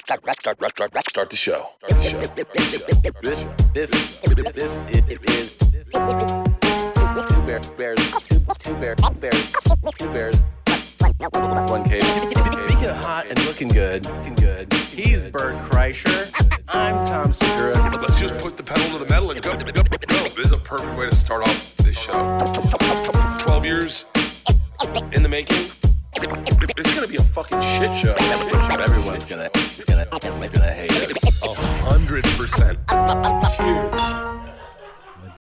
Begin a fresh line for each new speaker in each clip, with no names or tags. Start the show. Start the show. Start the show.
This, this, this, this it is two bear, bears, two, two bear, bears, two bears, one cave. Speaking of hot and looking good, looking good. He's Bert Kreischer. I'm Tom Segura.
Let's just put the pedal to the metal and go. go, go. This is a perfect way to start off this show. 12 years in the making. This is going to be a fucking shit show.
Everyone's gonna, is gonna, gonna, gonna hate us.
100%.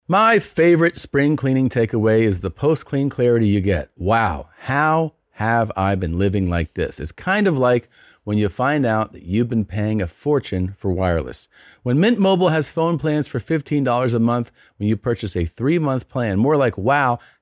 My favorite spring cleaning takeaway is the post clean clarity you get. Wow, how have I been living like this? It's kind of like when you find out that you've been paying a fortune for wireless. When Mint Mobile has phone plans for $15 a month when you purchase a three month plan, more like, wow,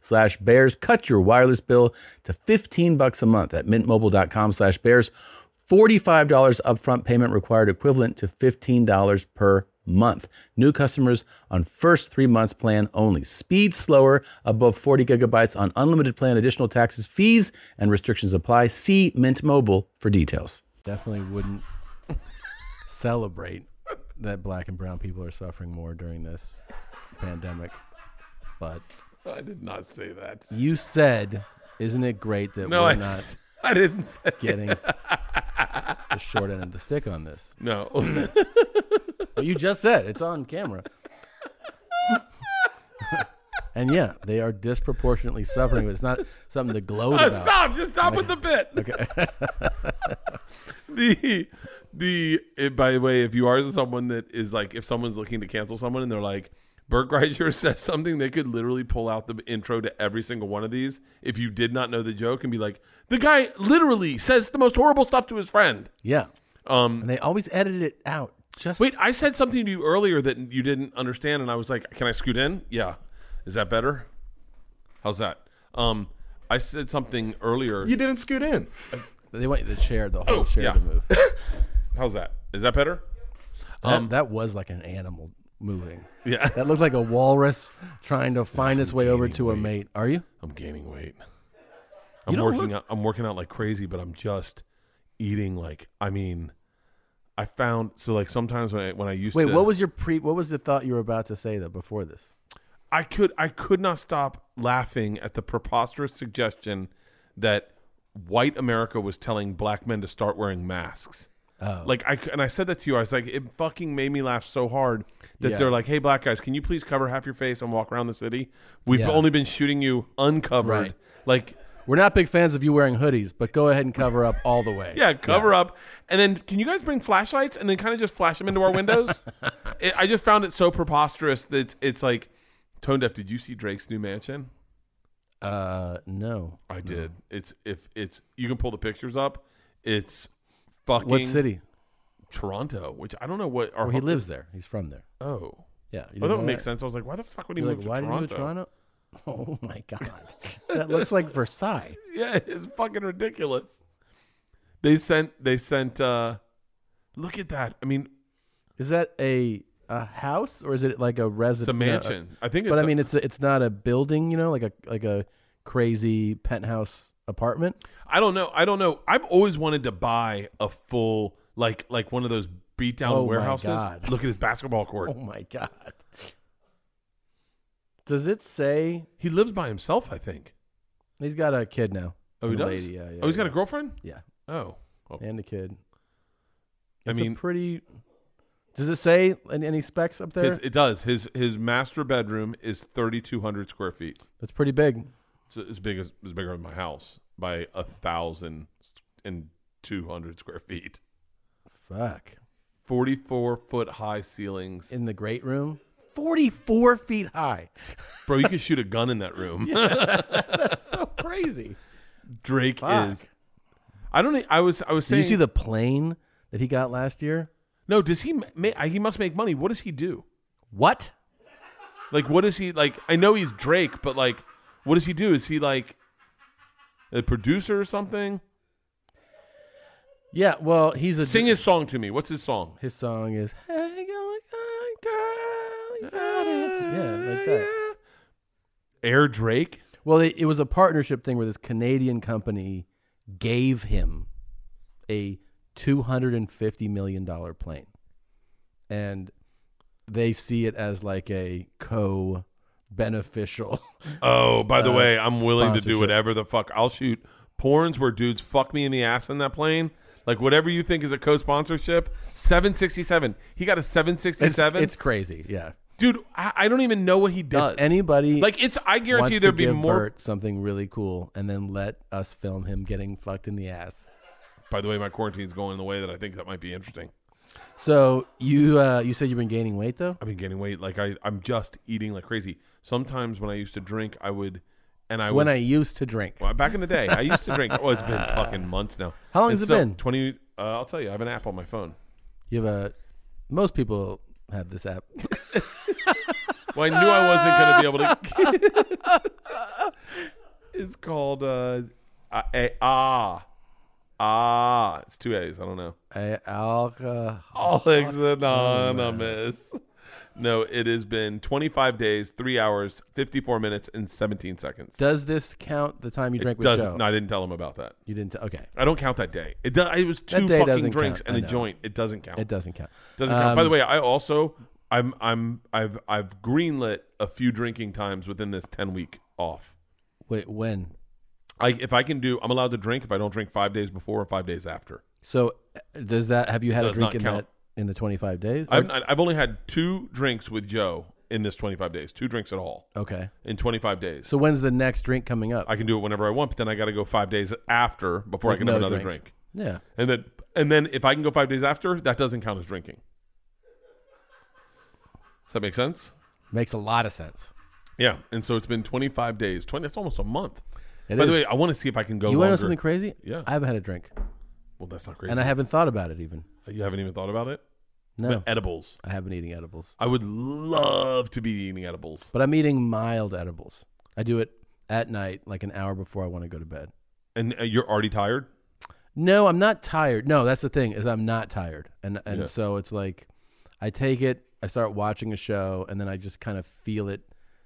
slash bears. Cut your wireless bill to 15 bucks a month at mintmobile.com slash bears. $45 upfront payment required equivalent to $15 per month. New customers on first three months plan only. Speed slower above 40 gigabytes on unlimited plan. Additional taxes, fees, and restrictions apply. See Mint Mobile for details. Definitely wouldn't celebrate that black and brown people are suffering more during this pandemic. But
I did not say that.
you said, isn't it great that
No,
we're
I,
not
I didn't say
getting the short end of the stick on this?
No.
Well, you just said it's on camera. and yeah, they are disproportionately suffering. But it's not something to gloat about.
Uh, Stop! Just stop with the bit. Okay. the the it, by the way, if you are someone that is like, if someone's looking to cancel someone and they're like, Bert Kreischer says something, they could literally pull out the intro to every single one of these if you did not know the joke and be like, the guy literally says the most horrible stuff to his friend.
Yeah,
Um,
and they always edit it out. Just
wait, I said something to you earlier that you didn't understand, and I was like, can I scoot in? Yeah, is that better? How's that? Um, I said something earlier.
You didn't scoot in.
they want the chair, the whole
Oh,
chair
yeah.
to move. That,
How's that? Is that better? Um,
that was like an animal moving.
Yeah.
That looked like a walrus trying to find its way over to a mate. Are you?
I'm gaining weight. I'm
don't
working
look-
out I'm working out like crazy, but I'm just eating like I mean I found so like sometimes when I when I used
Wait,
to
what was your pre? What was the thought you were about to say though before this?
I could I could not stop laughing at the preposterous suggestion that white America was telling black men to start wearing masks.
Oh.
Like I c- and I said that to you. I was like, it fucking made me laugh so hard that
Yeah.
they're like, "Hey, black guys, can you please cover half your face and walk around the city? We've
Yeah.
only been shooting you uncovered.
Right.
Like
We're not big fans of you wearing hoodies, but go ahead and cover up all the way.
Yeah, cover up. And then, can you guys bring flashlights and then kind of just flash them into our windows? it, I just found it so preposterous that it's like, tone deaf. Did you see Drake's new mansion?
Uh, no.
I did. It's if it's you can pull the pictures up. It's fucking
What city?
Toronto, which I don't know what. Our
Well, he lives there. He's from there. Yeah.
Oh,
you
well, that
didn't
would
know
make sense. I was like, why the fuck would he
You're
move
like,
to
why
Toronto?
did you go to Toronto? Oh my God, that looks like Versailles.
Yeah, it's fucking ridiculous. They sent. They sent. uh Look at that. I mean,
Is that a a house or is it like a residence? uh,
it's a mansion. I think.
but
it's
I
a-
mean, it's a, it's not a building, you know, like a like a crazy penthouse apartment.
I don't know. I don't know. I've always wanted to buy a full like like one of those beat down
Oh my
warehouses.
God.
Look at his basketball court.
Oh my God. Does it say
He lives by himself, I think.
he's got a kid now?
Oh, he
A
does.
lady, yeah, yeah,
oh, he's got
yeah.
a girlfriend.
Yeah,
Oh, Oh.
and a kid.
I
It's a
mean-
pretty. Does it say any, any specs up there?
His, it does. His his master bedroom is thirty two hundred square feet.
That's pretty big.
It's as big as it's bigger than my house by a thousand and two hundred square feet.
Fuck.
Forty four foot high ceilings,
in the great room 44 feet high
bro. You could shoot a gun in that room.
so crazy
Drake
Fuck.
is. I don't. e- I was. I was
did
saying.
you see the plane that he got last year
No, does he ma- ma- he must make money? What does he do?
What?
Like, what is he like? I know he's Drake, but like, what does he do? Is he like a producer or something?
Yeah, well, he's a
Sing his song to me. What's his song?
His song is "Hey, go, go, girl, you got it." Yeah, like that.
Air Drake.
Well, it, it was a partnership thing where this Canadian company gave him a two hundred and fifty million dollar plane, and they see it as like a co beneficial.
Oh, by the
Uh,
way, I'm willing to do
sponsorship.
whatever the fuck. I'll shoot porns where dudes fuck me in the ass in that plane. Like whatever you think is a co-sponsorship. 767. He got a
It's,
767.
it's crazy. Yeah.
Dude, I, I don't even know what he does.
If anybody
like it's I
wants
guarantee
to
there'd be
give
more
Bert something really cool and then let us film him getting fucked in the ass.
By the way, my quarantine's going the way that I think that might be interesting.
So you uh, you said you've been gaining weight though.
I've been gaining weight. Like I, I'm just eating like crazy. Sometimes when I used to drink, I would, and I
when
was
I used to drink.
well, back in the day. I used to drink. Oh, it's been fucking months now.
How long
And
has it
so-
been?
Twenty. Uh, I'll tell you. I have an app on my phone.
You have a. Most people have this app.
Well, I knew I wasn't going to be able to. it's called uh, uh, a- ah ah. It's two A's. I don't know.
I, alcohol.
Alex Anonymous. No, it has been 25 days, three hours, 54 minutes, and 17 seconds.
Does this count the time you drank with
Does
Joe?
no, I didn't tell him about that.
You didn't. okay,
I don't count that day. It, do, it was two
day
fucking
doesn't
drinks
count, I
and a
know.
joint. It doesn't count.
it doesn't count.
Doesn't count. By
Um,
the way, I also I'm I'm I've I've greenlit a few drinking times within this 10 week off.
Wait, when?
I if I can do I'm allowed to drink if I don't drink 5 days before or 5 days after.
So uh, does that? Have you had a
Does
drink
not
in
count.
that in the twenty five days? Or-
I've not- I've only had two drinks with Joe in this 25 days. Two drinks at all
okay.
in 25 days.
Oh. So when's the next drink coming up?
I can do it whenever I want, but then I got to go 5 days after before I
With
can
no
have another
drink.
drink.
yeah.
And then and then if I can go 5 days after, that doesn't count as drinking. Does that make sense?
Makes a lot of sense.
Yeah, and so it's been 25 days. 20. That's almost a month.
It
By the
is.
way, I want to see if I can go
you want to know
longer.
something crazy?
Yeah.
I haven't had a drink,
well, that's not crazy.
and I haven't thought about it even.
you haven't even thought about it.
No,
But edibles.
I haven't eating edibles,
I would love to be eating edibles,
but I'm eating mild edibles. I do it at night, like an hour before I want to go to bed.
and uh, you're already tired.
No, I'm not tired. No, that's the thing is I'm not tired, and and
Yeah.
so it's like I take it, I start watching a show, and then I just kind of feel it.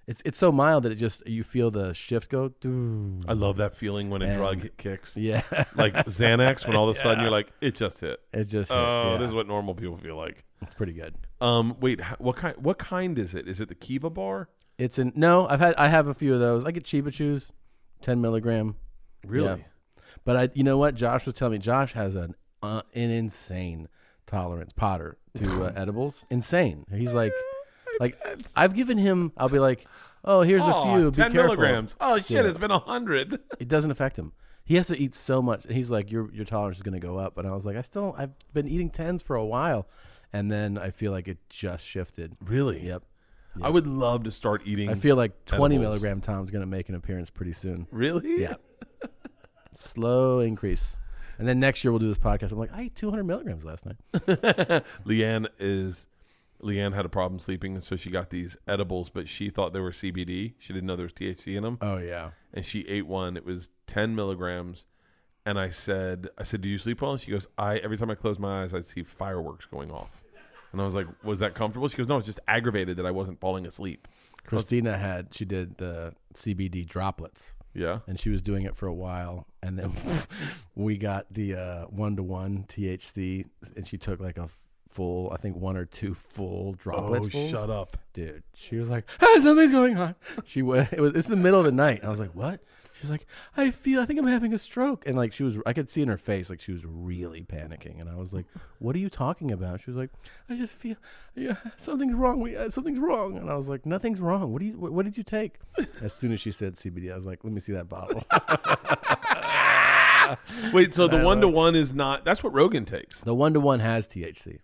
It's it's so mild that it just you feel the shift go. "Doo."
I love that feeling when a
And-
drug kicks,
Yeah,
like Xanax, when all of a sudden you're like, it just hit.
it just
Oh,
hit. Yeah,
this is what normal people feel like.
it's pretty good.
Um, wait, h- what kind? What kind is it? Is it the Kiva bar?
It's in no, I've had I have a few of those. I get Chiba Chews, ten milligram.
Really?
But I, you know what? Josh was telling me. Josh has an uh, an insane tolerance, Potter, to uh, edibles. Insane. He's like, like I've given him. I'll be like, oh, here's
Aw,
a few. Be
10
careful.
milligrams. Oh shit,
Yeah.
it's been a hundred.
It doesn't affect him. He has to eat so much. And he's like, your your tolerance is going to go up. And I was like, I still. Don't, I've been eating tens for a while, and then I feel like it just shifted.
Really?
Yep.
I would love to start eating.
I feel like twenty
Mm. Edibles.
milligram Tom's going to make an appearance pretty soon.
really.
Yeah. Slow increase. And then next year we'll do this podcast. I'm like, I ate 200 milligrams last night.
Leanne is Leanne had a problem sleeping, and so she got these edibles, but she thought they were CBD. She didn't know there was THC in them,
Oh yeah.
and she ate one. It was ten milligrams, and I said, "I said, do you sleep well?" And she goes, "I every time I close my eyes, I see fireworks going off." And I was like, "Was that comfortable?" She goes, "No, it's just aggravated that I wasn't falling asleep."
Christina had she did the CBD droplets,
Yeah,
and she was doing it for a while, and then we got the uh, one to one THC, and she took like a full, I think one or two full
Oh,
droplets. fulls.
up!
dude. She was like, ah, something's going on. She went, it was, it's the middle of the night. And I was like, what? She's like, I feel, I think I'm having a stroke. And like, she was, I could see in her face, like she was really panicking. And I was like, what are you talking about? She was like, I just feel, yeah, something's wrong. We, uh, something's wrong. And I was like, nothing's wrong. What do you, what, what did you take? As soon as she said CBD, I was like, let me see that bottle.
Wait, so the one to one is not—that's what Rogan takes.
the one to one has THC.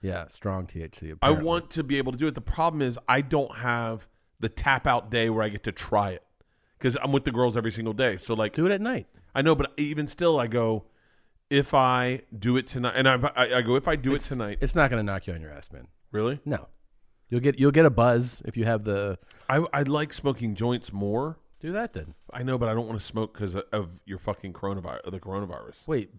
Yeah, strong THC.
I
apparently.
want to be able to do it. The problem is I don't have the tap out day where I get to try it because I'm with the girls every single day. So like
do it at night.
I know, but even still, I go if I do it tonight, and I I, I go if I do it tonight.
It's not going to knock you on your ass, man.
really?
No. You'll get you'll get a buzz if you have the
I I like smoking joints more.
do that then.
I know, but I don't want to smoke because of your fucking coronavirus. The coronavirus.
Wait.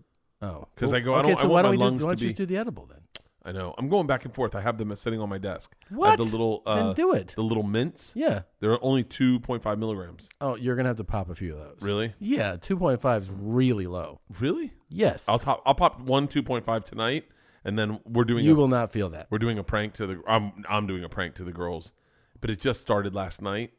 Oh,
'Cause
Well,
I go, I don't- I want
why
my
we do-
lungs
why
to
don't you just
be-
do the edible then?
I know. I'm going back and forth. I have them sitting on my desk. I have
What?
the little uh,
then do it.
the little mints.
yeah.
They're only 2.5 milligrams.
Oh, you're gonna have to pop a few of those.
Really?
Yeah, two point five is really low.
Really?
Yes,
I'll top. I'll pop one 2.5 tonight, and then we're doing.
you
a,
will not feel that.
We're doing a prank to the. I'm I'm doing a prank to the girls, but it just started last night.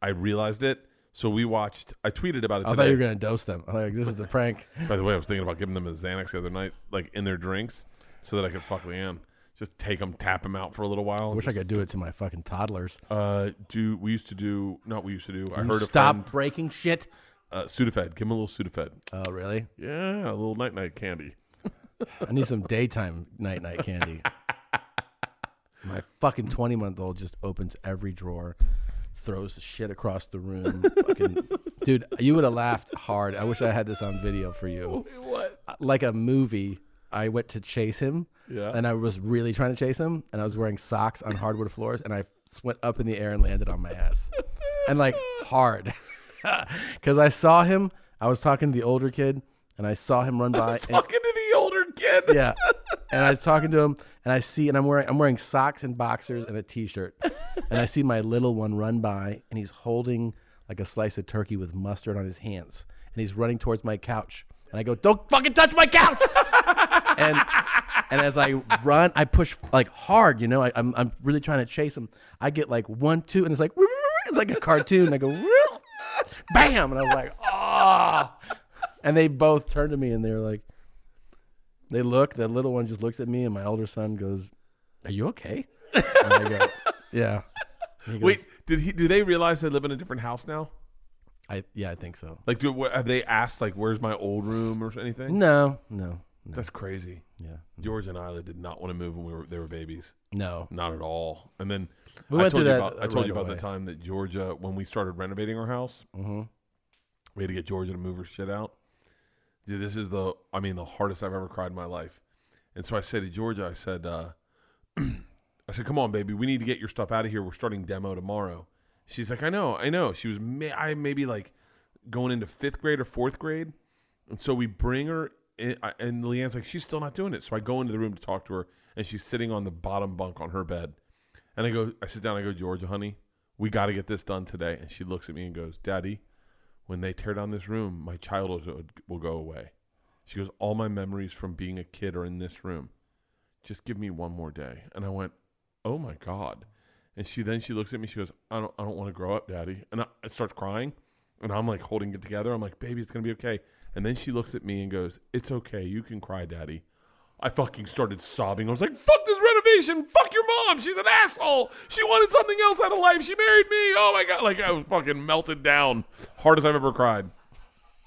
I realized it, so we watched. I tweeted about it.
I
today.
thought you were gonna dose them. I'm like, this is the prank.
By the way, I was thinking about giving them a Xanax the other night, like in their drinks, so that I could fuck Leanne. Just take them, tap them out for a little while.
I wish I could do it to my fucking toddlers.
Uh, do we used to do? Not we used to do. I heard a
Stop
friend
breaking shit.
uh, Sudafed. Give him a little Sudafed.
Oh, really?
Yeah, a little night night candy.
I need some daytime night night candy. My fucking 20 month old just opens every drawer, throws the shit across the room. fucking, dude, you would have laughed hard. I wish I had this on video for you. Uh,
What?
Like a movie, I went to chase him.
Yeah.
And I was really trying to chase him, and I was wearing socks on hardwood floors, and I went up in the air and landed on my ass. and like hard. Because I saw him, I was talking to the older kid, and I saw him run by. and-
Talking to the older kid.
yeah. And I was talking to him, and I see, and I'm wearing, I'm wearing socks and boxers and a t-shirt, and I see my little one run by, and he's holding like a slice of turkey with mustard on his hands, and he's running towards my couch, and I go, "Don't fucking touch my couch!" and and as I run, I push like hard, you know, I, I'm I'm really trying to chase him. I get like one, two, and it's like it's like a cartoon. I go, bam, and I was like, ah. And they both turned to me and they were like, they look, the little one just looks at me, and my elder son goes, Are you okay? And I go, Yeah. And he goes,
Wait, did he? Do they realize they live in a different house now?
I, yeah, I think so.
Like, do what, have they asked like, where's my old room or anything?
No, no, no.
That's crazy.
Yeah.
George and Isla did not want to move when we were they were babies.
No.
Not at all. And then
We
I
went
told
through that
you about I told you
right
about
away.
the time that Georgia when we started renovating our house,
hmm
we had to get Georgia to move her shit out. Dude, this is the I mean the hardest I've ever cried in my life. And so I said to Georgia, I said, uh, I said, "Come on, baby, we need to get your stuff out of here. We're starting demo tomorrow." She's like, "I know, I know." She was, may- I maybe like going into fifth grade or fourth grade, and so we bring her, in, I- and Leanne's like, "She's still not doing it." So I go into the room to talk to her, and she's sitting on the bottom bunk on her bed, and I go, I sit down, I go, "Georgia, honey, we got to get this done today." And she looks at me and goes, "Daddy, when they tear down this room, my childhood will go away." She goes, "All my memories from being a kid are in this room. Just give me one more day." And I went oh my god and she then she looks at me she goes i don't i don't want to grow up daddy and i, I starts crying and i'm like holding it together i'm like baby it's gonna be okay and then she looks at me and goes it's okay you can cry daddy I fucking started sobbing. I was like, fuck this renovation. Fuck your mom. She's an asshole. She wanted something else out of life. She married me. Oh my God. Like, I was fucking melted down. Hardest I've ever cried.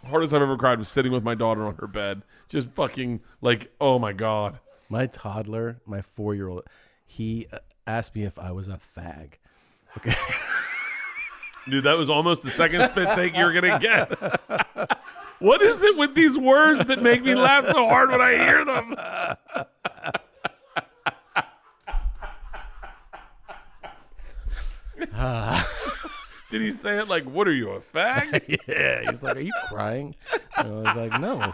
Hardest I've ever cried was sitting with my daughter on her bed. Just fucking, like, oh my God.
My toddler, my four year old, he uh, asked me if I was a fag. Okay.
Dude, that was almost the second spit take you're gonna get. what is it with these words that make me laugh so hard when I hear them? Did he say it like, "What are you, a fag"?
yeah. He's like, Are you crying? And I was like, No.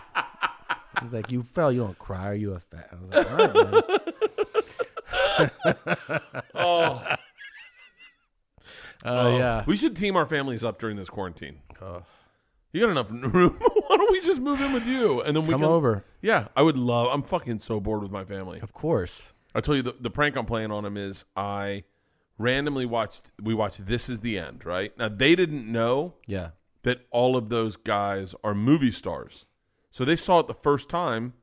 He's like, You fell. You don't cry. Are you a fag? I was like, All right, man.
Oh,
Oh, yeah.
Um, We should team our families up during this quarantine.
Oh.
You got enough room? Why don't we just move in with you and then we
Come
can-
over.
Yeah, I would love. I'm fucking so bored with my family.
Of course.
I'll tell you the, the prank I'm playing on him is I randomly watched we watched This Is the End, right? Now they didn't know
Yeah.
that all of those guys are movie stars. So they saw it the first time,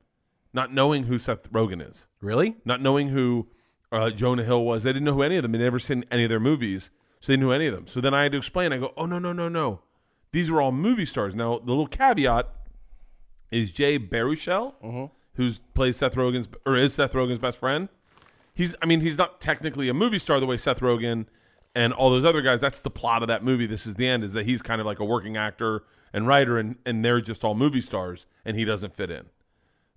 not knowing who Seth Rogen is,
Really?
not knowing who uh, Jonah Hill was. They didn't know who any of them. They'd never seen any of their movies, so they knew any of them. So then I had to explain. I go, oh no, no, no, no. These are all movie stars. Now the little caveat is Jay Baruchel,
Mm-hmm.
who's plays Seth Rogen's or is Seth Rogen's best friend. He's I mean he's not technically a movie star the way Seth Rogen and all those other guys. That's the plot of that movie. This is the end. Is that he's kind of like a working actor and writer, and and they're just all movie stars, and he doesn't fit in.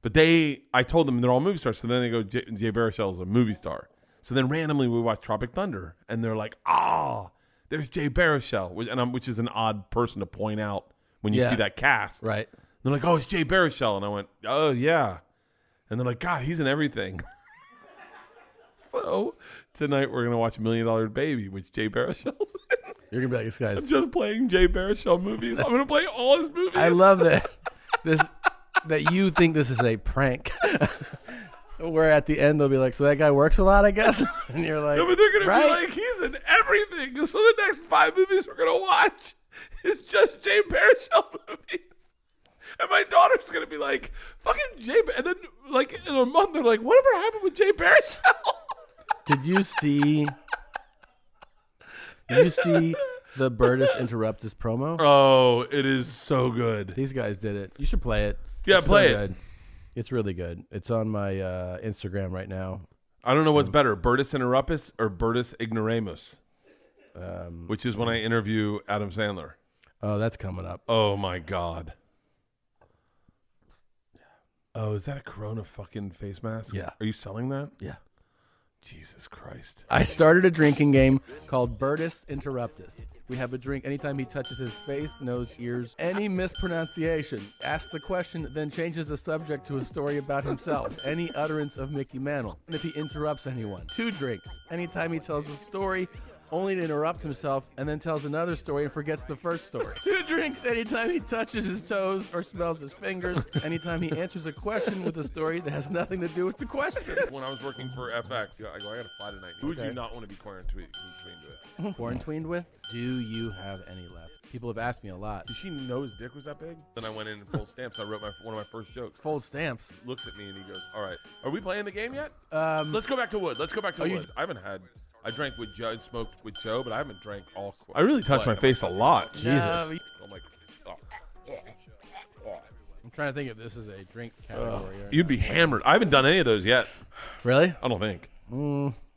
But they, I told them they're all movie stars. So then they go, Jay, Jay Baruchel's a movie star. So then randomly we watch Tropic Thunder, and they're like, ah, there's Jay Baruchel, which, and I'm, which is an odd person to point out when you
Yeah.
see that cast.
Right.
They're like, oh, it's Jay Baruchel, and I went, oh yeah, and they're like, God, he's in everything. so tonight we're gonna watch Million Dollar Baby, which Jay Baruchel's in.
You're gonna be like, this guy's.
just playing Jay Baruchel movies. I'm gonna play all his movies.
I love that. This that you think this is a prank. Where at the end they'll be like, so that guy works a lot, I guess, and you're like,
No, but they're gonna
right?
be like, he's in everything. So the next five movies we're gonna watch is just Jay Baruchel movies. And my daughter's gonna be like, fucking Jay. Bar-" And then, like in a month, they're like, whatever happened with Jay Baruchel?
Did you see? Did you see the Birdus interruptus promo?
Oh, it is so good.
These guys did it. You should play it.
Yeah,
It's so
play it.
good. It's really good. It's on my uh, Instagram right now.
I don't know what's better, Bertus Interruptus or Bertus Ignoramus, Um, which is when I interview Adam Sandler.
Oh, that's coming up.
Oh my god. Oh, is that a Corona fucking face mask?
Yeah.
Are you selling that?
Yeah.
Jesus Christ.
I started a drinking game called Birdus Interruptus. We have a drink anytime he touches his face, nose, ears, any mispronunciation, asks a question, then changes the subject to a story about himself, any utterance of Mickey Mantle, and if he interrupts anyone. Two drinks, anytime he tells a story, only to interrupt himself and then tells another story and forgets the first story. Two drinks anytime he touches his toes or smells his fingers, anytime he answers a question with a story that has nothing to do with the question.
When I was working for FX, I go, I gotta fly tonight. Who would you not want to be quarantined with?
quarantined with? Do you have any left? People have asked me a lot.
Did she know his dick was that big? Then I went in and full stamps. I wrote my one of my first jokes.
Fold stamps.
Looks at me and he goes, All right, are we playing the game yet?
Um,
Let's go back to wood. Let's go back to
Are
wood.
you-
I haven't had. I drank with Joe, and smoked with Joe, but I haven't drank all. I really touched my face a lot.
Jesus.
I'm like, oh.
I'm trying to think if this is a drink category. or
you'd be hammered. I haven't done any of those yet.
really?
I don't think.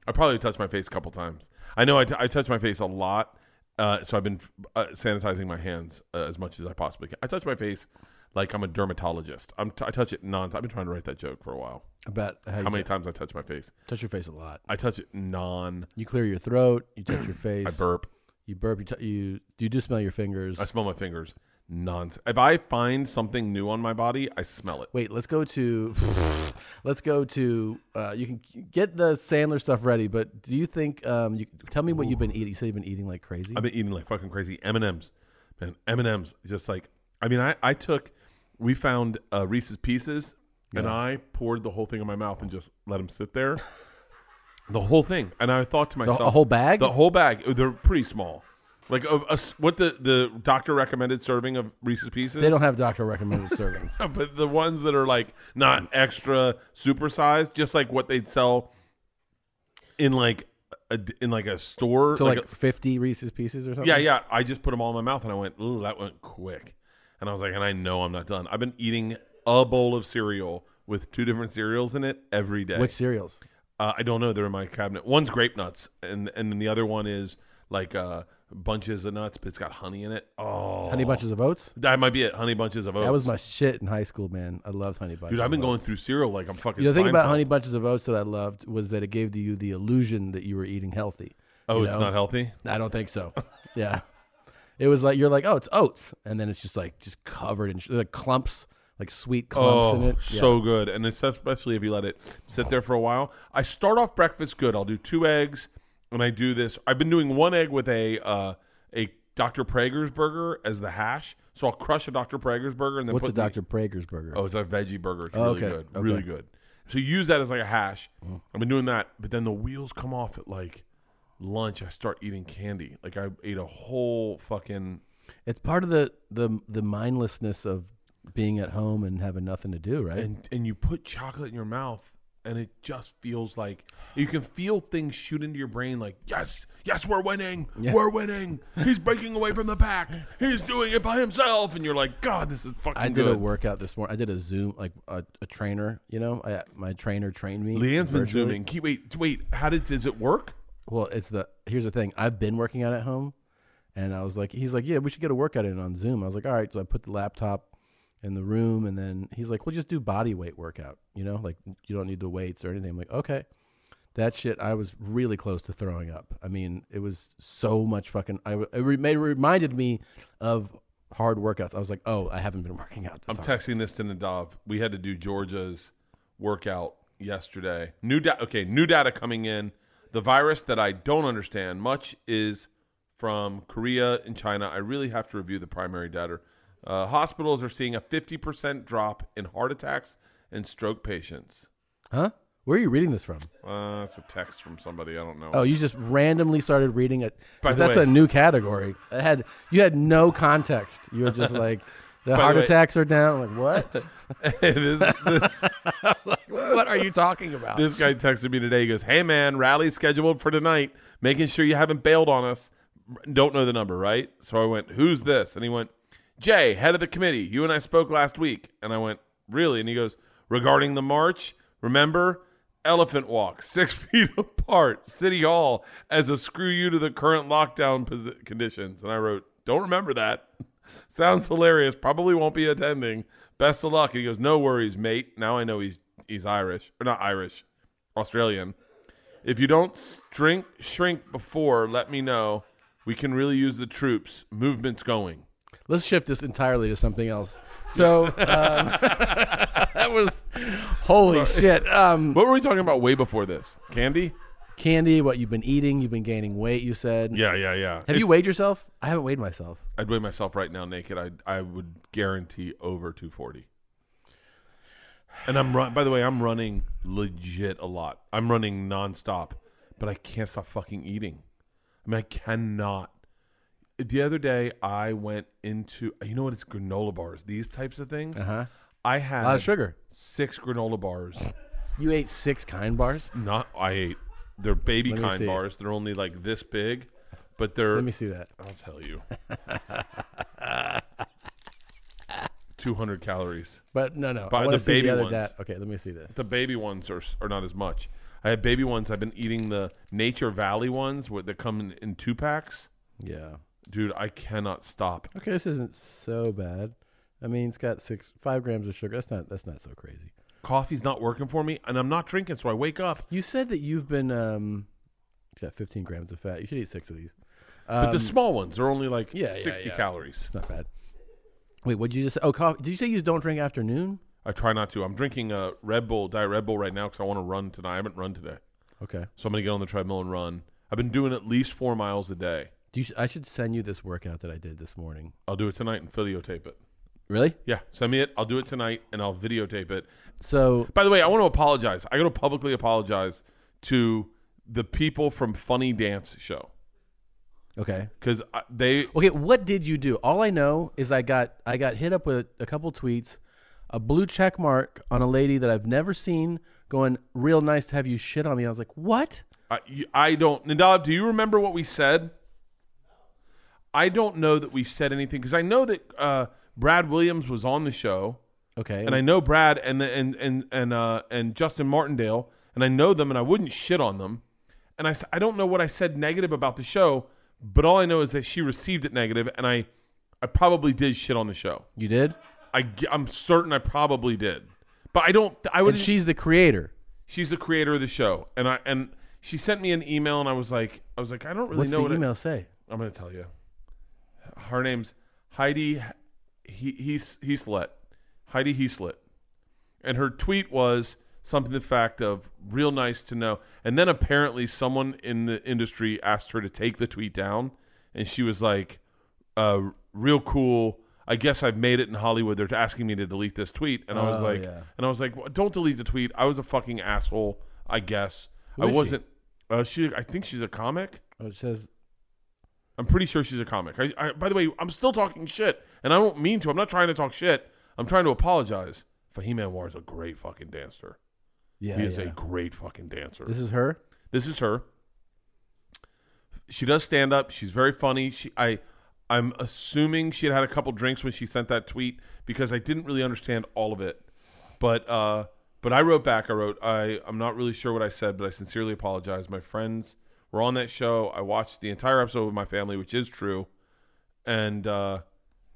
I probably touched my face a couple times. I know I, t- I touch my face a lot, uh, so I've been uh, sanitizing my hands uh, as much as I possibly can. I touch my face like I'm a dermatologist. I'm t- I touch it non. I've been trying to write that joke for a while.
About how, you
How many times I touch my face?
touch your face a lot.
I touch it non.
You clear your throat. You touch your face.
I burp.
You burp. You, t- you you do smell your fingers.
I smell my fingers. Non. If I find something new on my body, I smell it.
Wait, let's go to. Let's go to. Uh, you can get the Sandler stuff ready, but do you think? Um, you tell me what you've been eating. You said you've been eating like crazy.
I've been eating like fucking crazy M and M's, man. M and M's, just like I mean, I I took, we found uh, Reese's Pieces, and I poured the whole thing in my mouth and just let them sit there, the whole thing. And I thought to
the,
myself,
a whole bag.
the whole bag. They're pretty small, like a, a s- what the the doctor recommended serving of Reese's Pieces.
they don't have doctor recommended servings.
but the ones that are like not extra supersized, just like what they'd sell in like a d in like a store,
So
like
like,
a-
fifty Reese's pieces or something.
yeah, yeah. I just put them all in my mouth and I went, ooh, that went quick. And I was like, and I know I'm not done. I've been eating a bowl of cereal with two different cereals in it every day.
Which cereals?
Uh, I don't know. They're in my cabinet. One's grape nuts, and and then the other one is like uh, bunches of nuts, but it's got honey in it. Oh,
Honey bunches of oats.
That might be it. Honey bunches of oats.
That was my shit in high school, man. I loved honey bunches.
dude. I've been
of
going
Oats.
through cereal like I'm fucking.
You know, the thing about
Seinfeld.
honey bunches of oats that I loved was that it gave you the illusion that you were eating healthy.
Oh,
you
it's
know?
not healthy.
I don't think so. yeah, it was like you're like, oh, it's oats, and then it's just like just covered in sh- like clumps, like sweet clumps
Oh,
in it. Yeah.
so good, and it's especially if you let it sit there for a while. I start off breakfast good. I'll do two eggs, and I do this. I've been doing one egg with a uh, a Dr. Prager's burger as the hash. So I'll crush a Dr. Prager's burger and then
what's a
put the-
Dr. Prager's burger?
Oh, it's a veggie burger. It's
Oh,
really
okay,
good,
okay. Mm.
really good. So you use that as like a hash. I've been doing that, but then the wheels come off at like lunch. I start eating candy. Like I ate a whole fucking
It's part of the the the mindlessness of being at home and having nothing to do, right?
and and you put chocolate in your mouth and it just feels like you can feel things shoot into your brain like yes yes we're winning we're winning he's breaking away from the pack he's doing it by himself and you're like god this is fucking
I did a
good
workout this morning. I did a Zoom, like a, a trainer. You know, I, my trainer trained me.
Leanne's been
virtually.
zooming Keep, wait wait how did does it work
Well, it's the here's the thing. I've been working out at home, and I was like, he's like, yeah, we should get a workout in on Zoom. I was like, all right. So I put the laptop in the room, and then he's like, we'll just do body weight workout. You know, like you don't need the weights or anything. I'm like, okay. That shit, I was really close to throwing up. I mean, it was so much fucking. I it re- made, reminded me of hard workouts. I was like, oh, I haven't been working out. This
I'm
hard.
texting this to Nadav. We had to do Georgia's workout yesterday. New data. Okay, new data coming in. The virus that I don't understand much is from Korea and China. I really have to review the primary data. Uh, hospitals are seeing a 50% drop in heart attacks and stroke patients.
huh? Where are you reading this from?
Uh, that's a text from somebody. I don't know.
Oh, you just randomly started reading it.
By the
that's
way-
a new category. I had you had no context. You were just like the
the
heart
way-
attacks are down. I'm like what?
this, this,
what are you talking about?
this guy texted me today. He goes, "Hey man, rally scheduled for tonight. Making sure you haven't bailed on us. Don't know the number, right?" So I went, "Who's this?" And he went, "Jay, head of the committee. You and I spoke last week." And I went, "Really?" And he goes, "Regarding the march, remember." Elephant walk, six feet apart, City Hall as a screw you to the current lockdown posi- conditions. And I wrote, Don't remember that. Sounds hilarious. Probably won't be attending. Best of luck. And he goes, No worries, mate. Now I know he's he's Irish. Or not Irish. Australian. If you don't shrink, shrink before, let me know. We can really use the troops. Movement's going.
Let's shift this entirely to something else. So um, that was holy shit. Um,
What were we talking about way before this? Candy?
candy, what you've been eating? You've been gaining weight. You said.
Yeah, yeah, yeah.
Have you weighed yourself? I haven't weighed myself.
I'd weigh myself right now naked. I I would guarantee over 240. And I'm run. By the way, I'm running legit a lot. I'm running nonstop, but I can't stop fucking eating. I mean, I cannot. The other day, I went into you know what? It's granola bars. These types of things.
Uh-huh.
I
A lot
had
of sugar.
six granola bars.
You ate six kind bars.
Not I ate. They're baby
Let me
kind
see.
bars. They're only like this big, but they're
Let me see that.
I'll tell you. 200 calories.
But no, no.
But
I wanna
the
see
baby
the other
ones.
da- Okay, let me see this.
The baby ones are, s- are not as much. I have baby ones. I've been eating the Nature Valley ones where they come in, in two packs.
Yeah.
Dude, I cannot stop.
Okay, this isn't so bad. I mean, it's got six, five grams of sugar. That's not. That's not so crazy.
Coffee's not working for me, and I'm not drinking, so I wake up.
You said that you've been um, it's got 15 grams of fat. You should eat six of these.
But
Um,
the small ones are only like
yeah, yeah,
60
yeah.
calories.
It's not bad. Wait, what did you just say? Oh, coffee. Did you say you don't drink afternoon?
I try not to. I'm drinking a Red Bull, Diet Red Bull right now because I want to run tonight. I haven't run today.
Okay.
So I'm going to get on the treadmill and run. I've been doing at least four miles a day.
Do you, I should send you this workout that I did this morning.
I'll do it tonight and videotape it.
Really?
Yeah, send me it. I'll do it tonight and I'll videotape it.
So
By the way, I want to apologize. I got to publicly apologize to the people from Funny Dance Show
okay.
because they.
Okay, what did you do? All I know is I got I got hit up with a couple tweets, a blue check mark on a lady that I've never seen going real nice to have you shit on me. I was like, what?
I, you- I don't. Nadav, do you remember what we said? I don't know that we said anything because I know that uh, Brad Williams was on the show,
Okay,
and I know Brad and the, and and and uh, and Justin Martindale, and I know them, and I wouldn't shit on them. And I s- I don't know what I said negative about the show, but all I know is that she received it negative, and I I probably did shit on the show.
you did.
I, am certain I probably did, but I don't. I would.
And she's the creator.
she's the creator of the show, and I and she sent me an email, and I was like, I was like, I don't really
What's
know what
the
it-
email say?
I'm gonna tell you. Her name's Heidi. He he's Heaslett. Heidi Heaslett, and her tweet was something to the fact of real nice to know. And then apparently someone in the industry asked her to take the tweet down, and she was like, uh, "Real cool." I guess I've made it in Hollywood. They're asking me to delete this tweet, and I was
Oh,
like,
yeah.
and I was like, well, "Don't delete the tweet." I was a fucking asshole. I guess I
is she?
wasn't. Uh, she, I think she's a comic.
Oh, it says
I'm pretty sure she's a comic. I, I, by the way, I'm still talking shit, and I don't mean to. I'm not trying to talk shit. I'm trying to apologize. Fahim Anwar is a great fucking dancer.
yeah.
he is
yeah.
a great fucking dancer.
This is her.
This is her. She does stand up. She's very funny. She I I'm assuming she had had a couple drinks when she sent that tweet because I didn't really understand all of it. But uh but I wrote back. I wrote I I'm not really sure what I said, but I sincerely apologize. My friends were on that show. I watched the entire episode with my family, which is true. And uh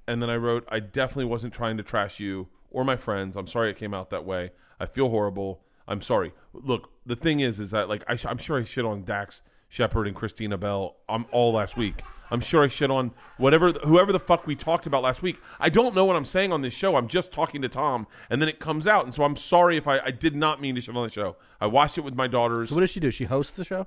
and then I wrote, I definitely wasn't trying to trash you or my friends. I'm sorry it came out that way. I feel horrible. I'm sorry. Look, the thing is, is that like I sh- I'm sure I shit on Dax Shepard and Christina Bell. I'm all last week. I'm sure I shit on whatever whoever the fuck we talked about last week. I don't know what I'm saying on this show. I'm just talking to Tom, and then it comes out, and so I'm sorry if I, I did not mean to shit on the show. I watched it with my daughters.
So what does she do? She hosts the show.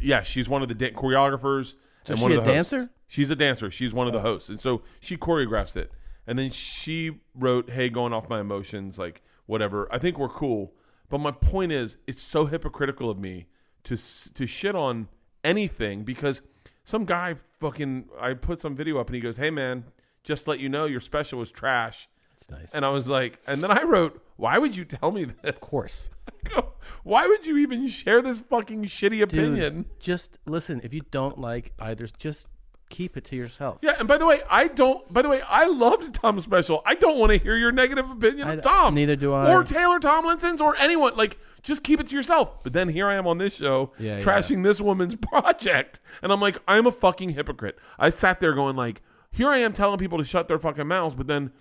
Yeah, she's one of the dan- choreographers and
she
one
a
of the hosts.
dancer? Oh.
She's a dancer. She's one of the hosts, and so she choreographs it. And then she wrote, "Hey, going off my emotions, like whatever. I think we're cool." But my point is, it's so hypocritical of me to s- to shit on anything because some guy fucking I put some video up and he goes, "Hey man, just to let you know your special was trash."
It's nice.
And I was like, and then I wrote, "Why would you tell me this?" Of
course.
Why would you even share this fucking shitty
Dude,
opinion?
Just listen. If you don't like either, just keep it to yourself.
Yeah, and by the way, I don't. By the way, I loved Tom's special. I don't want to hear your negative opinion
I-
of Tom.
neither do I.
Or Taylor Tomlinson's, or anyone. Like, just keep it to yourself. But then here I am on this show,
Yeah, yeah.
trashing this woman's project, and I'm like, I'm a fucking hypocrite. I sat there going like, here I am telling people to shut their fucking mouths, but then,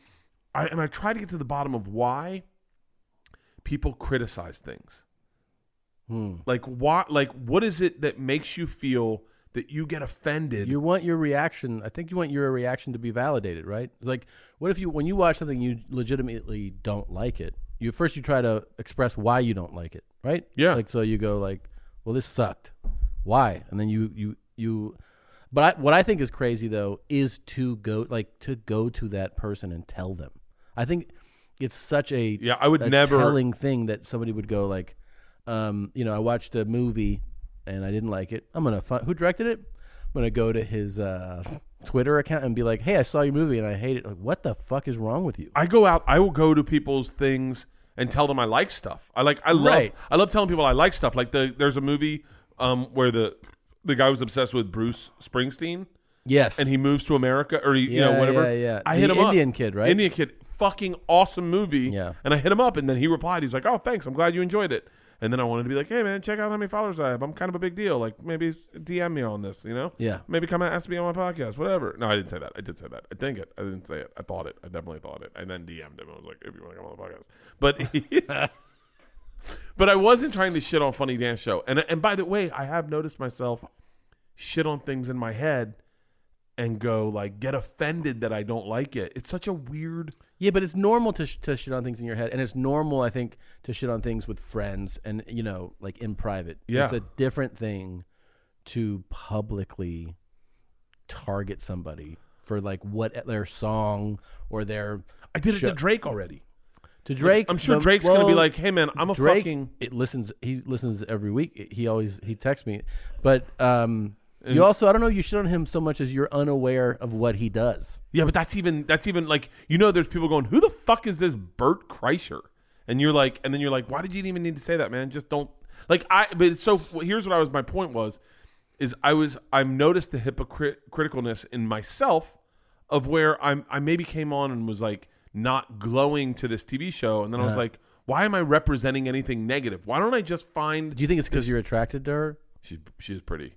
I and I try to get to the bottom of why people criticize things.
Hmm.
Like why? Like what is it that makes you feel that you get offended?
You want your reaction. I think you want your reaction to be validated, right? It's Like, what if you when you watch something you legitimately don't like it? You first you try to express why you don't like it, right?
Yeah.
Like so you go like, well, this sucked. Why? And then you you you. But I, what I think is crazy though is to go like to go to that person and tell them. I think it's such a
yeah, I would
a
never.
telling thing that somebody would go like, um, you know, I watched a movie and I didn't like it. I'm gonna fi- who directed it? I'm gonna go to his uh, Twitter account and be like, hey, I saw your movie and I hate it. Like, what the fuck is wrong with you?
I go out. I will go to people's things and tell them I like stuff. I like. I love.
Right.
I love telling people I like stuff. Like the there's a movie um, where the the guy was obsessed with Bruce Springsteen
Yes,
and he moves to America or he, you know
Yeah,
whatever.
yeah, yeah.
I
The
hit him up.
Indian kid, right?
Indian kid, fucking awesome movie.
Yeah.
And I hit him up, and then he replied. He's like, "Oh, thanks. I'm glad you enjoyed it." And then I wanted to be like, "Hey, man, check out how many followers I have. I'm kind of a big deal. Like, maybe s- DM me on this. You know?
Yeah.
Maybe come and ask me on my podcast. Whatever." No, I didn't say that. I did say that. I think it. I didn't say it. I thought it. I definitely thought it. I then DM'd him. I was like, "If you want to come on the podcast," but. But I wasn't trying to shit on Funny Dance Show. And and by the way, I have noticed myself shit on things in my head and go like get offended that I don't like it. It's such a weird
yeah, but it's normal to sh- to shit on things in your head, and it's normal, I think, to shit on things with friends and you know, like in private.
Yeah.
it's a different thing to publicly target somebody for like what e, their song or their
I did it to
Shut-
Drake already.
to Drake.
I'm sure
the-
Drake's gonna be
well,
like, "Hey man, I'm a
Drake.
fucking."
It listens. He listens every week. He always he texts me, but um, you also I don't know. You shit on him so much as you're unaware of what he does.
Yeah, but that's even that's even like you know, there's people going, "Who the fuck is this Bert Kreischer?" And you're like, and then you're like, "Why did you even need to say that, man? Just don't." Like I, but it's so here's what I was. My point was, is I was I've noticed the hypocrite criticalness in myself of where I'm I maybe came on and was like not glowing to this TV show, and then I
Uh-huh.
was like, why am I representing anything negative? Why don't I just find
Do you think it's because you're attracted to her?
she she's pretty.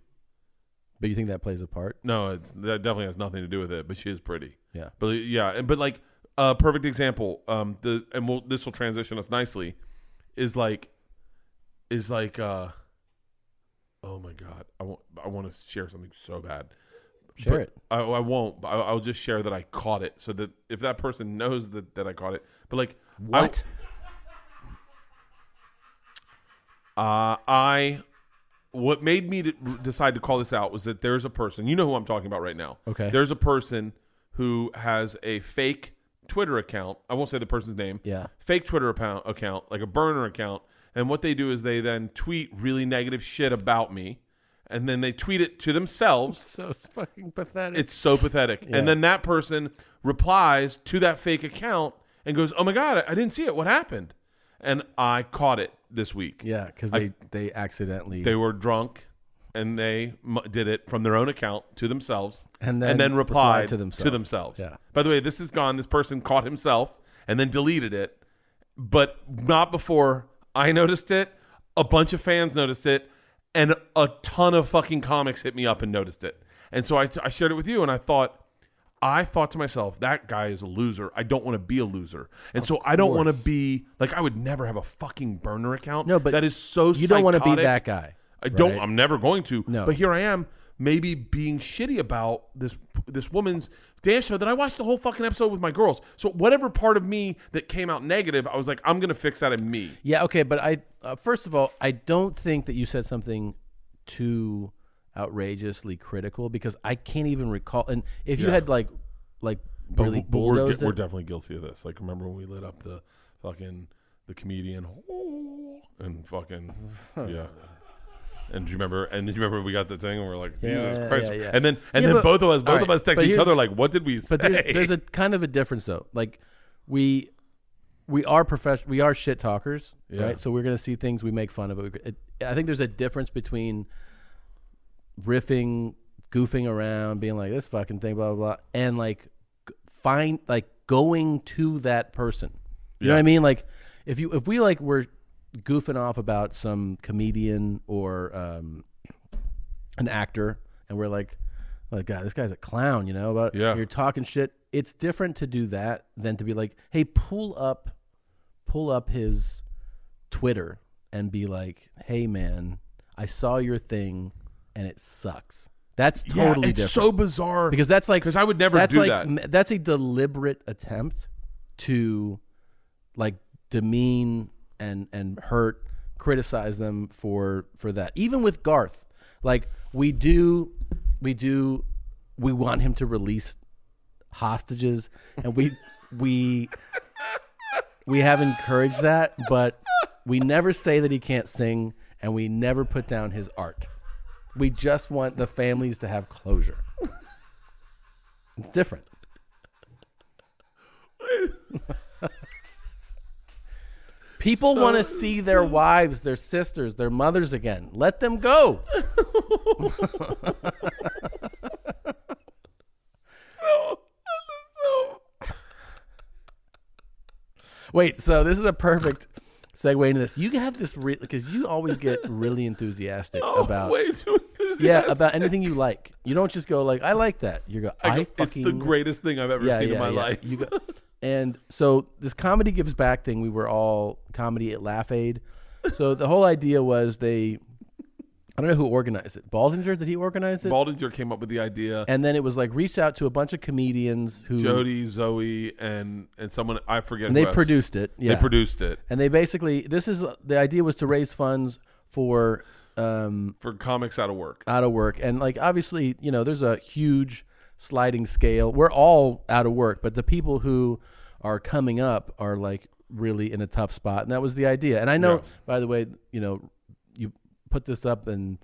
But you think that plays a part?
No, it's, that definitely has nothing to do with it. But she is pretty.
Yeah.
But yeah, and but like a uh, perfect example. Um, the and we'll, this will transition us nicely. Is like, is like, uh, oh my god, I want I want to share something so bad.
Share
But
it.
I, I won't. But I, I'll just share that I caught it, so that if that person knows that that I caught it, but like I-
What?
Uh, I what made me to decide to call this out was that there's a person you know who I'm talking about right now.
Okay.
there's a person who has a fake Twitter account. I won't say the person's name.
Yeah.
fake Twitter account, account like a burner account, and what they do is they then tweet really negative shit about me, and then they tweet it to themselves.
So fucking pathetic.
It's so pathetic. And then that person replies to that fake account and goes, "Oh my god, I, I didn't see it. What happened?" And I caught it this week.
yeah, because they they accidentally
They were drunk and they m- did it from their own account to themselves
And then
replied
replied to themselves. Yeah.
By the way, this is gone. This person caught himself and then deleted it, but not before I noticed it. A bunch of fans noticed it, and a ton of fucking comics hit me up and noticed it. And so I, I shared it with you, and I thought, I thought to myself, that guy is a loser. I don't want to be a loser. And so I don't want to
course.
be like I would never have a fucking burner account.
No, but
that is so
You don't want to be
psychotic.
that guy.
I don't.
right?
I'm never going to.
No.
But here I am, maybe being shitty about this this woman's dance show that I watched the whole fucking episode with my girls. So whatever part of me that came out negative, I was like, I'm gonna fix that in me.
Yeah, okay, but I uh, first of all, I don't think that you said something too outrageously critical because I can't even recall. And if you
Yeah.
had like, like really
we're,
bulldozed, it-
definitely guilty of this. Like, remember when we lit up the fucking the comedian and fucking yeah. And do you remember? And do you remember we got the thing, and we're like, Jesus
Yeah,
Christ!
yeah, yeah.
And then, and
Yeah,
then
but-
both of us, both
all
of
right,
us text
but
each
here's-
other like, "What did we
but
say?"
there's, there's a kind of a difference though. Like we we are profession we are shit talkers,
Yeah.
right? So we're gonna see things we make fun of. It, it, I think there's a difference between riffing, goofing around, being like this fucking thing, blah blah, blah and like g- find like going to that person. You know
Yeah.
what I mean? Like if you if we like were goofing off about some comedian or um, an actor and we're like like god this guy's a clown you know about
Yeah.
you're talking shit it's different to do that than to be like hey pull up pull up his twitter and be like hey man i saw your thing and it sucks that's
yeah,
totally
it's
different
so bizarre
because that's like
'Cause I would never
that's
do
like,
that.
m- That's a deliberate attempt to like demean and and hurt, criticize them for for that. Even with Garth, like we do, we do, we want him to release hostages, and we we we have encouraged that, but we never say that he can't sing, and we never put down his art. We just want the families to have closure. It's different. People want to see their wives, their sisters, their mothers again. Let them go. Wait, so this is a perfect segue into this. You have this because you always get really enthusiastic
Oh,
about
way too enthusiastic.
yeah about anything you like. You don't just go like I like that. You go I,
I go,
fucking
it's the greatest thing I've ever seen in my life.
You go, and so this comedy gives back thing, we were all comedy at Laugh Aid. So the whole idea was they, I don't know who organized it. Baldinger, did he organize it?
Baldinger came up with the idea.
and then it was like reached out to a bunch of comedians who
Jody, Zoe, and and someone I forget.
and
who
they
else.
produced it. Yeah,
They produced it
and they basically this is the idea was to raise funds for um,
for comics out of work.
out of work and like obviously you know there's a huge sliding scale we're all out of work but the people who are coming up are like really in a tough spot and that was the idea and i know
Yeah.
by the way you know you put this up and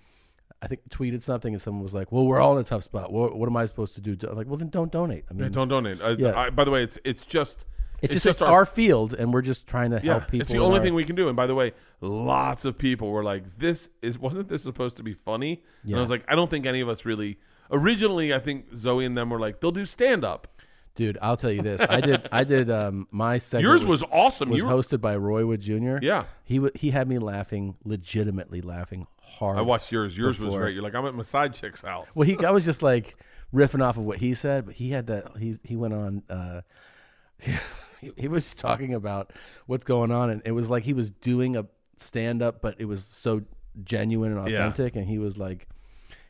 i think tweeted something and someone was like well we're all in a tough spot what, what am i supposed to do Do- I'm like well then don't donate i mean
Yeah, don't donate. Uh,
Yeah.
I, by the way, it's it's just
it's, just, it's our, field and we're just trying to
yeah.
help people
It's the
in
only
our-
thing we can do. And by the way, lots of people were like, "This is wasn't this supposed to be funny?" And I
Yeah.
was like, "I don't think any of us really." Originally, I think Zoe and them were like, "They'll do stand up."
dude i'll tell you this i did i did um my segment
Yours was awesome.
was
you were,
hosted by Roy Wood Jr.
Yeah.
he wa he had me laughing, legitimately laughing hard.
I watched yours. Yours was
before.
great. You're like, "I'm at my side chick's house."
Well, he I was just like riffing off of what he said, but he had that he he went on. Uh, he, he was talking about what's going on, and it was like he was doing a stand up, but it was so genuine and
Yeah.
authentic, and he was like.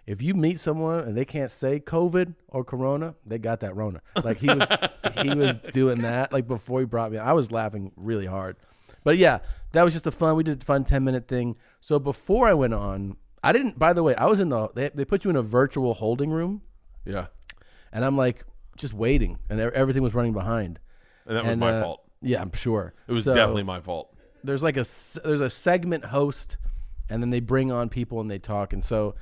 If you meet someone and they can't say COVID or Corona, they got that Rona. Like he was, he was doing that. Like before he brought me, I was laughing really hard. But yeah, that was just a fun. We did a fun ten minute thing. So before I went on, I didn't. By the way, I was in the. They, they put you in a virtual holding room,
yeah,
and I'm like just waiting, and e- everything was running behind.
and that was
and,
my
uh,
fault.
Yeah, I'm sure
It was definitely my fault.
there's like a s- there's a segment host and then they bring on people and they talk and so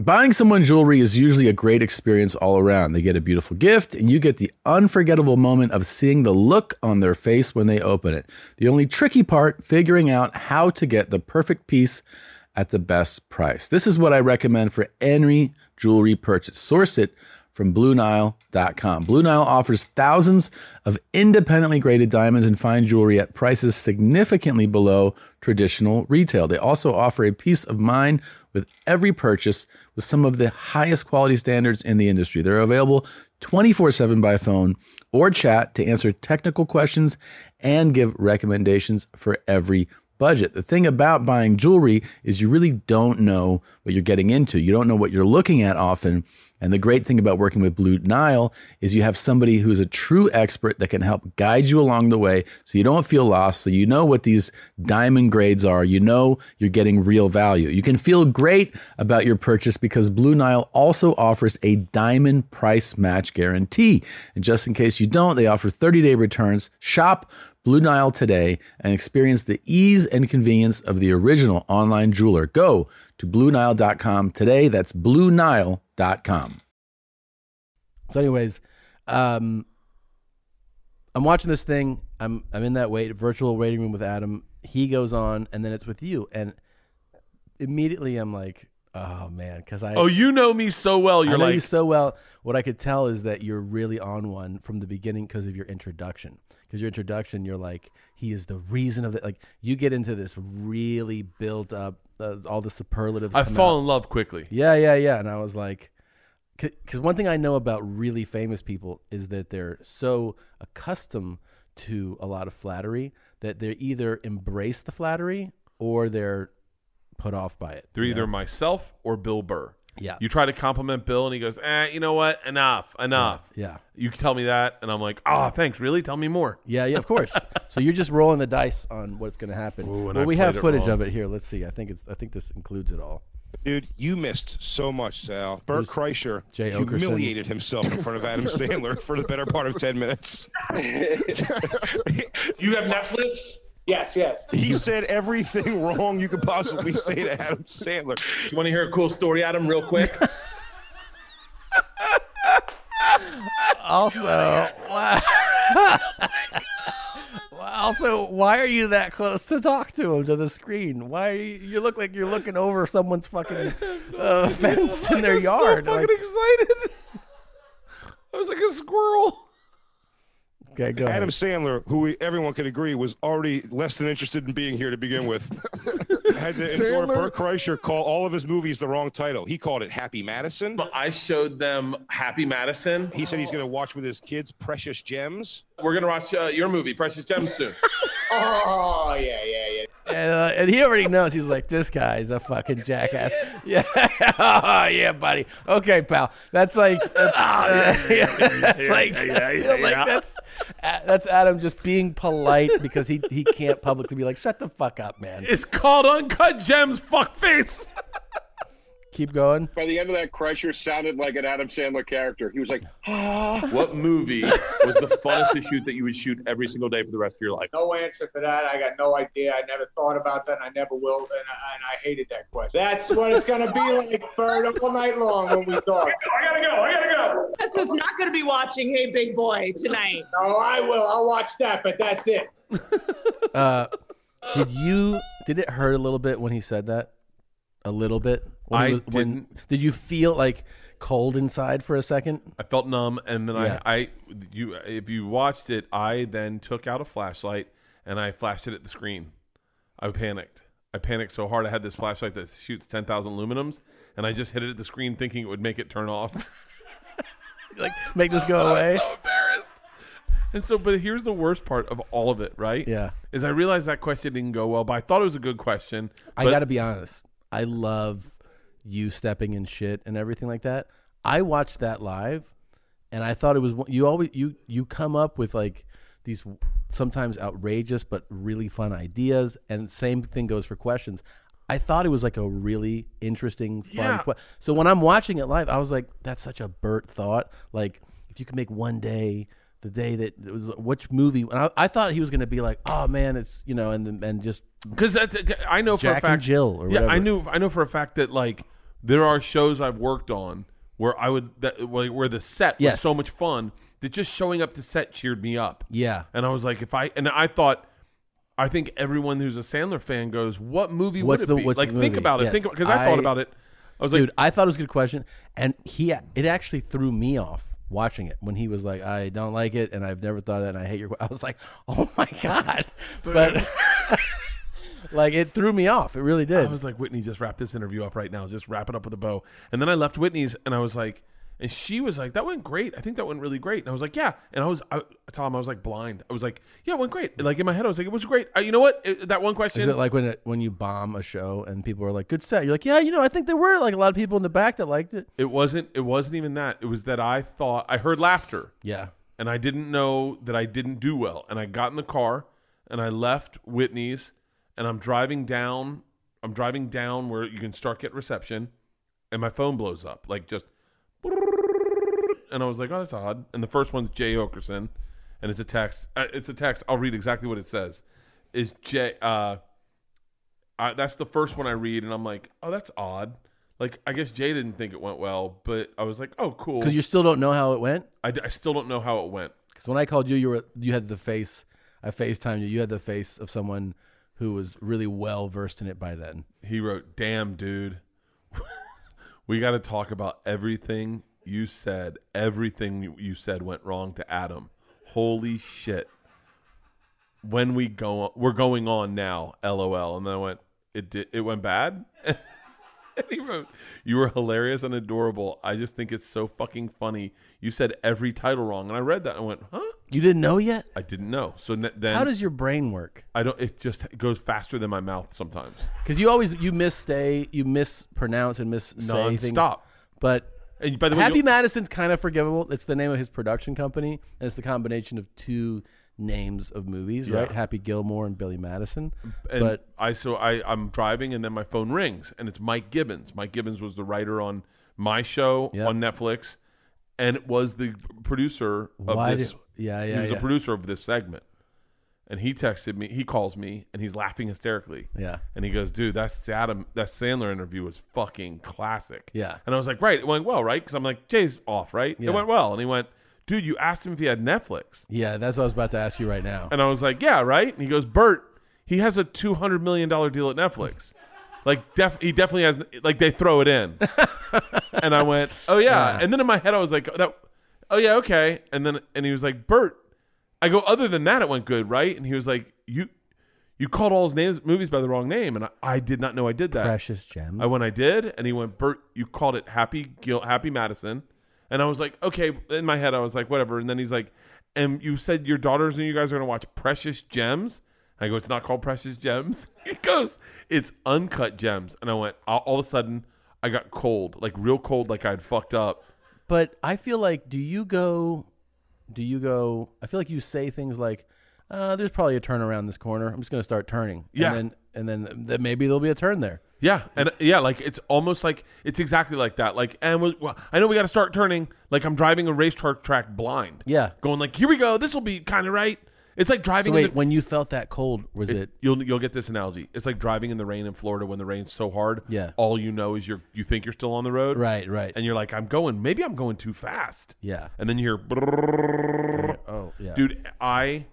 Buying someone jewelry is usually a great experience all around. They get a beautiful gift, and you get the unforgettable moment of seeing the look on their face when they open it. The only tricky part, figuring out how to get the perfect piece at the best price. This is what I recommend for any jewelry purchase. Source it from BlueNile.com. Blue Nile offers thousands of independently graded diamonds and fine jewelry at prices significantly below traditional retail. They also offer a peace of mind with every purchase with some of the highest quality standards in the industry. They're available 24 7 by phone or chat to answer technical questions and give recommendations for every budget. The thing about buying jewelry is you really don't know what you're getting into. You don't know what you're looking at often. And the great thing about working with Blue Nile is you have somebody who's a true expert that can help guide you along the way so you don't feel lost, so you know what these diamond grades are, you know you're getting real value. You can feel great about your purchase because Blue Nile also offers a diamond price match guarantee. And just in case you don't, they offer 30-day returns. Shop Blue Nile today and experience the ease and convenience of the original online jeweler. Go to BlueNile.com today. That's BlueNile.com.
So, anyways, um, I'm watching this thing. I'm I'm in that wait virtual waiting room with Adam. He goes on, and then it's with you, and immediately I'm like, oh man, because I
Oh, you know me so well.
I
You're
know
like
you so well. What I could tell is that you're really on one from the beginning because of your introduction. Because your introduction, you're like, he is the reason of the like. You get into this really built up, uh, all the superlatives.
I
come out.
fall in love quickly.
Yeah, yeah, yeah. And I was like, because one thing I know about really famous people is that they're so accustomed to a lot of flattery that they either embrace the flattery or they're put off by it.
They're either myself or Bill Burr.
Yeah.
You try to compliment Bill, and he goes, "Eh, you know what? Enough, enough."
Yeah.
You tell me that, and I'm like, "Ah, thanks. Really? Tell me more."
Yeah, yeah, of course. so you're just rolling the dice on what's going to happen.
and
well,
I
we have
played it
footage
wrong.
of it here. Let's see. I think it's. I think this includes it all.
Dude, you missed so much, Sal. Bert Kreischer
Jay Oakerson.
humiliated himself in front of Adam Sandler for the better part of 10 minutes.
You have Netflix?
Yes, yes.
He said everything wrong you could possibly say to Adam Sandler.
Do you want to hear a cool story, Adam, real quick?
Also, wow. also, why are you that close to talk to him to the screen? Why are you, you look like you're looking over someone's fucking uh, fence in their yard? Like,
excited. I was like a squirrel.
Okay, go
Adam
ahead.
Sandler, who we, everyone could agree was already less than interested in being here to begin with, had to endure
Sandler-
Bert Kreischer call all of his movies the wrong title. He called it Happy Madison.
But I showed them Happy Madison.
He said he's going to watch with his kids Precious Gems.
We're gonna watch uh, your movie, Precious Gems, soon.
Oh yeah, yeah, yeah.
And, uh, and he already knows. He's like, this guy's a fucking jackass. Yeah, oh, yeah, buddy. Okay, pal. That's like, that's, uh, yeah, that's like, I feel like that's uh, that's Adam just being polite because he he can't publicly be like, shut the fuck up, man.
It's called Uncut Gems, fuckface.
Keep going.
By the end of that, Kreischer sounded like an Adam Sandler character. He was like,
what movie was the funnest to shoot that you would shoot every single day for the rest of your life?
No answer for that. I got no idea. I never thought about that, and I never will, and I, and I hated that question. That's what it's gonna be like, Bird, all night long when we talk.
That's who's not going to be watching Hey Big Boy tonight.
Oh, I will. I'll watch that, but that's it.
Uh, did you? Did it hurt a little bit when he said that? A little bit. When he
I
was- when- did you feel like cold inside for a second?
I felt numb, and then
Yeah.
I, I, you, if you watched it, I then took out a flashlight and I flashed it at the screen. I panicked. I panicked so hard. I had this flashlight that shoots ten thousand luminums, and I just hit it at the screen, thinking it would make it turn off.
Like, make this go away.
And so, but here's the worst part of all of it, right?
Yeah.
Is I realized that question didn't go well, but I thought it was a good question.
I
but
got to be honest. I love you stepping in shit and everything like that. I watched that live, and I thought it was one- you always you you come up with like these sometimes outrageous but really fun ideas, and same thing goes for questions. I thought it was like a really interesting, fun.
Yeah.
que- so when I'm watching it live, I was like, "That's such a Bert thought." Like, if you could make one day the day that it was which movie, and I, I thought he was going to be like, "Oh man, it's you know," and then and just
because I know for a
Jack and
fact
Jill or
yeah, I
whatever.
knew I know for a fact that like there are shows I've worked on where I would that where where the set was
Yes.
so much fun that just showing up to set cheered me up.
yeah,
and I was like, if I and I thought. I think everyone who's a Sandler fan goes, "What movie
What's
would it
the-
be?"
what's the
like, think
movie?
about it.
Yes.
Think because
I-
I, thought about it. I was
dude
like,
i thought it was a good question and he it actually threw me off watching it when he was like i don't like it and i've never thought of that and i hate your i was like oh my god but like it threw me off it really did
I was like, Whitney, just wrap this interview up right now. Just wrap it up with a bow. And then I left Whitney's, and I was like, and she was like, that went great. I think that went really great. And I was like, yeah. And I was, I, Tom, I was like blind. I was like, yeah, it went great. And, like in my head, I was like, it was great. Uh, you know what? It- that one question.
is it like when it, when you bomb a show and people are like good set you're like yeah you know i think there were like a lot of people in the back that liked it
it wasn't. It wasn't even that. It was that I thought I heard laughter.
yeah
and I didn't know that I didn't do well. And I got in the car and I left Whitney's and I'm driving down. I'm driving down where you can start get reception, and my phone blows up like just. And I was like, "Oh, that's odd." And the first one's Jay Okerson, and it's a text. Uh, it's a text. I'll read exactly what it says. Is Jay? Uh, I, that's the first one I read, and I'm like, "Oh, that's odd." Like, I guess Jay didn't think it went well, but I was like, "Oh, cool."
because you still don't know how it went
I, d- I still don't know how it went.
Because when I called you, you were you had the face. I FaceTimed you. You had the face of someone who was really well versed in it by then.
he wrote, "Damn, dude, we got to talk about everything you said. Everything you- you said went wrong to Adam. Holy shit! When we go, on, we're going on now. LOL." And then I went, "It did, it went bad." and he wrote, "You were hilarious and adorable. I just think it's so fucking funny. You said every title wrong." And I read that and I went, "Huh."
You didn't know yet.
I didn't know. So n- then
How does your brain work?
I don't. It just goes faster than my mouth sometimes.
Because you always you misstay, you mispronounce and miss things.
Nonstop.
But
And by the way,
Happy
you'll-
Madison's kind of forgivable. It's the name of his production company, and it's the combination of two names of movies, right?
Yeah.
Happy Gilmore and Billy Madison.
And
but
I so I I'm driving and then my phone rings and it's Mike Gibbons. Mike Gibbons was the writer on my show
Yep.
on Netflix, and it was the producer of
why?
this.
do- yeah,
he
yeah,
was
yeah.
the producer of this segment, and he texted me. He calls me and he's laughing hysterically.
yeah.
And he goes, dude, that Adam, that Sandler interview was fucking classic.
Yeah.
And I was like, right, it went well, right? Because I'm like, Jay's off, right?
Yeah.
It went well. And he went, dude, you asked him if he had Netflix.
Yeah, that's what I was about to ask you right now.
And I was like, yeah, right? And he goes, Bert, he has a $200 million deal at Netflix. Like, def- he definitely has, like, they throw it in. and I went, oh, yeah. And then in my head, I was like, that, oh yeah, okay. And then and he was like, Bert. I go, other than that, it went good, right? And he was like, you you called all his names movies by the wrong name, and I, I did not know I did that.
Precious gems.
I went, I did, and he went, Bert, you called it Happy Gil- Happy Madison, and I was like, okay. In my head, I was like, whatever. And then he's like, and you said your daughters and you guys are gonna watch Precious Gems. And I go, it's not called Precious Gems. He goes, it's Uncut Gems. And I went, all, all of a sudden, I got cold, like real cold, like I had fucked up.
But I feel like, do you go? Do you go? I feel like you say things like, uh, "There's probably a turn around this corner. I'm just going to start turning."
Yeah.
And then, and then th- maybe there'll be a turn there.
Yeah, and yeah, like it's almost like it's exactly like that. Like, and we, well, I know we got to start turning. Like I'm driving a race car track blind.
Yeah.
going like, here we go. This will be kind of right. It's like driving.
So wait,
in the,
when you felt that cold, was it?
you'll you'll get this analogy. It's like driving in the rain in Florida when the rain's so hard.
Yeah.
all you know is you're you think you're still on the road.
right, right.
and you're like, I'm going. Maybe I'm going too fast.
yeah.
and then you hear, brrrr.
Oh, yeah.
dude. I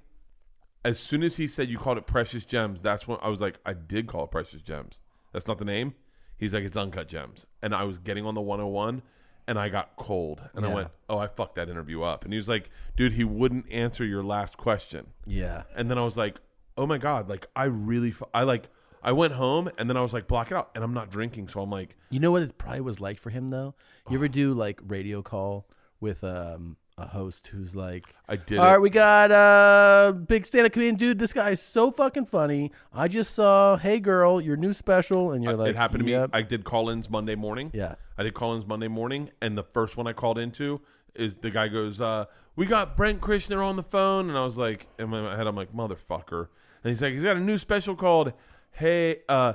as soon as he said you called it Precious Gems, that's when I was like, I did call it Precious Gems. That's not the name. He's like, it's Uncut Gems, and I was getting on the 101, and I got cold, and I
Yeah.
went, oh, I fucked that interview up. And he was like, dude, he wouldn't answer your last question.
Yeah.
And then I was like, oh my God, like I really, f- I like, I went home and then I was like, block it out. And I'm not drinking. So I'm like,
You know what it probably was like for him though. You ever do like radio call with um, a host who's like,
I did.
All
it.
right, we got uh, big stand-up comedian dude. This guy is so fucking funny. I just saw Hey Girl, your new special, and you're like,
it happened to
yep.
me. I did call ins Monday morning.
Yeah.
I did call ins Monday morning. And the first one I called into is the guy goes, uh, We got Brent Krishner on the phone. And I was like, In my head, I'm like, Motherfucker. And he's like, He's got a new special called Hey, uh,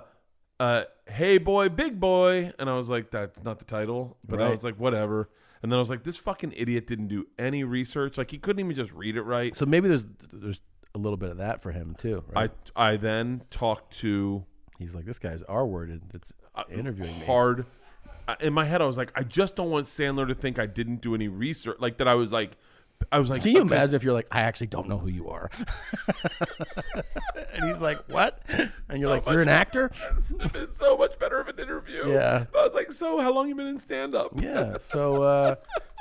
uh, Hey Boy, Big Boy. And I was like, That's not the title. But I
Right.
was like, Whatever. And then I was like, This fucking idiot didn't do any research. Like, he couldn't even just read it right.
So maybe there's there's a little bit of that for him too. Right?
I, I then talked to
He's like, this guy's R-worded. That's interviewing me.
uh, hard. I- In my head, I was like, I just don't want Sandler to think I didn't do any research. Like that, I was like, I was like,
Can you
okay,
imagine if you're like, I actually don't know who you are, and he's like, what? And you're like, you're an actor.
It's been so much better of an interview.
Yeah.
I was like, so how long you been in stand up?
Yeah. So uh,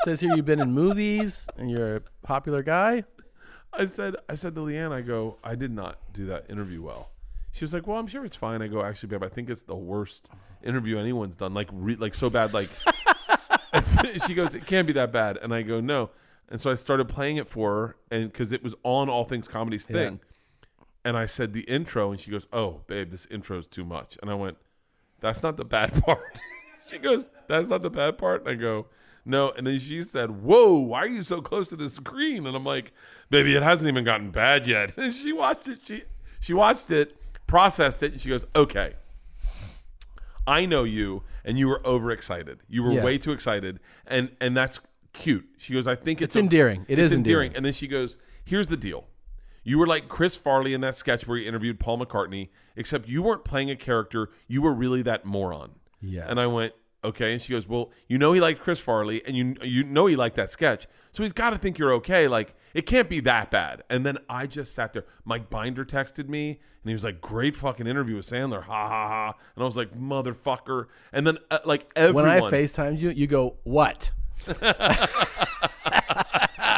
says here you've been in movies and you're a popular guy.
I said, I said to Leanne, I go, I did not do that interview well. She was like, well, I'm sure it's fine. I go, actually, babe, I think it's the worst interview anyone's done. Like, re- like so bad. Like, she goes, it can't be that bad. And I go, no. And so I started playing it for her, and because it was on All Things Comedy's thing. and I said the intro, and she goes, "Oh, babe, this intro's too much." And I went, "That's not the bad part." she goes, "That's not the bad part." And I go, "No." And then she said, "Whoa, why are you so close to the screen?" And I'm like, "Baby, it hasn't even gotten bad yet." And she watched it. She she watched it, processed it, and she goes, "Okay." I know you, and you were overexcited. You were
Yeah.
way too excited, and and that's cute. She goes, I think it's,
It's endearing. It
it's
is endearing.
And then she goes, Here's the deal. You were like Chris Farley in that sketch where he interviewed Paul McCartney, except you weren't playing a character. You were really that moron.
Yeah.
And I went, Okay. And she goes, Well, you know he liked Chris Farley, and you you know he liked that sketch, so he's got to think you're okay. Like it can't be that bad. And then I just sat there. Mike Binder texted me, and he was like, "Great fucking interview with Sandler." Ha ha ha. And I was like, "Motherfucker." And then uh, like everyone.
When I FaceTimed you, you go, what?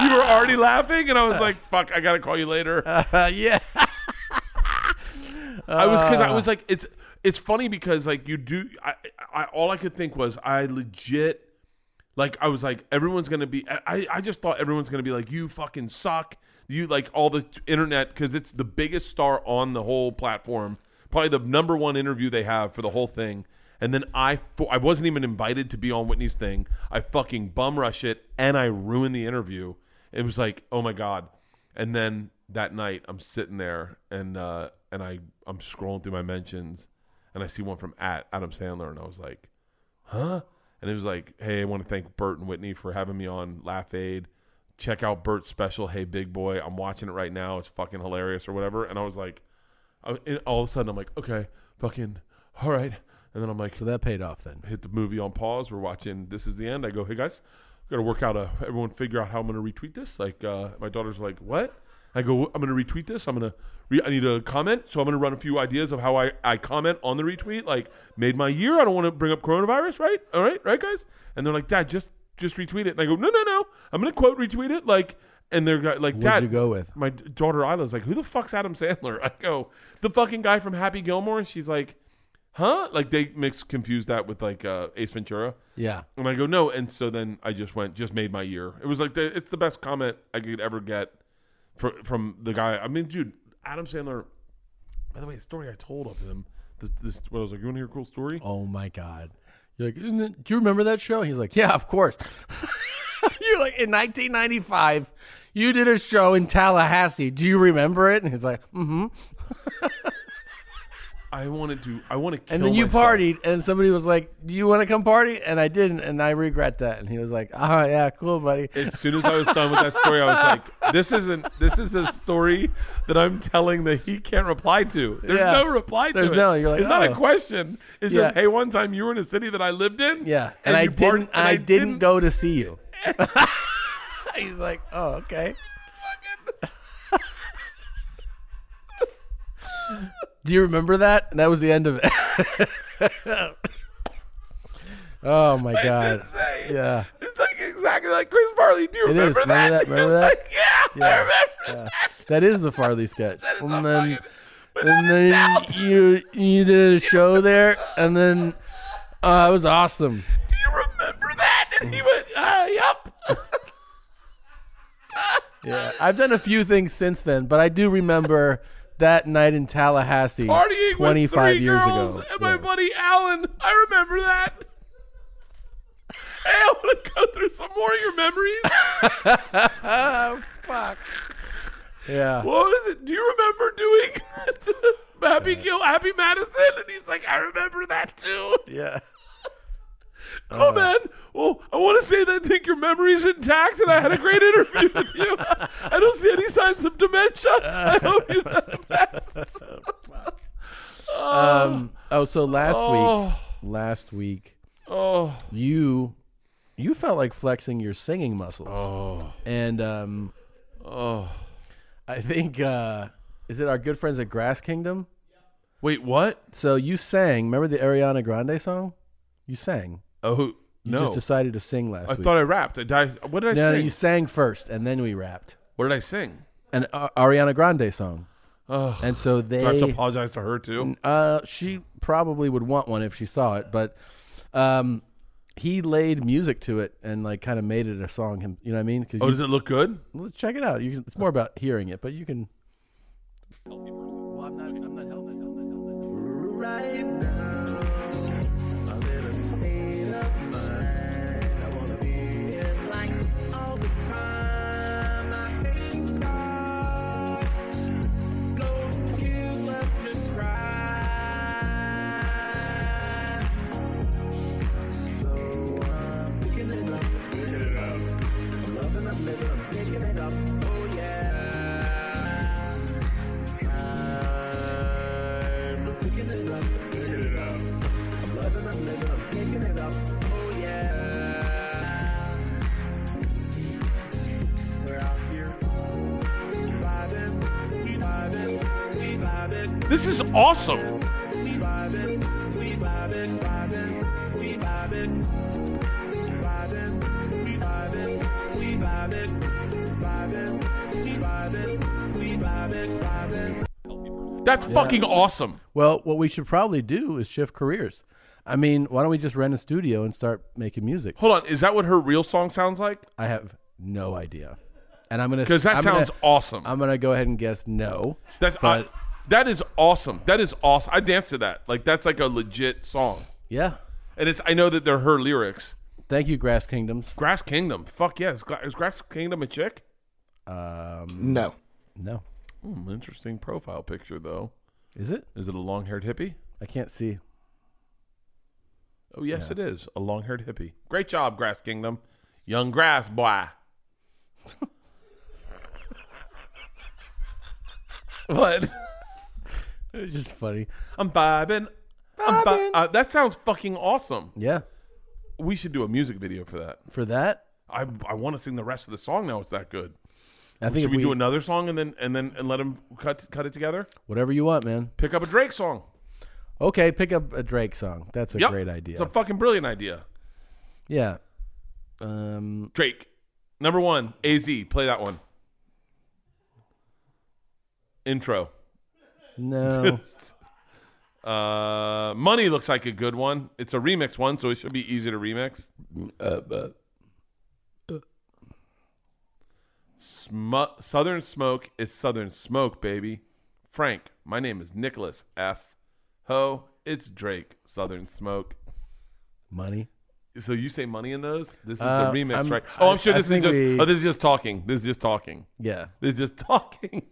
you were already laughing, and I was like, "Fuck, I gotta call you later."
Uh, yeah.
I was because I was like, "It's it's funny because like you do." I, I all I could think was I legit like I was like everyone's gonna be. I I just thought everyone's gonna be like, "You fucking suck." You like all the t- internet because it's the biggest star on the whole platform, probably the number one interview they have for the whole thing. And then I, fo- I wasn't even invited to be on Whitney's thing. I fucking bum rush it and I ruin the interview. It was like, oh my god. And then that night, I'm sitting there and uh, and I I'm scrolling through my mentions, and I see one from at Adam Sandler, and I was like, huh? And it was like, hey, I want to thank Bert and Whitney for having me on Laugh Aid. Check out Bert's special, Hey Big Boy. I'm watching it right now. It's fucking hilarious or whatever. And I was like, I, and all of a sudden, I'm like, okay, fucking, all right. And then I'm like,
So that paid off then.
hit the movie on pause. We're watching This Is the End. I go, hey guys, got to work out a. Everyone figure out how I'm going to retweet this. Like uh, my daughter's like, what? I go, I'm going to retweet this. I'm going to. Re- I need a comment, so I'm going to run a few ideas of how I, I comment on the retweet. Like made my year. I don't want to bring up coronavirus, right? All right, right, guys. And they're like, Dad, just just retweet it. And I go, no, no, no. I'm going to quote retweet it. Like, and they're go- like,
What'd
Dad,
you go with?
my d- daughter Isla's like, who the fuck's Adam Sandler? I go, the fucking guy from Happy Gilmore. She's like, huh? Like they mix confuse that with like uh, Ace Ventura.
Yeah.
And I go, no. And so then I just went, just made my year. It was like, the, it's the best comment I could ever get fr- from the guy. I mean, dude, Adam Sandler, by the way, the story I told of him, this, this what I was like, you want to hear a cool story?
Oh my god. You're like, "Isn't it- do you remember that show? He's like, yeah, of course. You're like, in 1995, you did a show in Tallahassee. Do you remember it? And he's like, mm-hmm.
I wanted to, I want to kill
And then you
myself.
partied, and somebody was like, do you want to come party? And I didn't, and I regret that. And he was like, oh yeah, cool, buddy.
As soon as I was done with that story, I was like, "This isn't. This is a story that I'm telling that he can't reply to. There's
Yeah.
no reply to
There's
it.
no- you're like,
it's not a
oh.
question. It's just,
Yeah.
hey, one time you were in a city that I lived in.
yeah. And, I
you part-
didn't,
and
I, didn't, go to see you. he's like, oh, okay. Do you remember that? And that was the end of it. oh my god.
say it.
Yeah.
It's like exactly like Chris Farley. Do you
It
remember,
is.
that?
Remember that?
He
Remember that?
was like, yeah, I
Yeah.
remember.
Yeah. That is the Farley sketch.
That is
and
a
then,
fucking-
and then you you did a show there, and then uh, it was awesome.
Do you remember that? And
Mm.
he went, uh, "Yep."
Yeah, Uh, I've done a few things since then, but I do remember that night in Tallahassee,
Partying
twenty
with three
five years
girls
ago.
and my
Yeah.
buddy Alan. I remember that. Hey, I want to go through some more of your memories.
Yeah.
what was it? Do you remember doing Happy Gil, Happy Madison? And he's like, I remember that too.
Yeah. Uh.
Oh man, well, I want to say that I think your memory's intact, and I had a great interview with you. I don't see any signs of dementia. I hope you have the best.
Um. Oh, so last
Oh.
week, last week,
Oh,
you you felt like flexing your singing muscles. Oh. And um,
oh.
I think uh, is it our good friends at Grass Kingdom?
Wait, what?
So you sang. Remember the Ariana Grande song? You sang.
Oh,
You
no.
just decided to sing last
I
week.
thought I rapped. I died. What did I
no, no,
sing?
you sang first, and then we rapped
what did I sing?
an A- Ariana Grande song.
Oh,
And so they,
do I have to apologize to her too?
uh, she probably would want one if she saw it, but um, he laid music to it and like kind of made it a song. Him, you know what I mean? 'Cause
Oh,
you-
does it look good?
Well, check it out. You can, it's more about hearing it, but you can. Well, I'm not. I'm not healthy.
This is awesome. That's fucking awesome.
Well, what we should probably do is shift careers. I mean, why don't we just rent a studio and start making music?
Hold on, is that what her real song sounds like?
I have no idea, and I'm gonna
Because that
I'm
sounds
gonna-
awesome.
I'm gonna go ahead and guess no.
That's I,
but-
that is awesome. That is awesome. I danced to that. Like that's like a legit song,
Yeah.
and it's I know that they're her lyrics.
Thank you, Grass Kingdoms.
Grass Kingdom. Fuck yeah, is, Gra- is Grass Kingdom a chick?
Um,
No.
no,
Hmm, interesting profile picture though.
is it?
Is it a long-haired hippie?
I can't see.
Oh yes, it is a long-haired hippie. Great job, Grass Kingdom. Young grass boy. what?
It's just funny.
I'm vibing. I'm vi- uh, that sounds fucking awesome.
Yeah.
We should do a music video for that.
For that,
I I want to sing the rest of the song now. It's that good.
I think if
Should we,
we,
do another song and then and then and let them cut cut it together?
whatever you want, man.
Pick up a Drake song.
Okay, pick up a Drake song. That's a
Yep.
great idea.
It's a fucking brilliant idea.
yeah. Um,
Drake. Number one, AZ. Play that one. Intro.
no.
Uh, Money looks like a good one. It's a remix one, so it should be easy to remix. Smu- Southern Smoke is Southern Smoke, baby. Frank, my name is Nicholas F. Ho, it's Drake, Southern Smoke.
Money.
So you say money in those? This is
Uh,
the remix,
I'm-
right? Oh,
I-
I'm sure
I
this is
think
just.
we-
Oh, this is just talking. This is just talking.
Yeah.
This is just talking.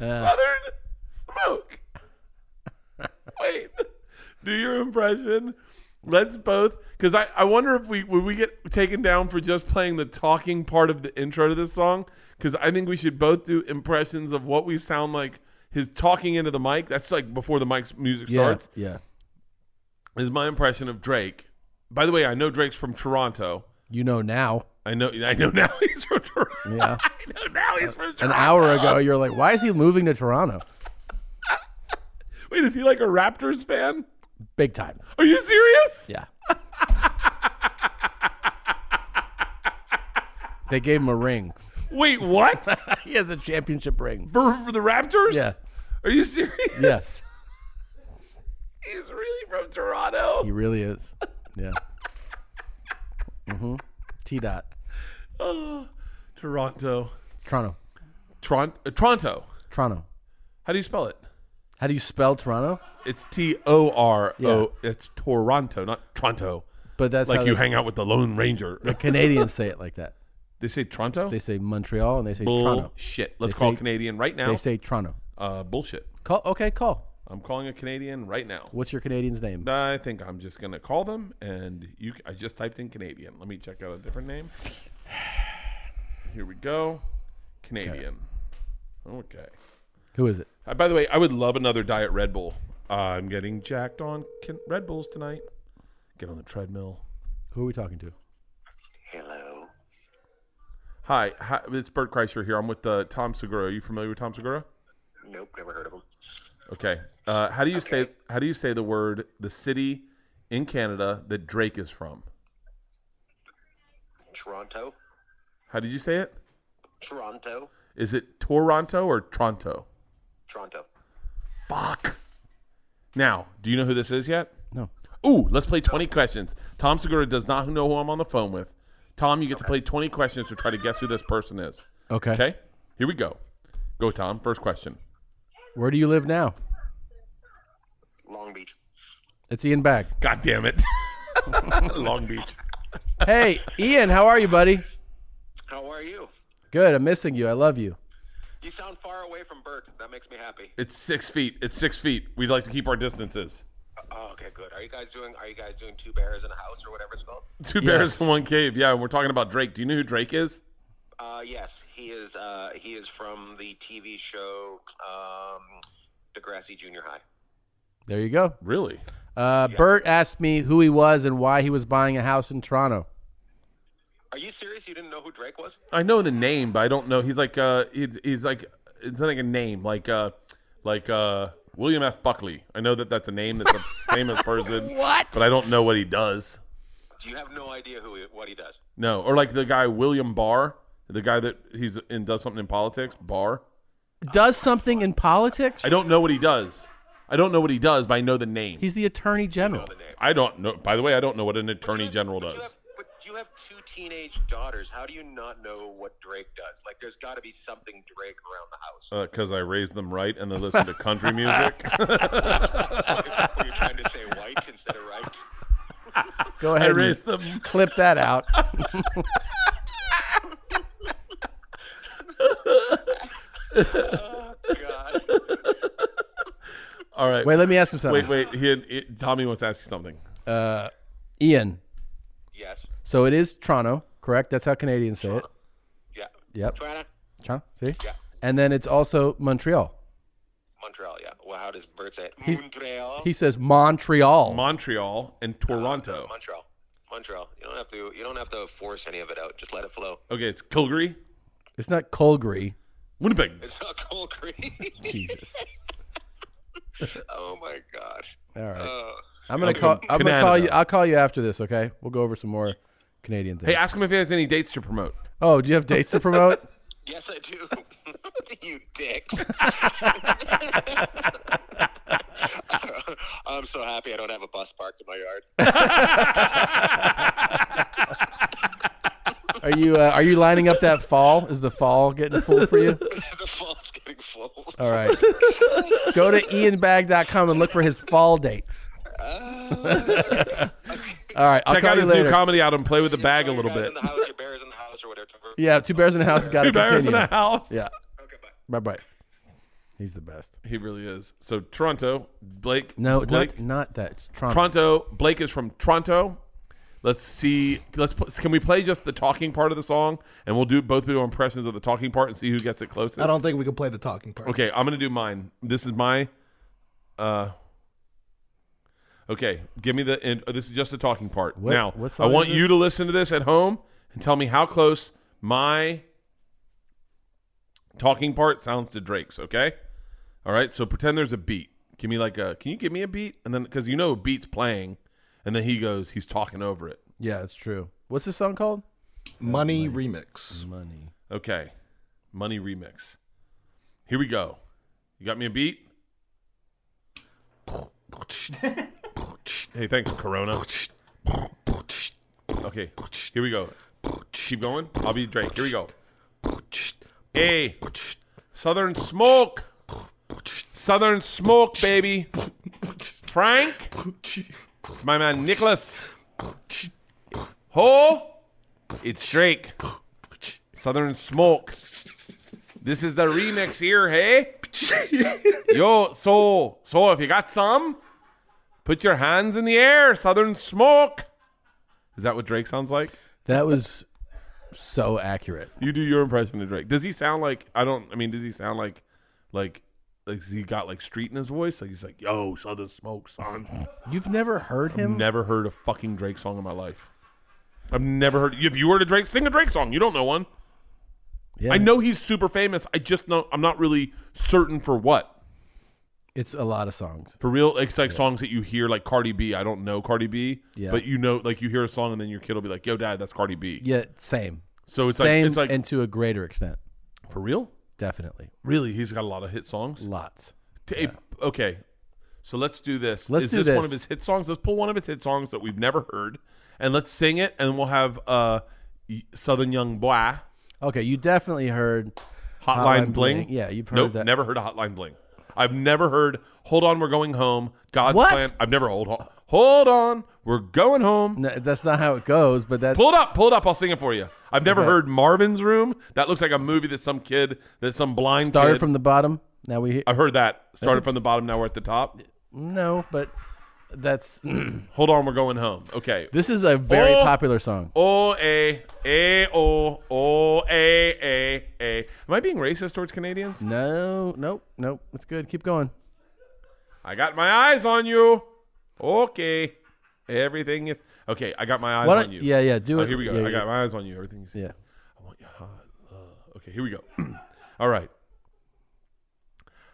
Uh,
Southern smoke. Wait, do your impression. Let's both, because I, I wonder if we would we get taken down for just playing the talking part of the intro to this song. Because I think we should both do impressions of what we sound like. His talking into the mic. That's like before the mic's music
yeah.
starts.
Yeah.
Is my impression of Drake. By the way, I know Drake's from Toronto.
You know now.
I know. I know now he's from Toronto.
Yeah.
I know now he's from Toronto.
An hour ago, you're like, why is he moving to Toronto?
Wait, is he like a Raptors fan?
Big time.
Are you serious?
Yeah. they gave him a ring.
Wait, what?
he has a championship ring.
for, for the Raptors?
Yeah.
Are you serious?
Yes.
He's really from Toronto.
He really is. Yeah. hmm T dot.
Oh, Toronto.
Toronto.
Tron- uh, Toronto.
Toronto.
How do you spell it?
How do you spell Toronto?
It's T O R O. It's Toronto, not Toronto.
But that's how
Like you
they-
hang out with the Lone Ranger.
Canadians say it like that.
they say Toronto?
They say Montreal and they say Toronto.
Bullshit. Let's
They
call
say-
a Canadian right now.
They say Toronto.
uh, bullshit.
Call. Okay, call.
I'm calling a Canadian right now.
What's your Canadian's name?
I think I'm just gonna call them, and you. I just typed in Canadian. Let me check out a different name. Here we go, Canadian. Okay.
Who is it?
Uh, by the way, I would love another diet Red Bull. Uh, I'm getting jacked on can- Red Bulls tonight. Get on the treadmill.
Who are we talking to?
Hi, hi it's Bert Kreischer here. I'm with uh, Tom Segura. Are you familiar with Tom Segura?
Nope, never heard of him.
Okay. Uh, how do you say how do you say the word the city in Canada that Drake is from?
Toronto,
How did you say it?
Toronto,
Is it Toronto or Toronto?
Toronto.
Fuck. Now, do you know who this is yet?
No.
Ooh, let's play 20 questions. Tom Segura does not know who I'm on the phone with. Tom, you get to play 20 questions to try to guess who this person is.
Okay.
Okay? Here we go. Go, Tom. First question.
Where do you live now?
Long Beach.
It's Ian Bag.
God damn it. Long Beach.
Hey, Ian, how are you, buddy?
How are you?
Good. I'm missing you. I love you.
You sound far away from Bert. That makes me happy.
It's six feet. It's six feet. We'd like to keep our distances.
Oh, okay, good. Are you guys doing? Are you guys doing two bears in a house or whatever it's called?
Two bears
Yes.
in one cave. Yeah, and we're talking about Drake. Do you know who Drake is?
Uh, yes, he is. Uh, he is from the TV show um, Degrassi Junior High.
There you go.
Really?
Uh, Bert asked me who he was and why he was buying a house in Toronto.
Are you serious? You didn't know who Drake was?
I know the name, but I don't know. He's like uh, he's, he's like it's not like a name, like uh, like uh, William F. Buckley. I know that that's a name that's a famous person. What? But I don't know what he does.
You have no idea who he, what he does.
No, or like the guy William Barr, the guy that he's and does something in politics. Barr.
Does something in politics?
I don't know what he does. I don't know what he does, but I know the name.
He's the attorney general.
The name.
I don't know. By the way, I don't know what an attorney
But you have-
general
but you
does.
have- But you have two teenage daughters. How do you not know what Drake does? Like, there's got to be something Drake around the house.
Because uh, I raised them right and they listen to country music.
Were you trying to say white instead of right?
Go
I
ahead and
raised them.
clip that out.
Oh, God.
All right.
Wait, let me ask him something.
wait, wait. He had, he- Tommy wants to ask you something.
Uh, Ian,
Yes.
so it is Toronto, correct? That's how Canadians say it.
Yeah.
Yep.
Toronto,
Toronto, see?
Yeah.
And then it's also Montreal.
Montreal. Yeah. Well, how does Bert say it?
He's-
Montreal.
He says Montreal. Uh,
Montreal and Toronto.
Uh, Montreal. Montreal. You don't have to. You don't have to force any of it out. Just let it flow.
Okay, it's Calgary,
it's not Colgary.
Winnipeg.
It's not cold creek.
Jesus.
Oh my gosh.
All right.
Uh,
I'm gonna
Okay.
call. I'm gonna call
Canada.
you. I'll call you after this. Okay. We'll go over some more Canadian things.
Hey, ask him if he has any dates to promote.
oh, do you have dates to promote?
yes, I do. you dick. I'm so happy I don't have a bus parked in my yard.
Are you uh, Are you lining up that fall? Is the fall getting full for you?
the fall's getting full.
All right. Go to ianbag.com and look for his fall dates. All right. I'll
Check
call
out
you
his
later.
new comedy album, Play with the
You
Bag a
throw your
little
guys
bit.
In the house, your bears in the house or whatever.
yeah. Two bears in the house has got to
Two bears in
continue.
a house.
Yeah.
Okay, bye.
Bye bye. He's the best.
He really is. So Toronto, Blake.
No,
Blake.
not not that. It's Trump.
Toronto. Blake is from Toronto. Let's see. Let's put, can we play just the talking part of the song, and we'll do both do impressions of the talking part and see who gets it closest.
I don't think we can play the talking part.
Okay, I'm gonna do mine. This is my. uh Okay, give me the. And, uh, this is just the talking part.
What-
now,
what
I
song
want
is
you
this?
to listen to this at home and tell me how close my talking part sounds to Drake's. Okay. All right. So pretend there's a beat. Give me like a. Can you give me a beat? And then because you know a beat's playing, and then he goes, he's talking over it.
Yeah, it's true. What's this song called?
Money remix.
Money.
Okay. Money remix. Here we go. You got me a beat. Hey, thanks, Corona. Okay, here we go. Keep going. I'll be Drake. Here we go. Hey, Southern Smoke. Southern Smoke, baby. Frank. It's my man, Nicholas. Ho. It's Drake. Southern Smoke. This is the remix here, hey? Yo, so, so if you got some, put your hands in the air, Southern Smoke. Is that what Drake sounds like?
That was so accurate.
You do your impression of Drake. Does he sound like I don't I mean, does he sound like like like has he got like street in his voice? Like he's like, yo, Southern Smoke, son.
You've never heard him?
Never heard a fucking Drake song in my life. I've never heard if you heard a Drake sing a Drake song, you don't know one.
Yeah.
I know he's super famous. I just know I'm not really certain for what.
It's a lot of songs.
For real, it's like songs that you hear, like Cardi B. I don't know Cardi B,
Yeah.
but you know, like you hear a song and then your kid will be like, "Yo, dad, that's Cardi B."
Yeah, same.
So it's
same
like, it's like
and to a greater extent.
for real.
Definitely.
Really, he's got a lot of hit songs.
Lots.
T- Okay, so let's do this.
Let's
Is
do
this, one of
this.
his hit songs? Let's pull one of his hit songs that we've never heard, and let's sing it, and we'll have uh, y- Southern Young Boy,
Okay, you definitely heard
Hotline,
Hotline
Bling.
Bling. Yeah, you've heard
nope,
that.
Never heard of Hotline Bling. I've never heard. Hold on, we're going home. God's
What?
plan. I've never hold on. Hold on, we're going home.
No, that's not how it goes, but that
Pull it up. Pull it up. I'll sing it for you. I've never heard Marvin's Room. That looks like a movie that some kid, that some blind
started
kid.
from the bottom. Now we hear
I've heard that. Started from the bottom. Now we're at the top.
no, but that's
Hold on. We're going home. Okay.
this is a very
Oh.
popular song.
O a a o o a a a. Am I being racist towards Canadians?
No, nope, nope. It's good. Keep going.
I got my eyes on you. Okay. Everything is okay. I got my eyes
Why
on
don't-
you.
yeah, yeah, do
Oh,
it.
here we go.
Yeah,
I
yeah.
got my eyes on you. Everything is.
Yeah.
I want your hot love. Okay, here we go. All right.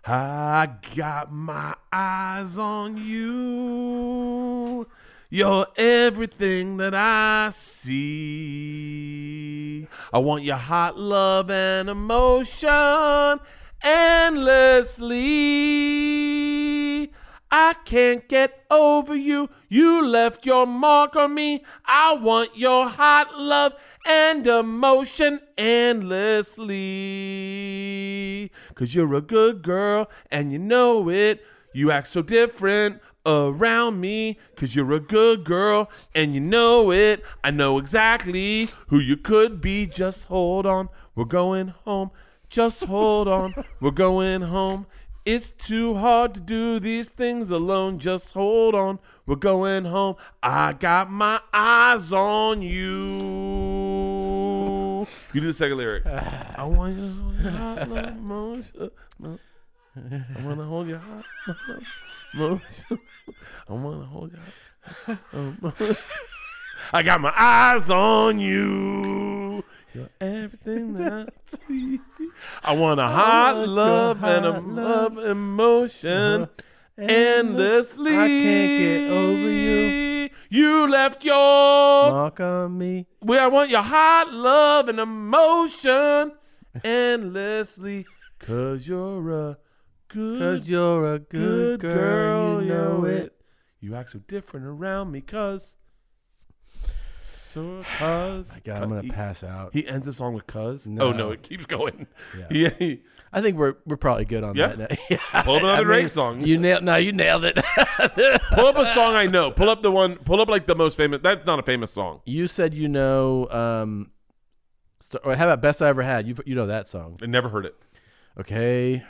I got my eyes on you. You're everything that I see. I want your hot love and emotion endlessly. I can't get over you. You left your mark on me. I want your hot love and emotion endlessly. Cause you're a good girl and you know it. You act so different around me. Cause you're a good girl and you know it. I know exactly who you could be. Just hold on. We're going home. Just hold on. We're going home. It's too hard to do these things alone. Just hold on. We're going home. I got my eyes on you. You do the second lyric. I want you to hold your hot love motion. I want to hold your hot love motion. I want to hold your hot love motion. I got my eyes on you. You're everything that I see. I want a hot
want your
love and a
hot
love emotion endlessly.
I can't get over you.
You left your
Walk on me.
Well, I want your hot love and emotion endlessly. Cause you're a
Cause
good,
you're a good, girl, you know it.
You act so different around me cause. So cause.
My God, I'm gonna pass out.
He ends the song with cuz.
No.
Oh, no, it keeps going. Yeah.
Yeah. I think we're we're probably good on
Yeah.
that. now. yeah.
Pull up another
I mean,
Drake song.
You nailed. No, you nailed it.
pull up a song I know. Pull up the one. Pull up like the most famous. That's not a famous song.
you said you know. Um, st- or how about best I ever had? You you know that song.
I never heard it.
Okay.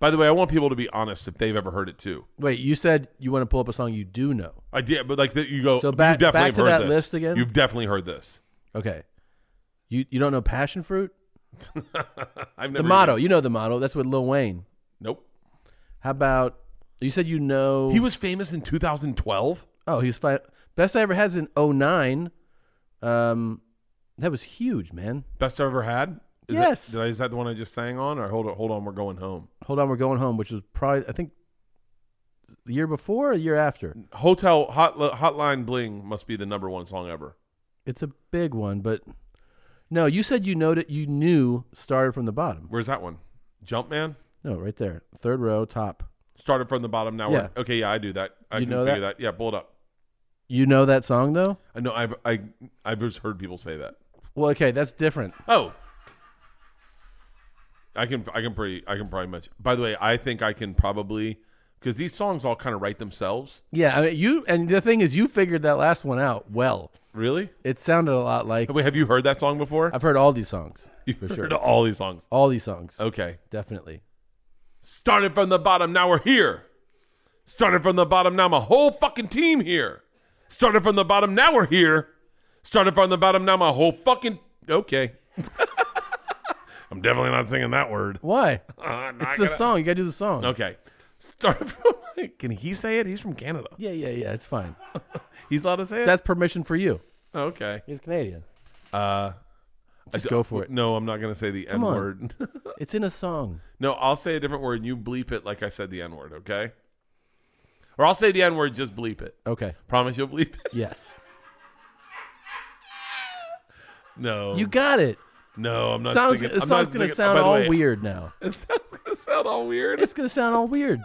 By the way, I want people to be honest if they've ever heard it too.
Wait, you said you want to pull up a song you do know.
I did, but like that you go.
So
you
back-
definitely
back
have
to
heard
that
this.
list again?
You've definitely heard this.
Okay. You you don't know passion fruit?
I've never
The
even-
motto. You know the motto. That's with Lil Wayne.
Nope.
How about you said you know
He was famous in 2012.
Oh, he was fine. Best I ever had is in 09. Um that was huge, man.
Best I ever had. Is
Yes.
That, did I, is that the one I just sang on? Or hold on, hold on, we're going home.
Hold on, we're going home, which was probably I think the year before or the year after.
Hotel hot, Hotline Bling must be the number one song ever.
It's a big one, but no, you said you know that you knew started from the bottom.
Where's that one? Jumpman.
No, right there. Third row, top.
Started from the bottom. Now we're okay. Yeah, I do that. I
You
can
know
figure that. Yeah, pull it up.
You know that song though?
I know. I've I I've just heard people say that.
Well, okay, that's different.
Oh. I can I can pretty I can probably much. By the way, I think I can probably because these songs all kind of write themselves.
Yeah, I mean, you and the thing is, you figured that last one out well.
Really?
It sounded a lot like
Wait, have you heard that song before?
I've heard all these songs
You've
for sure.
heard all these songs.
All these songs,
Okay.
definitely.
Started from the bottom, now we're here. Started from the bottom, now my whole fucking team here. Started from the bottom, now we're here. Started from the bottom, now my whole fucking okay. I'm definitely not singing that word.
Why?
Uh, not
it's the
gonna-
song. You gotta do the song.
Okay. Started from. Can he say it? He's from Canada.
Yeah, yeah, yeah. It's fine.
He's allowed to say it.
That's permission for you.
Okay.
He's Canadian.
Uh,
Just go for it.
No, I'm not going to say the N
Come on.
word.
It's in a song.
no, I'll say a different word and you bleep it like I said the N word, okay? Or I'll say the N word, just bleep it.
Okay.
Promise you'll bleep it?
Yes.
No.
You got it.
No, I'm not
sounds.
singing.
the
I'm not
song's gonna
singing-
sound
by the
all
way,
weird now.
It sounds going to sound all weird.
It's gonna sound all weird.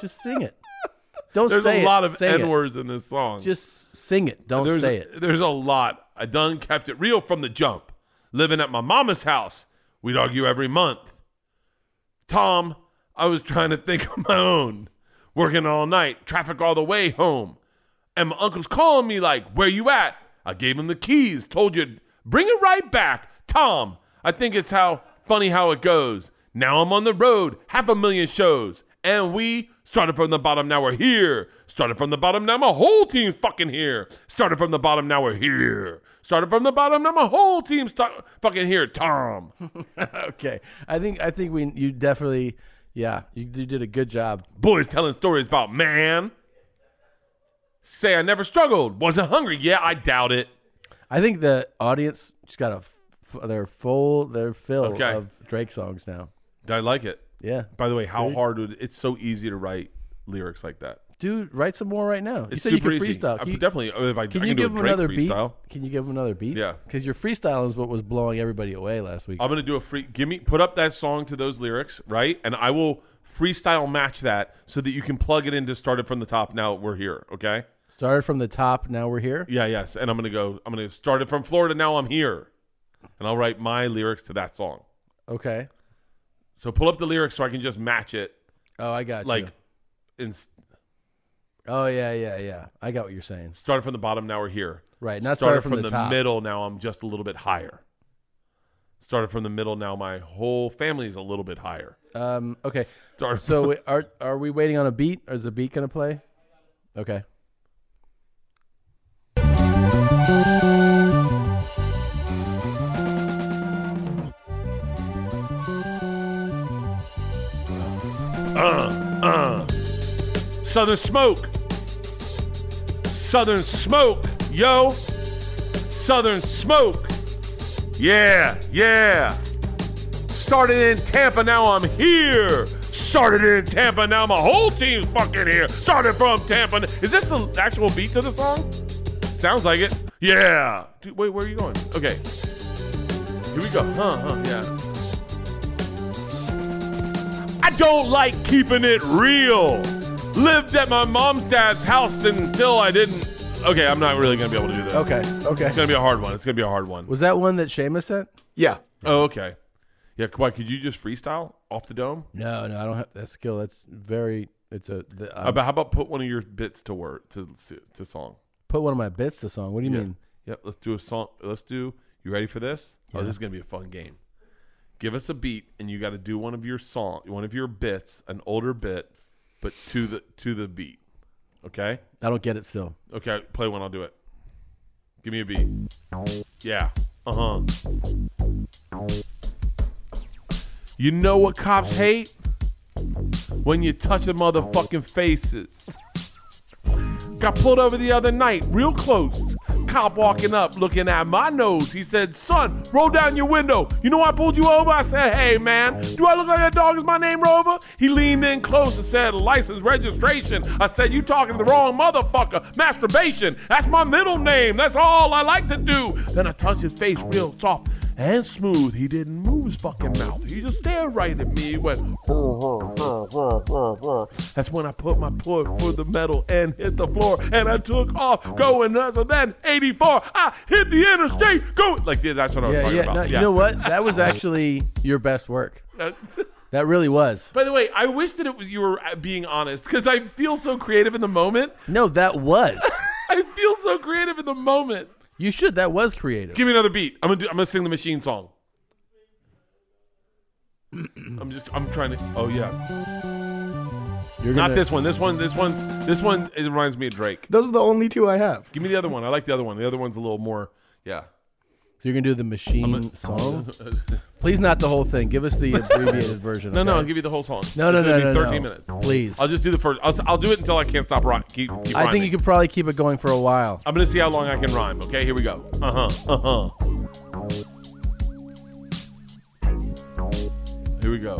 Just sing it. Don't
There's
say
a lot
it.
of
sing it.
N words in this song.
Just sing it. Don't
there's,
say it.
There's a lot. I done kept it real from the jump. Living at my mama's house, we'd argue every month. Tom, I was trying to think on my own, working all night, traffic all the way home, and my uncle's calling me like, "Where you at?" I gave him the keys, told you, "Bring it right back." Tom, I think it's how funny how it goes. Now I'm on the road, half a million shows, and we started from the bottom. Now we're here. Started from the bottom. Now my whole team's fucking here. Started from the bottom. Now we're here. Started from the bottom. Now my whole team's stu- fucking here. Tom,
Okay, I think I think we you definitely yeah you, you did a good job.
boys telling stories about man. Say I never struggled. Wasn't hungry. Yeah, I doubt it.
I think the audience just got a f- their full their fill
Okay.
of Drake songs now.
I like it.
Yeah,
By the way, how hard would it's so easy to write lyrics like that?
dude, write some more right now. you
It's
said
super
you could
easy.
freestyle.
I
Can you,
definitely. oh, If I, I
can
can
you
do
give
a
him
Drake
another
freestyle.
beat? Can you give him another beat?
Yeah.
because your freestyle is what was blowing everybody away last week.
I'm gonna do a free. Give me put up that song to those lyrics, right? And I will freestyle match that so that you can plug it into started from the top. Now we're here, okay?
Started from the top. Now we're here.
Yeah, yes. And I'm gonna go. I'm gonna start it from Florida. Now I'm here, and I'll write my lyrics to that song.
Okay.
So pull up the lyrics so I can just match it.
Oh, I got
Like,
you.
in,
Oh yeah, yeah, yeah. I got what you're saying.
started from the bottom. Now we're here.
Right. Not
started
started, from, the, top.
middle. Now I'm just a little bit higher. Started from the middle. Now my whole family is a little bit higher.
Um. Okay.
Started
So we- are are we waiting on a beat? Or is the beat gonna play? Okay.
uh, uh. Southern smoke. Southern smoke, yo. Southern smoke. Yeah, yeah. Started in Tampa, now I'm here. started it in Tampa. Now my whole team's fucking here. Started from Tampa. Is this the actual beat to the song? Sounds like it. Yeah. Dude, wait, where are you going? Okay. Here we go. Huh, huh, yeah. I don't like keeping it real. Lived at my mom's dad's house until I didn't. Okay, I'm not really gonna be able to do this.
Okay, okay.
It's gonna be a hard one. It's gonna be a hard one.
Was that one that Seamus sent?
Yeah.
Oh, okay. Yeah, come on. Could you just freestyle off the dome?
No, no, I don't have that skill. That's very. It's a. The,
How
um,
about how about put one of your bits to word to to song?
put one of my bits to song. What do you mean?
Yep. Let's do a song. Let's do. You ready for this? Oh, this is gonna be a fun game. Give us a beat, and you got to do one of your song, one of your bits, an older bit, but to the to the beat. Okay.
I don't get it. Still,
Okay, play one. I'll do it. Give me a beat. Yeah. Uh huh. You know what cops hate? When you touch the motherfucking faces. Got pulled over the other night, real close. Cop walking up, looking at my nose. He said, Son, roll down your window. You know why I pulled you over? I said, Hey, man, do I look like a dog? Is my name Rover? He leaned in close and said, License registration. I said, You talking to the wrong motherfucker. Masturbation. That's my middle name. That's all I like to do. Then I touched his face real soft and smooth. He didn't move his fucking mouth. He just stared right at me. He went, that's when I put my foot for the metal and hit the floor, and I took off going nuts. Then 84, I hit the interstate going like yeah, that's what I was
yeah,
talking
yeah.
about.
No,
yeah. Uh,
You know what? That was actually your best work. That really was.
By the way, I wish that it was, you were uh, being honest because I feel so creative in the moment.
No, that was.
I feel so creative in the moment.
You should. That was creative.
Give me another beat. I'm gonna do, I'm gonna sing the machine song. I'm just I'm trying to. Oh yeah,
You're
not
gonna-
this one. This one. This one. This one. It reminds me of Drake.
Those are the only two I have.
Give me the other one. I like the other one. The other one's a little more. Yeah.
So you're gonna do the machine Mm, song. Please, not the whole thing. Give us the abbreviated version.
No, no, I'll
okay?
give you the whole song.
No, no,
It's
no,
gonna be
no, no.
13 minutes.
Please.
I'll just do the first. I'll, I'll do it until I can't stop rhyming. Keep, keep
I think
rhyming.
you could probably keep it going for a while.
I'm gonna see how long I can rhyme. Okay, here we go. Uh huh. Uh huh. Here we go.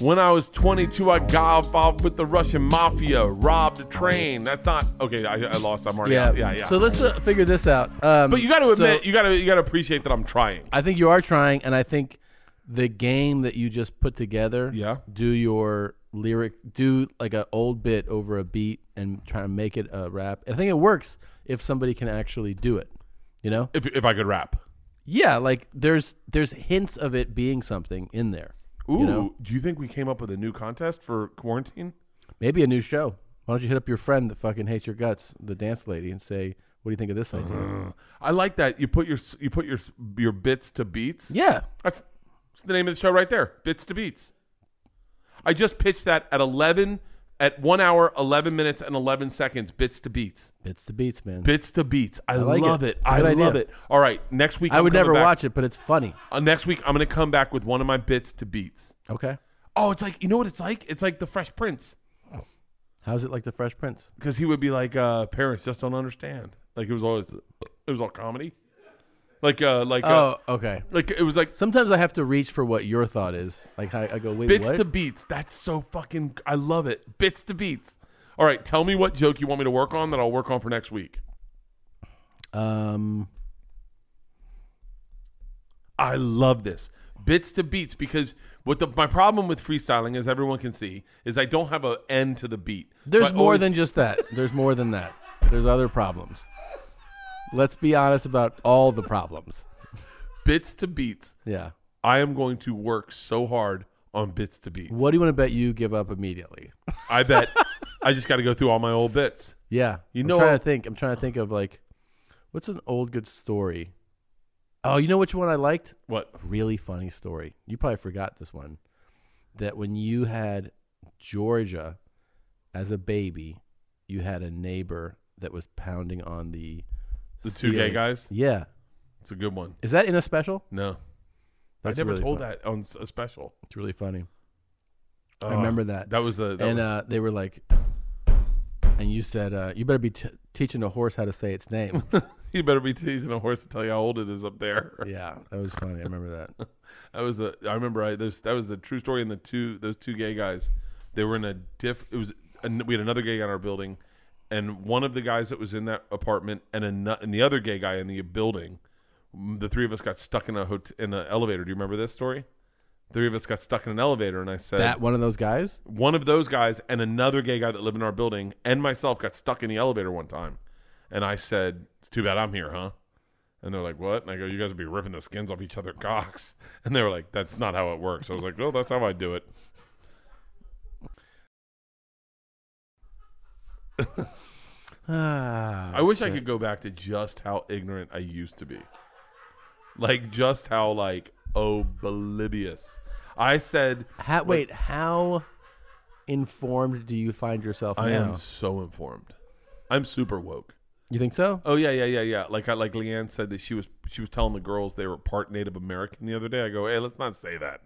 When I was 22, I got involved with the Russian mafia, robbed a train. That's not okay. I, I lost. I'm already
Yeah,
out. Yeah, yeah.
So let's uh, figure this out. Um,
but you got to
so
admit, you got to you got to appreciate that I'm trying.
I think you are trying, and I think the game that you just put together.
Yeah.
Do your lyric, do like an old bit over a beat, and try to make it a rap. I think it works if somebody can actually do it. You know?
If if I could rap.
Yeah. Like there's there's hints of it being something in there.
Ooh,
know?
do you think we came up with a new contest for quarantine?
Maybe a new show. Why don't you hit up your friend that fucking hates your guts, the dance lady, and say, "What do you think of this
Mm-hmm.
idea?"
Uh, I like that. You put your you put your your bits to beats.
Yeah.
That's, that's the name of the show right there. Bits to beats. I just pitched that at 11 at 1 hour 11 minutes and 11 seconds bits to beats.
Bits to beats, man.
Bits to beats. I,
like
love it.
it.
I
Good idea.
love it. All right, next week
I
I'm
would
coming
never
back.
watch it, but it's funny.
Uh, next week I'm going to come back with one of my bits to beats.
Okay.
Oh, it's like you know what it's like? It's like the Fresh Prince
How's it like the Fresh Prince?
because he would be like uh parents just don't understand. Like it was always it was all comedy. Like uh like uh,
Oh, okay.
Like it was like
Sometimes I have to reach for what your thought is. Like I, I go, wait,
bits
what?
to beats. That's so fucking. I love it. Bits to beats. All right, tell me what joke you want me to work on that I'll work on for next week.
um,
I love this bits to beats because what the my problem with freestyling, as everyone can see, is I don't have an end to the beat. So
there's
I
more
always-
than just that. There's more than that. There's other problems. Let's be honest about all the problems.
bits to beats.
Yeah.
I am going to work so hard on bits to beats.
What do you want to bet you give up immediately?
I bet. I just got to go through all my old bits.
Yeah.
You
I'm
know-
trying to think. I'm trying to think of like, what's an old good story? Oh, you know which one I liked?
What?
Really funny story. You probably forgot this one. That when you had Georgia as a baby, you had a neighbor that was pounding on the
The two gay
ceiling.
guys.
Yeah.
It's a good one.
Is that in a special?
No,
That's
I never
really
told
fun-
that on s- a special.
It's really funny.
Uh,
remember that.
That was a. That
and
was-
uh, they were like, and you said, uh, you better be t- teaching a horse how to say its name.
You better be teasing a horse to tell you how old it is up there.
Yeah, that was funny. I remember that.
that was a. I remember. I those that was a true story. And the two those two gay guys, they were in a diff. It was and we had another gay guy in our building, and one of the guys that was in that apartment and ano- and the other gay guy in the building, m- the three of us got stuck in a hot- in an elevator. Do you remember this story? Three of us got stuck in an elevator, and I said
That one of those guys?
one of those guys and another gay guy that lived in our building and myself got stuck in the elevator one time. And I said, It's too bad I'm here, huh? And they're like, What? And I go, You guys would be ripping the skins off each other's cocks. And they were like, That's not how it works. I was like, Well, that's how I do it.
Ah,
I wish I could go back to just how ignorant I used to be. Like, just how, like, oblivious. I said,
How, wait, how informed do you find yourself
I
now?
am so informed. I'm super woke.
You think so?
Oh yeah, yeah, yeah, yeah. Like I like Leanne said that she was she was telling the girls they were part Native American the other day. I go, hey, let's not say that.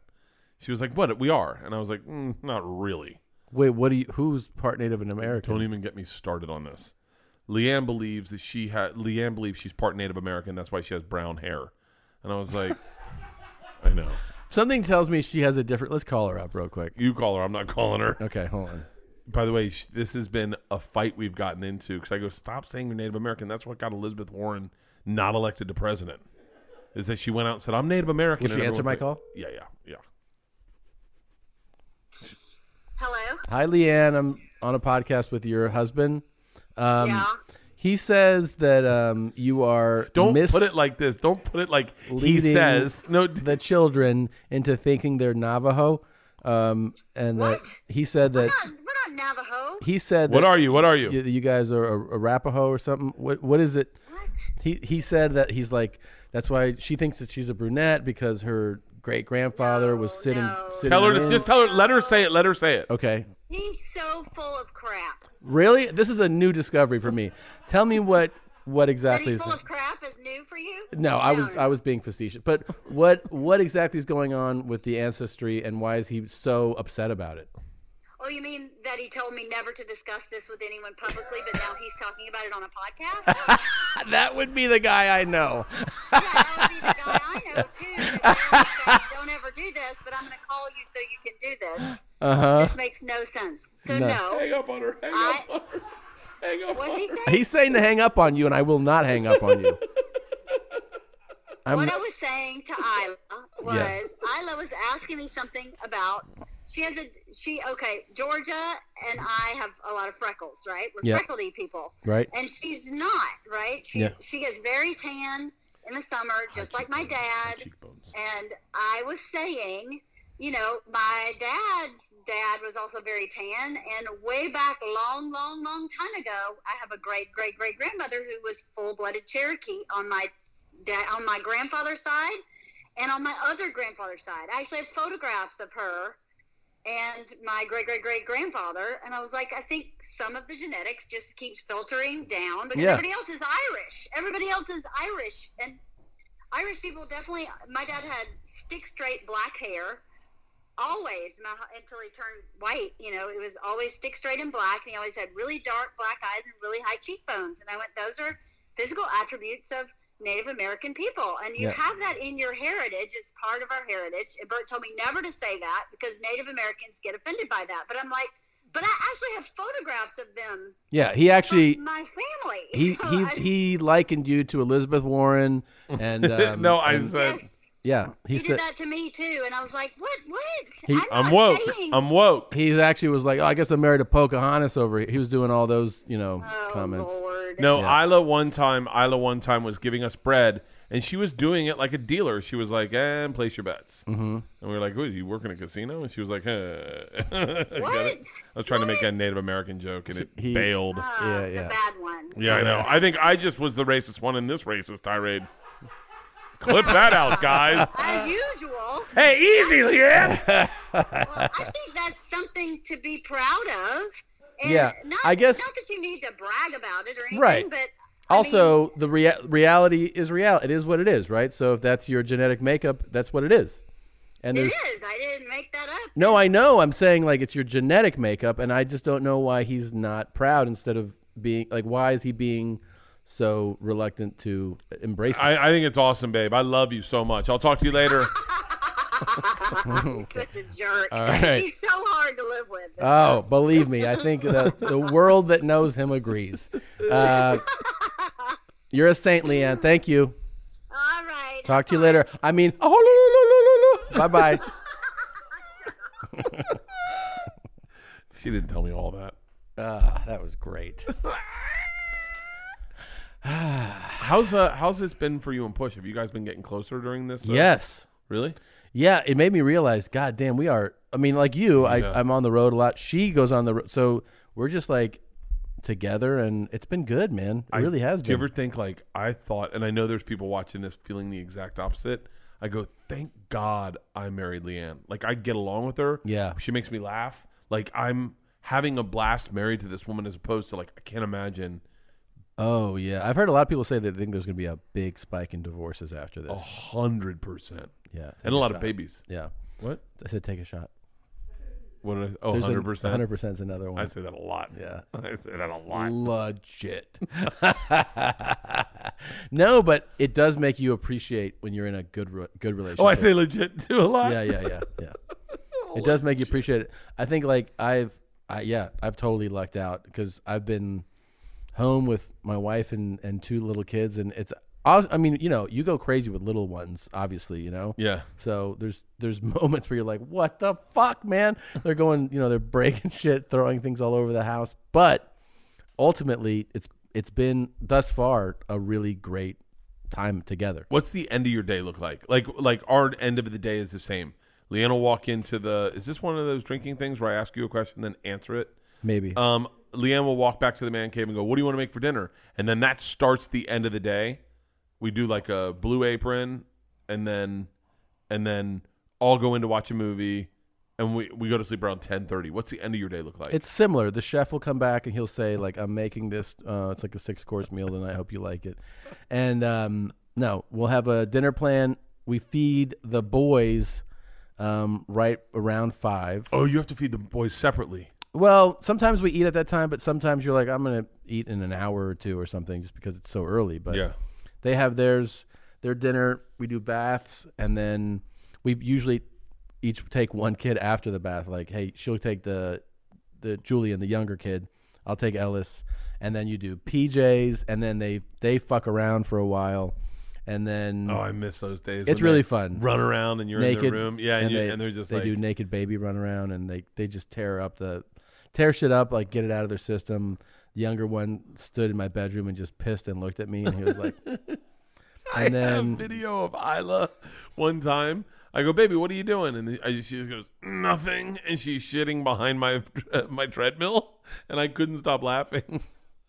She was like, what? We are, and I was like, mm, not really.
Wait, what do you? Who's part Native and American?
Don't even get me started on this. Leanne believes that she had Leanne believes she's part Native American. That's why she has brown hair. And I was like, I know.
Something tells me she has a different. Let's call her up real quick.
You call her. I'm not calling her.
Okay, hold on.
By the way, sh- this has been a fight we've gotten into because I go, stop saying you're Native American. That's what got Elizabeth Warren not elected to president. Is that she went out and said, "I'm Native American."
Will she
and
answer
everyone's
my
like,
call?
Yeah, yeah, yeah.
Hello.
Hi, Leanne. I'm on a podcast with your husband. Um,
Yeah.
He says that um, you are
Don't
mis-
put it like this. Don't put it like he
leading
says. No, d-
the children into thinking they're Navajo, um, and that he said that
We're not, we're not Navajo.
he said
what
that
are you? What are you?
you, you guys are a Arapaho or something. What what is it? He he said that he's like that's why she thinks that she's a brunette because her great grandfather was sitting, sitting.
tell her to
in.
just tell her. Let her say it. Let her say it.
Okay,
He's so full of crap.
really, this is a new discovery for me. Tell me what what
That
exactly
he's
is.
full of crap is new for you?
No, I was
no.
I was being facetious. But what what exactly is going on with the ancestry and why is he so upset about it?
Oh, you mean that he told me never to discuss this with anyone publicly, but now he's talking about it on a podcast?
That would be the guy I know.
yeah, that would be the guy I know too. that says, Don't ever do this, but I'm going to call you so you can do this.
Uh huh.
This makes no sense. So
No.
no.
Hang up on her. Hang
I-
up on her. Hang up.
What's
on
he
her.
saying?
He's saying to hang up on you, and I will not hang up on you. I'm
what I was saying to Isla was
Yeah.
Isla was asking me something about she has a she okay Georgia and I have a lot of freckles right we're
Yeah.
freckledy people
right.
and she's not right she
Yeah.
she is very tan in the summer just like my dad
Cheekbones.
and I was saying, you know, my dad's dad was also very tan. And way back, long, long, long time ago, I have a great, great, great grandmother who was full blooded Cherokee on my dad, on my grandfather's side, and on my other grandfather's side. I actually have photographs of her and my great great great grandfather and i was like i think some of the genetics just keeps filtering down because
Yeah.
everybody else is irish everybody else is irish and irish people definitely my dad had stick straight black hair always my, until he turned white you know it was always stick straight and black and he always had really dark black eyes and really high cheekbones and i went those are physical attributes of native american people and you
Yeah.
have that in your heritage it's part of our heritage and bert told me never to say that because native americans get offended by that but i'm like but i actually have photographs of them
Yeah, he actually
from my family
he
So
he
I-
he likened you to Elizabeth Warren, and um,
no, I
and-
said
yes,
yeah.
he,
He
did
said
that to me too and i was like what what
He-
i'm,
I'm
not
woke.
saying-
I'm woke.
he actually was like, oh, I guess I'm married to Pocahontas over here. He was doing all those you know
oh,
comments.
Lord.
No,
Yeah.
Isla one time, Isla one time was giving us bread, and she was doing it like a dealer. She was like, "And place your bets," mm-hmm. and we were like, "What? You work in a casino?" And she was like, uh. Got
what
it? I was trying to make a
What?
Native American joke, and it
He-
failed.
Ah,
Yeah,
it's
yeah.
a bad one
yeah, I know. I think I just was the racist one in this racist tirade. Clip that out, guys.
as
Uh,
usual
hey, easy, Leanne.
well, I think that's something to be proud of. And
Yeah,
not,
I guess-
not that you need to brag about it or anything,
Right.
but I mean,
Also, the rea- reality is real. It is what it is, right? So if that's your genetic makeup, that's what it is. And
it
there's
is. I didn't make that up.
no, I know. I'm saying like it's your genetic makeup, and I just don't know why he's not proud instead of being like why is he being so reluctant to embrace it.
I, I think it's awesome, babe. I love you so much. I'll talk to you later.
Such a jerk.
All right.
He's so hard to live with.
Oh, believe me, I think the, the world that knows him agrees. Uh, you're a saint, Leanne. Thank you.
All right.
Talk to you later. I mean, oh, bye bye.
she didn't tell me all that.
Ah, that was great.
how's uh how's this been for you and Push? Have you guys been getting closer during this? uh,
Yes.
Really?
Yeah, it made me realize, God damn, we are. I mean, like you,
Yeah.
I, I'm on the road a lot. She goes on the road. So we're just like together, and it's been good, man. It
I-
really has
Do you
been.
ever think like I thought, and I know there's people watching this feeling the exact opposite. I go, thank God I married Leanne. Like I get along with her.
Yeah.
she makes me laugh. Like I'm having a blast married to this woman, as opposed to like I can't imagine.
oh, yeah. I've heard a lot of people say they think there's going to be a big spike in divorces after this.
A hundred percent.
Yeah. take
Oh. and a lot of
shot.
babies.
Yeah.
What?
I said take a shot.
What did I? Oh,
There's a-
100 percent.
100% is another one.
I say that a lot.
Yeah.
I say that a lot.
Legit. no, but it does make you appreciate when you're in a good re- good relationship.
Oh, I say legit too a lot.
Yeah, yeah, yeah, yeah. it does make you appreciate it. I think like I've, I yeah, I've totally lucked out because I've been home with my wife and and two little kids, and it's. I I mean, you know, you go crazy with little ones, obviously, you know.
Yeah.
So there's there's moments where you're like, "What the fuck, man?" They're going, you know, they're breaking shit, throwing things all over the house. But ultimately, it's it's been thus far a really great time together.
What's the end of your day look like? Like like our end of the day is the same. Leanna will walk into the is this one of those drinking things where I ask you a question then answer it?
Maybe.
Um Leanne will walk back to the man cave and go, What do you want to make for dinner? And then that starts the end of the day. We do like a blue apron and then and then all go in to watch a movie and we, we go to sleep around ten thirty. What's the end of your day look like?
It's similar. The chef will come back and he'll say, like, I'm making this. Uh, it's like a six course meal, and I hope you like it. And um, no, we'll have a dinner plan. We feed the boys um, right around five.
oh, you have to feed the boys separately.
Well, sometimes we eat at that time, but sometimes you're like, I'm gonna eat in an hour or two or something, just because it's so early. But
Yeah.
they have theirs, their dinner. We do baths, and then we usually each take one kid after the bath. Like, hey, she'll take the the Julian, the younger kid. I'll take Ellis, and then you do PJs, and then they they fuck around for a while, and then
Oh, I miss those days.
It's
when
really
they
fun.
Run around and you're
naked,
in the room. Yeah, and, you,
they,
and they're just
they
like
do naked baby run around and they they just tear up the tear shit up like get it out of their system. The younger one stood in my bedroom and just pissed and looked at me and he was like, and
I have
then
video of Isla one time. I go, baby, what are you doing? And the- I- she just goes, nothing. And she's shitting behind my my treadmill, and I couldn't stop laughing.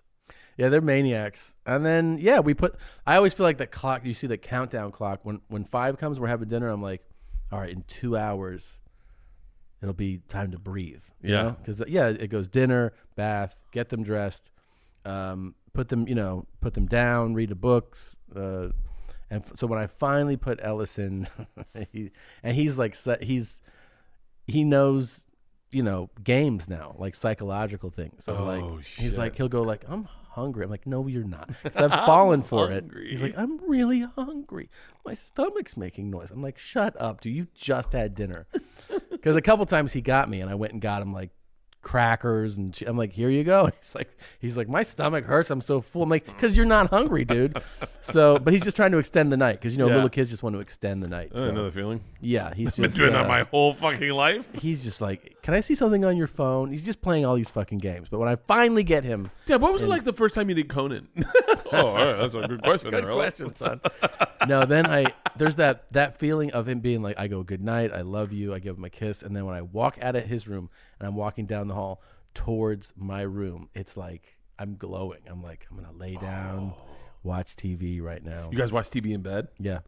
yeah, they're maniacs. And then yeah, we put. I always feel like the clock. You see the countdown clock when when five comes, we're having dinner. I'm like, all right, in two hours, it'll be time to breathe.
Yeah.
because uh, yeah, it goes dinner, bath, get them dressed, um, put them, you know, put them down, read the books, uh, and f- so when I finally put Ellison, he, and he's like, se- he's he knows, you know, games now, like psychological things. So like,
Oh,
he's like,
shit.
he'll go like, I'm hungry. I'm like, no, you're not, because I've fallen
I'm
for it. He's
hungry.
like, I'm really hungry. My stomach's making noise. I'm like, shut up, dude. You just had dinner. Because a couple times he got me, and I went and got him like crackers, and che- I'm like, here you go. He's like, he's like, my stomach hurts. I'm so full. I'm like, because you're not hungry, dude. So, but he's just trying to extend the night because you know
Yeah.
little kids just want to extend the night.
I
so-
know the feeling.
Yeah, he's
I've been
just
doing that
uh,
my whole fucking life.
He's just like, can I see something on your phone? He's just playing all these fucking games. But when I finally get him,
Dad, what was it like the first time you did Conan? oh, all right, that's a good question.
Good
Errol.
question, son. no, then I there's that that feeling of him being like, I go, good night, I love you, I give him a kiss, and then when I walk out of his room and I'm walking down the hall towards my room, it's like I'm glowing. I'm like, I'm gonna lay down, watch TV right now.
Oh. You guys watch TV in bed?
yeah.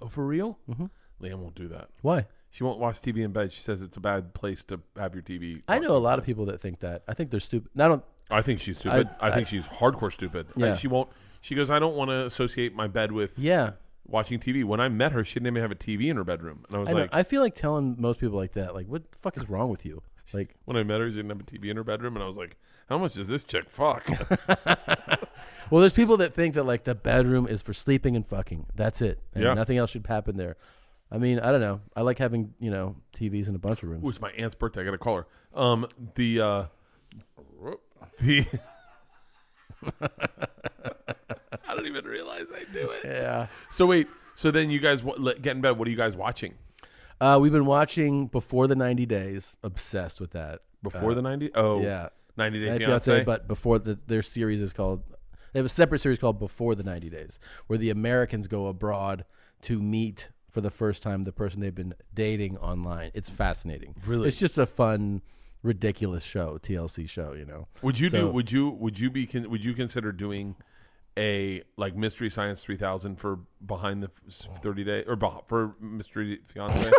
Oh, for real? Mm-hmm. Liam won't do that.
Why?
She won't watch TV in bed. She says it's a bad place to have your TV.
I know a lot of people that think that. I think they're stupid. I don't.
I think she's stupid. I, think she's hardcore stupid. I-
Yeah.
she won't. She goes, I don't want to associate my bed with
Yeah.
watching TV. When I met her, she didn't even have a TV in her bedroom, and I was
I, know.
like,
I feel like telling most people like that, like, what the fuck is wrong with you? Like
when I met her, she didn't have a TV in her bedroom, and I was like, "How much does this chick fuck?"
Well, there's people that think that like the bedroom is for sleeping and fucking. That's it. And
Yeah.
Nothing else should happen there. I mean, I don't know. I like having you know TVs in a bunch of rooms.
Ooh, it's my aunt's birthday. I gotta call her. Um, the uh, the I don't even realize I do it.
Yeah.
So wait. So then you guys wa- let- get in bed. What are you guys watching?
Uh, we've been watching Before the 90 Days. Obsessed with that.
Before
Uh,
the 90 Oh,
yeah,
90 Day
Night
Fiancé?
But before the, their series is called, they have a separate series called Before the 90 Days, where the Americans go abroad to meet for the first time the person they've been dating online. It's fascinating.
Really?
it's just a fun, ridiculous show, TLC show. You know?
Would you do?
So-
Would you? Would you be? Con, would you consider doing a like Mystery Science three thousand for behind the f- thirty day or beh- for Mystery Fiance?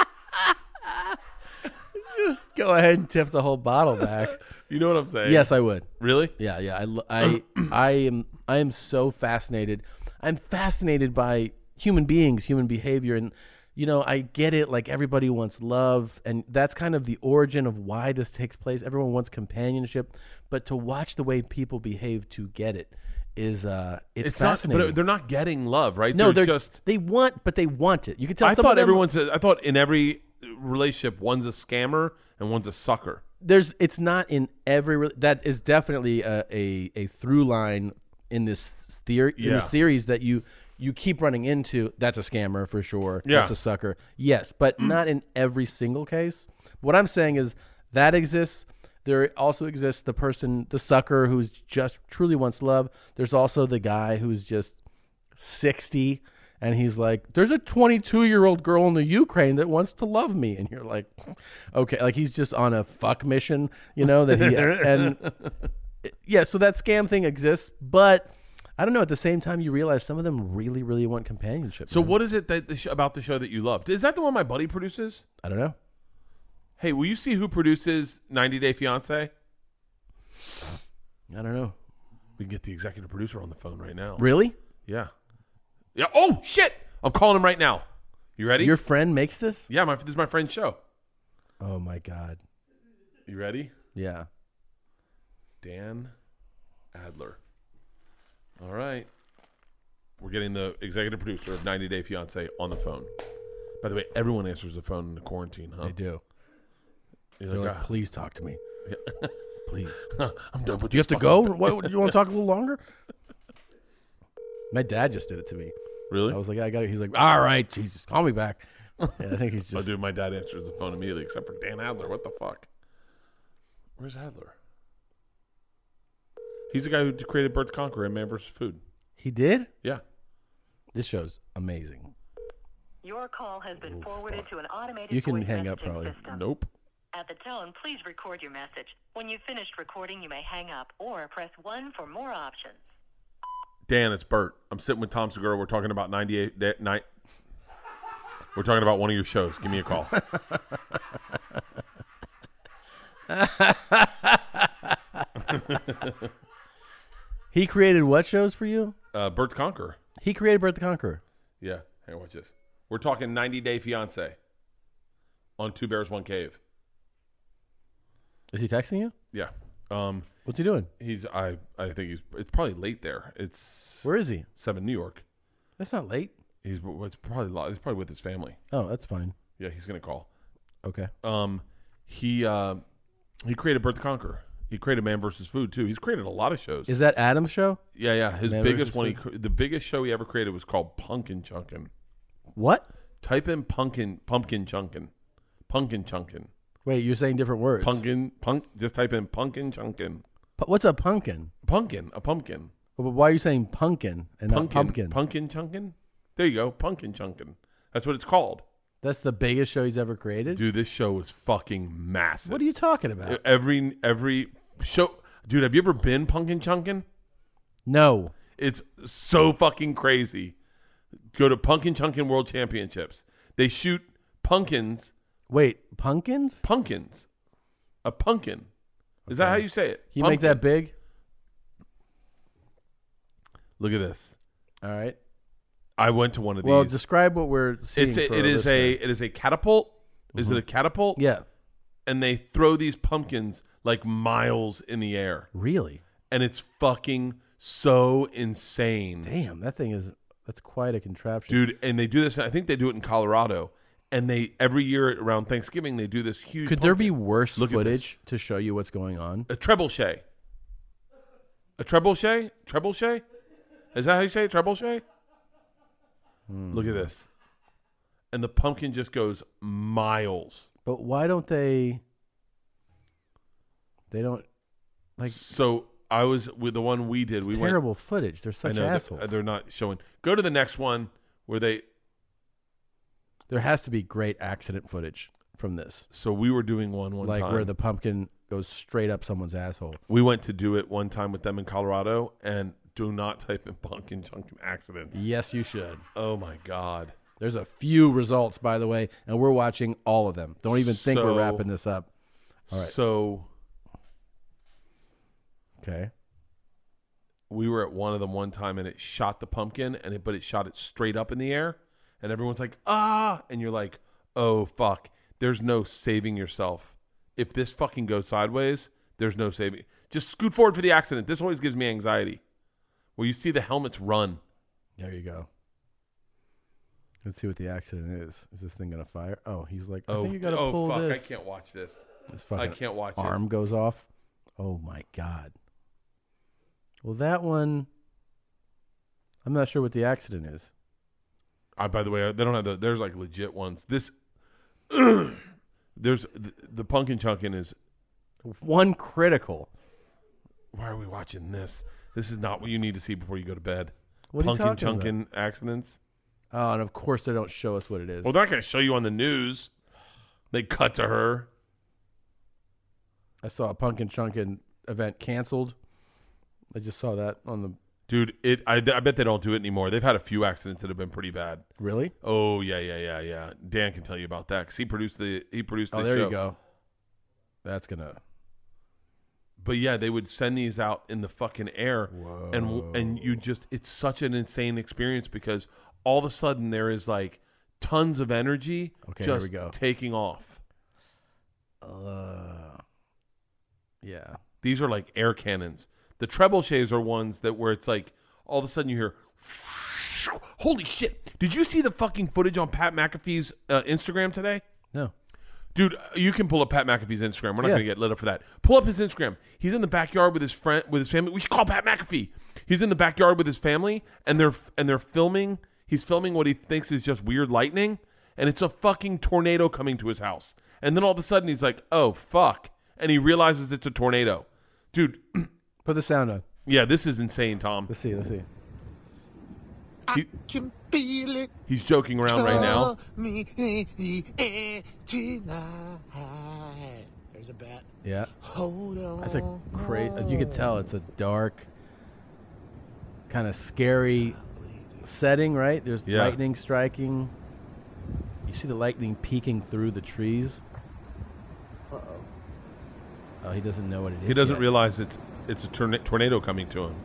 Just go ahead and tip the whole bottle back.
you know what I'm saying?
Yes, I would.
Really?
Yeah, yeah. I, lo- I, I am, I am so fascinated. I'm fascinated by human beings, human behavior, and you know, I get it. Like everybody wants love, and that's kind of the origin of why this takes place. Everyone wants companionship, but to watch the way people behave to get it is, uh, it's,
not.
fascinating.
But they're not getting love, right?
no, they're,
they're just.
they want, but they want it. You can tell.
I
some
thought
of them-
everyone's. A, I thought in every relationship, one's a scammer and one's a sucker.
there's it's not in every re- that is definitely a a, a through line in this theory in
Yeah.
the series that you you keep running into that's a scammer for sure
Yeah.
that's a sucker yes but not in every single case what i'm saying is that exists there also exists the person the sucker who's just truly wants love there's also the guy who's just 60 and he's like there's a 22 year old girl in the ukraine that wants to love me and you're like okay like he's just on a fuck mission you know that he and yeah so that scam thing exists but i don't know at the same time you realize some of them really really want companionship
So
man.
what is it that the sh- about the show that you loved? Is that the one my buddy produces?
i don't know
Hey, will you see who produces 90 Day Fiance?
i don't know
We can get the executive producer on the phone right now.
really
Yeah. Yeah. Oh shit! I'm calling him right now. You ready?
your friend makes this
yeah, my, this is my friend's show.
oh my god
You ready?
yeah
Dan Adler. All right. We're getting the executive producer of 90 Day Fiance on the phone. By the way, everyone answers the phone in the quarantine, huh?
they do
You're
they're
like,
like
"Ah,
please talk to me please
I'm done with
you have
this
to
fucking
go
bit."
what, you want to talk a little longer my dad just did it to me
Really?
I was like, I got it. He's like, all right, Jesus, call me back. Yeah, I think he's
Oh,
just.
dude, my dad answers the phone immediately, except for Dan Adler. What the fuck? Where's Adler? He's the guy who created Bert's Conqueror and Man vs. Food.
He did?
Yeah.
This show's amazing.
Your call has been forwarded to an automated
Oh, You can
voice
hang up
messaging
probably.
system.
Nope.
At the tone, please record your message. When you've finished recording, you may hang up or press 1 for more options.
Dan, it's Bert. I'm sitting with Tom Segura. We're talking about 98 day, night. We're talking about one of your shows. Give me a call.
He created what shows for you?
uh, Bert's Conqueror.
He created Bert the Conqueror.
Yeah. Hey, watch this. We're talking 90 Day Fiance on Two Bears, One Cave.
Is he texting you?
Yeah. Um,
What's he doing?
he's I I think he's it's probably late there. It's
Where is he?
seven New York.
That's not late.
He's it's probably lo- he's probably with his family.
Oh, that's fine.
Yeah, he's gonna call.
Okay.
Um, he uh, he created Bert the Conqueror. He created Man vs. Food too. He's created a lot of shows.
Is that Adam's show?
yeah, yeah. His
Man
biggest
vs.
one, he, cr- the biggest show he ever created was called Punkin Chunkin.
What?
Type in pumpkin, pumpkin chunkin, pumpkin chunkin,
Wait, you're saying different words.
pumpkin punk. Just type in pumpkin chunkin,
Pu- What's a pumpkin?
pumpkin, a pumpkin,
But why are you saying pumpkin and
pumpkin,
not pumpkin?
pumpkin chunkin. There you go, pumpkin chunkin. That's what it's called.
That's the biggest show he's ever created.
Dude, this show was fucking massive. E,
What are you talking about?
Every every show, dude. Have you ever been Punkin Chunkin?
no.
It's so fucking crazy. Go to Punkin Chunkin World Championships. They shoot pumpkins,
Wait, pumpkins?
pumpkins. A pumpkin. Is that how you say it?
Can you make that
Pumpkin.
big?
Look at this.
All right.
I went to one of
Well,
these.
describe what we're seeing.
it's a,
for
it
our
is a
listener.
it is a catapult Is it a catapult?
Yeah.
And they throw these pumpkins like miles in the air.
Really?
And it's fucking so insane.
Damn, that thing is that's quite a contraption.
dude. And they do this. I think they do it in Colorado. And they every year around Thanksgiving they do this huge.
Could there
pumpkin.
be worse
Look at
footage to show you what's going on?
a trebuchet? A trebuchet? Trebuchet? Is that how you say it? trebuchet?
Hmm.
Look at this. And the pumpkin just goes miles.
But why don't they? They don't. Like-
so, I was with the one we did. We went-
terrible footage. They're such
I know, they're- uh,
assholes.
They're, not showing. Go to the next one where they.
There has to be great accident footage from this.
So we were doing one one
like
time.
where the pumpkin goes straight up someone's asshole.
We went to do it one time with them in Colorado, and do not type in pumpkin junction accidents.
Yes, you should.
Oh my god.
There's a few results, by the way, and we're watching all of them. Don't even think we're
So-
wrapping this up. All right.
So
okay.
we were at one of them one time, and it shot the pumpkin, and it but it shot it straight up in the air, and everyone's like ah, and you're like oh fuck, there's no saving yourself. If this fucking goes sideways, there's no saving. Just scoot forward for the accident. This always gives me anxiety. Well, you see the helmets run.
There you go. Let's see what the accident is. Is this thing gonna fire? Oh, he's like, I
Oh,
think you gotta
oh,
pull
fuck,
this.
I can't watch this.
His
I
fucking
can't watch
Arm goes off. Oh my god. Well, that one. I'm not sure what the accident is.
I by the way, they don't have the. There's like legit ones. This there's the, the pumpkin chunkin is.
One critical.
Why are we watching this? This is not what you need to see before you go to bed.
What are you
pumpkin
talking
chunkin accidents.
Oh, and of course they don't show us what it is.
Well, they're not going to show you on the news. They cut to her.
I saw a pumpkin chunkin event canceled. I just saw that on the.
Dude, it. I, I bet they don't do it anymore. They've had a few accidents that have been pretty bad.
Really?
Oh yeah, yeah, yeah, yeah. Dan can tell you about that because he produced the he produced.
Oh,
the
there
show.
you go. That's gonna.
but yeah, they would send these out in the fucking air, and w- and you just it's such an insane experience because all of a sudden there is like tons of energy
Okay, here we
just
go.
taking off.
Uh, yeah.
These are like air cannons. The trebuchets are ones that where it's like all of a sudden you hear, holy shit! Did you see the fucking footage on Pat McAfee's uh, Instagram today?
No.
Dude, you can pull up Pat McAfee's Instagram. We're not
Yeah.
going to get lit up for that. Pull up his Instagram. He's in the backyard with his friend, with his family. We should call Pat McAfee. He's in the backyard with his family, and they're and they're filming. He's filming what he thinks is just weird lightning, and it's a fucking tornado coming to his house. And then all of a sudden, he's like, "Oh fuck!" and he realizes it's a tornado. Dude,
Put the sound on.
yeah, this is insane, Tom.
Let's see. Let's see.
He-
can feel it
he's joking around right now.
me in the air tonight. There's a bat.
Yeah.
Hold on.
That's a crazy. You could tell it's a dark, kind of scary setting, right? There's
Yeah.
lightning striking. You see the lightning peeking through the trees.
Uh oh.
Oh, he doesn't know what it is.
He doesn't
yet.
realize it's it's a torna- tornado coming to him.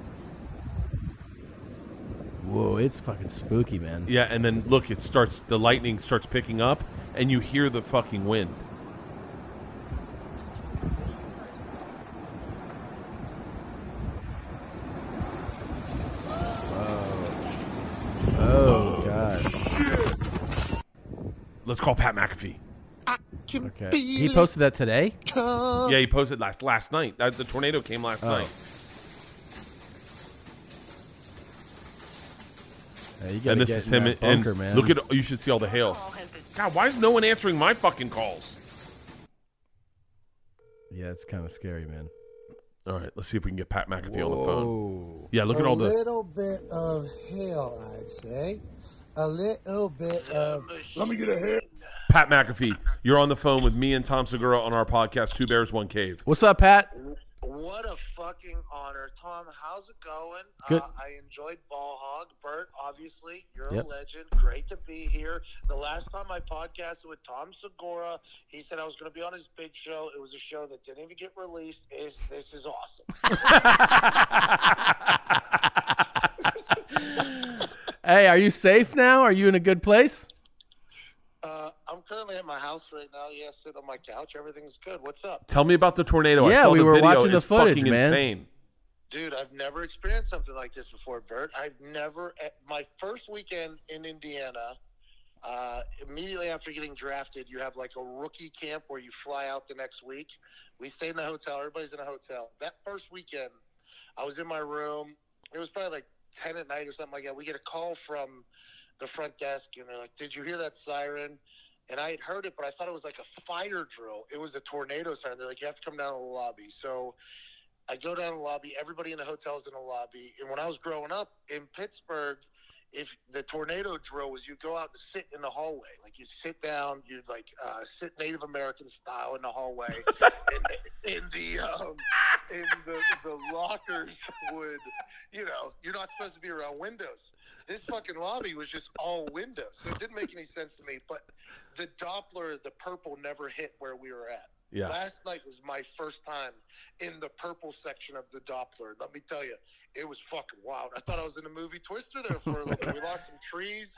Whoa, it's fucking spooky, man.
Yeah, and then look, it starts. The lightning starts picking up, and you hear the fucking wind.
Oh god.
Let's call Pat McAfee.
Okay. He posted that today.
Uh.
Yeah, he posted last last night. That, the tornado came last
Oh.
night,
Yeah, you gotta
and this
get
is
in
him.
that
in- and
bunker, man.
look at you should see all the hail. God, why is no one answering my fucking calls?
Yeah, it's kind of scary, man.
All right, let's see if we can get Pat McAfee on the phone.
Whoa.
Yeah, look at
a
all the.
little bit of hell, I'd say. A little bit of. Let me get a hair.
Pat McAfee, you're on the phone with me and Tom Segura on our podcast, Two Bears, One Cave.
What's up, Pat?
What a fucking honor, Tom. How's it going?
Good.
Uh, I enjoyed Ball Hog. Bert, obviously, you're
Yep.
a legend. Great to be here. The last time I podcasted with Tom Segura, he said I was going to be on his big show. It was a show that didn't even get released. Is this is awesome?
Hey, are you safe now? Are you in a good place?
Uh, I'm currently at my house right now. Yeah, sitting on my couch. Everything's good. What's up?
Tell me about the tornado. I
Yeah,
saw
we
the
were
video.
watching the
It's
footage,
fucking
man.
Insane.
Dude, I've never experienced something like this before, Bert. I've never. At my first weekend in Indiana, uh, immediately after getting drafted, you have like a rookie camp where you fly out the next week. We stayed in a hotel. Everybody's in a hotel. That first weekend, I was in my room. It was probably like ten at night or something like that. We get a call from the front desk, and they're like, "Did you hear that siren?" And I had heard it, but I thought it was like a fire drill. It was a tornado siren. They're like, "You have to come down to the lobby." So. I go down to the lobby. Everybody in the hotel's in the lobby. And when I was growing up in Pittsburgh, if the tornado drill was you go out and sit in the hallway, like you sit down, you'd like uh, sit Native American style in the hallway, and in the um, in the, the lockers would, you know, you're not supposed to be around windows. This fucking lobby was just all windows, so it didn't make any sense to me. But the Doppler, the purple, never hit where we were at.
Yeah.
Last night was my first time in the purple section of the Doppler. Let me tell you, it was fucking wild. I thought I was in the movie Twister there for a little bit. We lost some trees.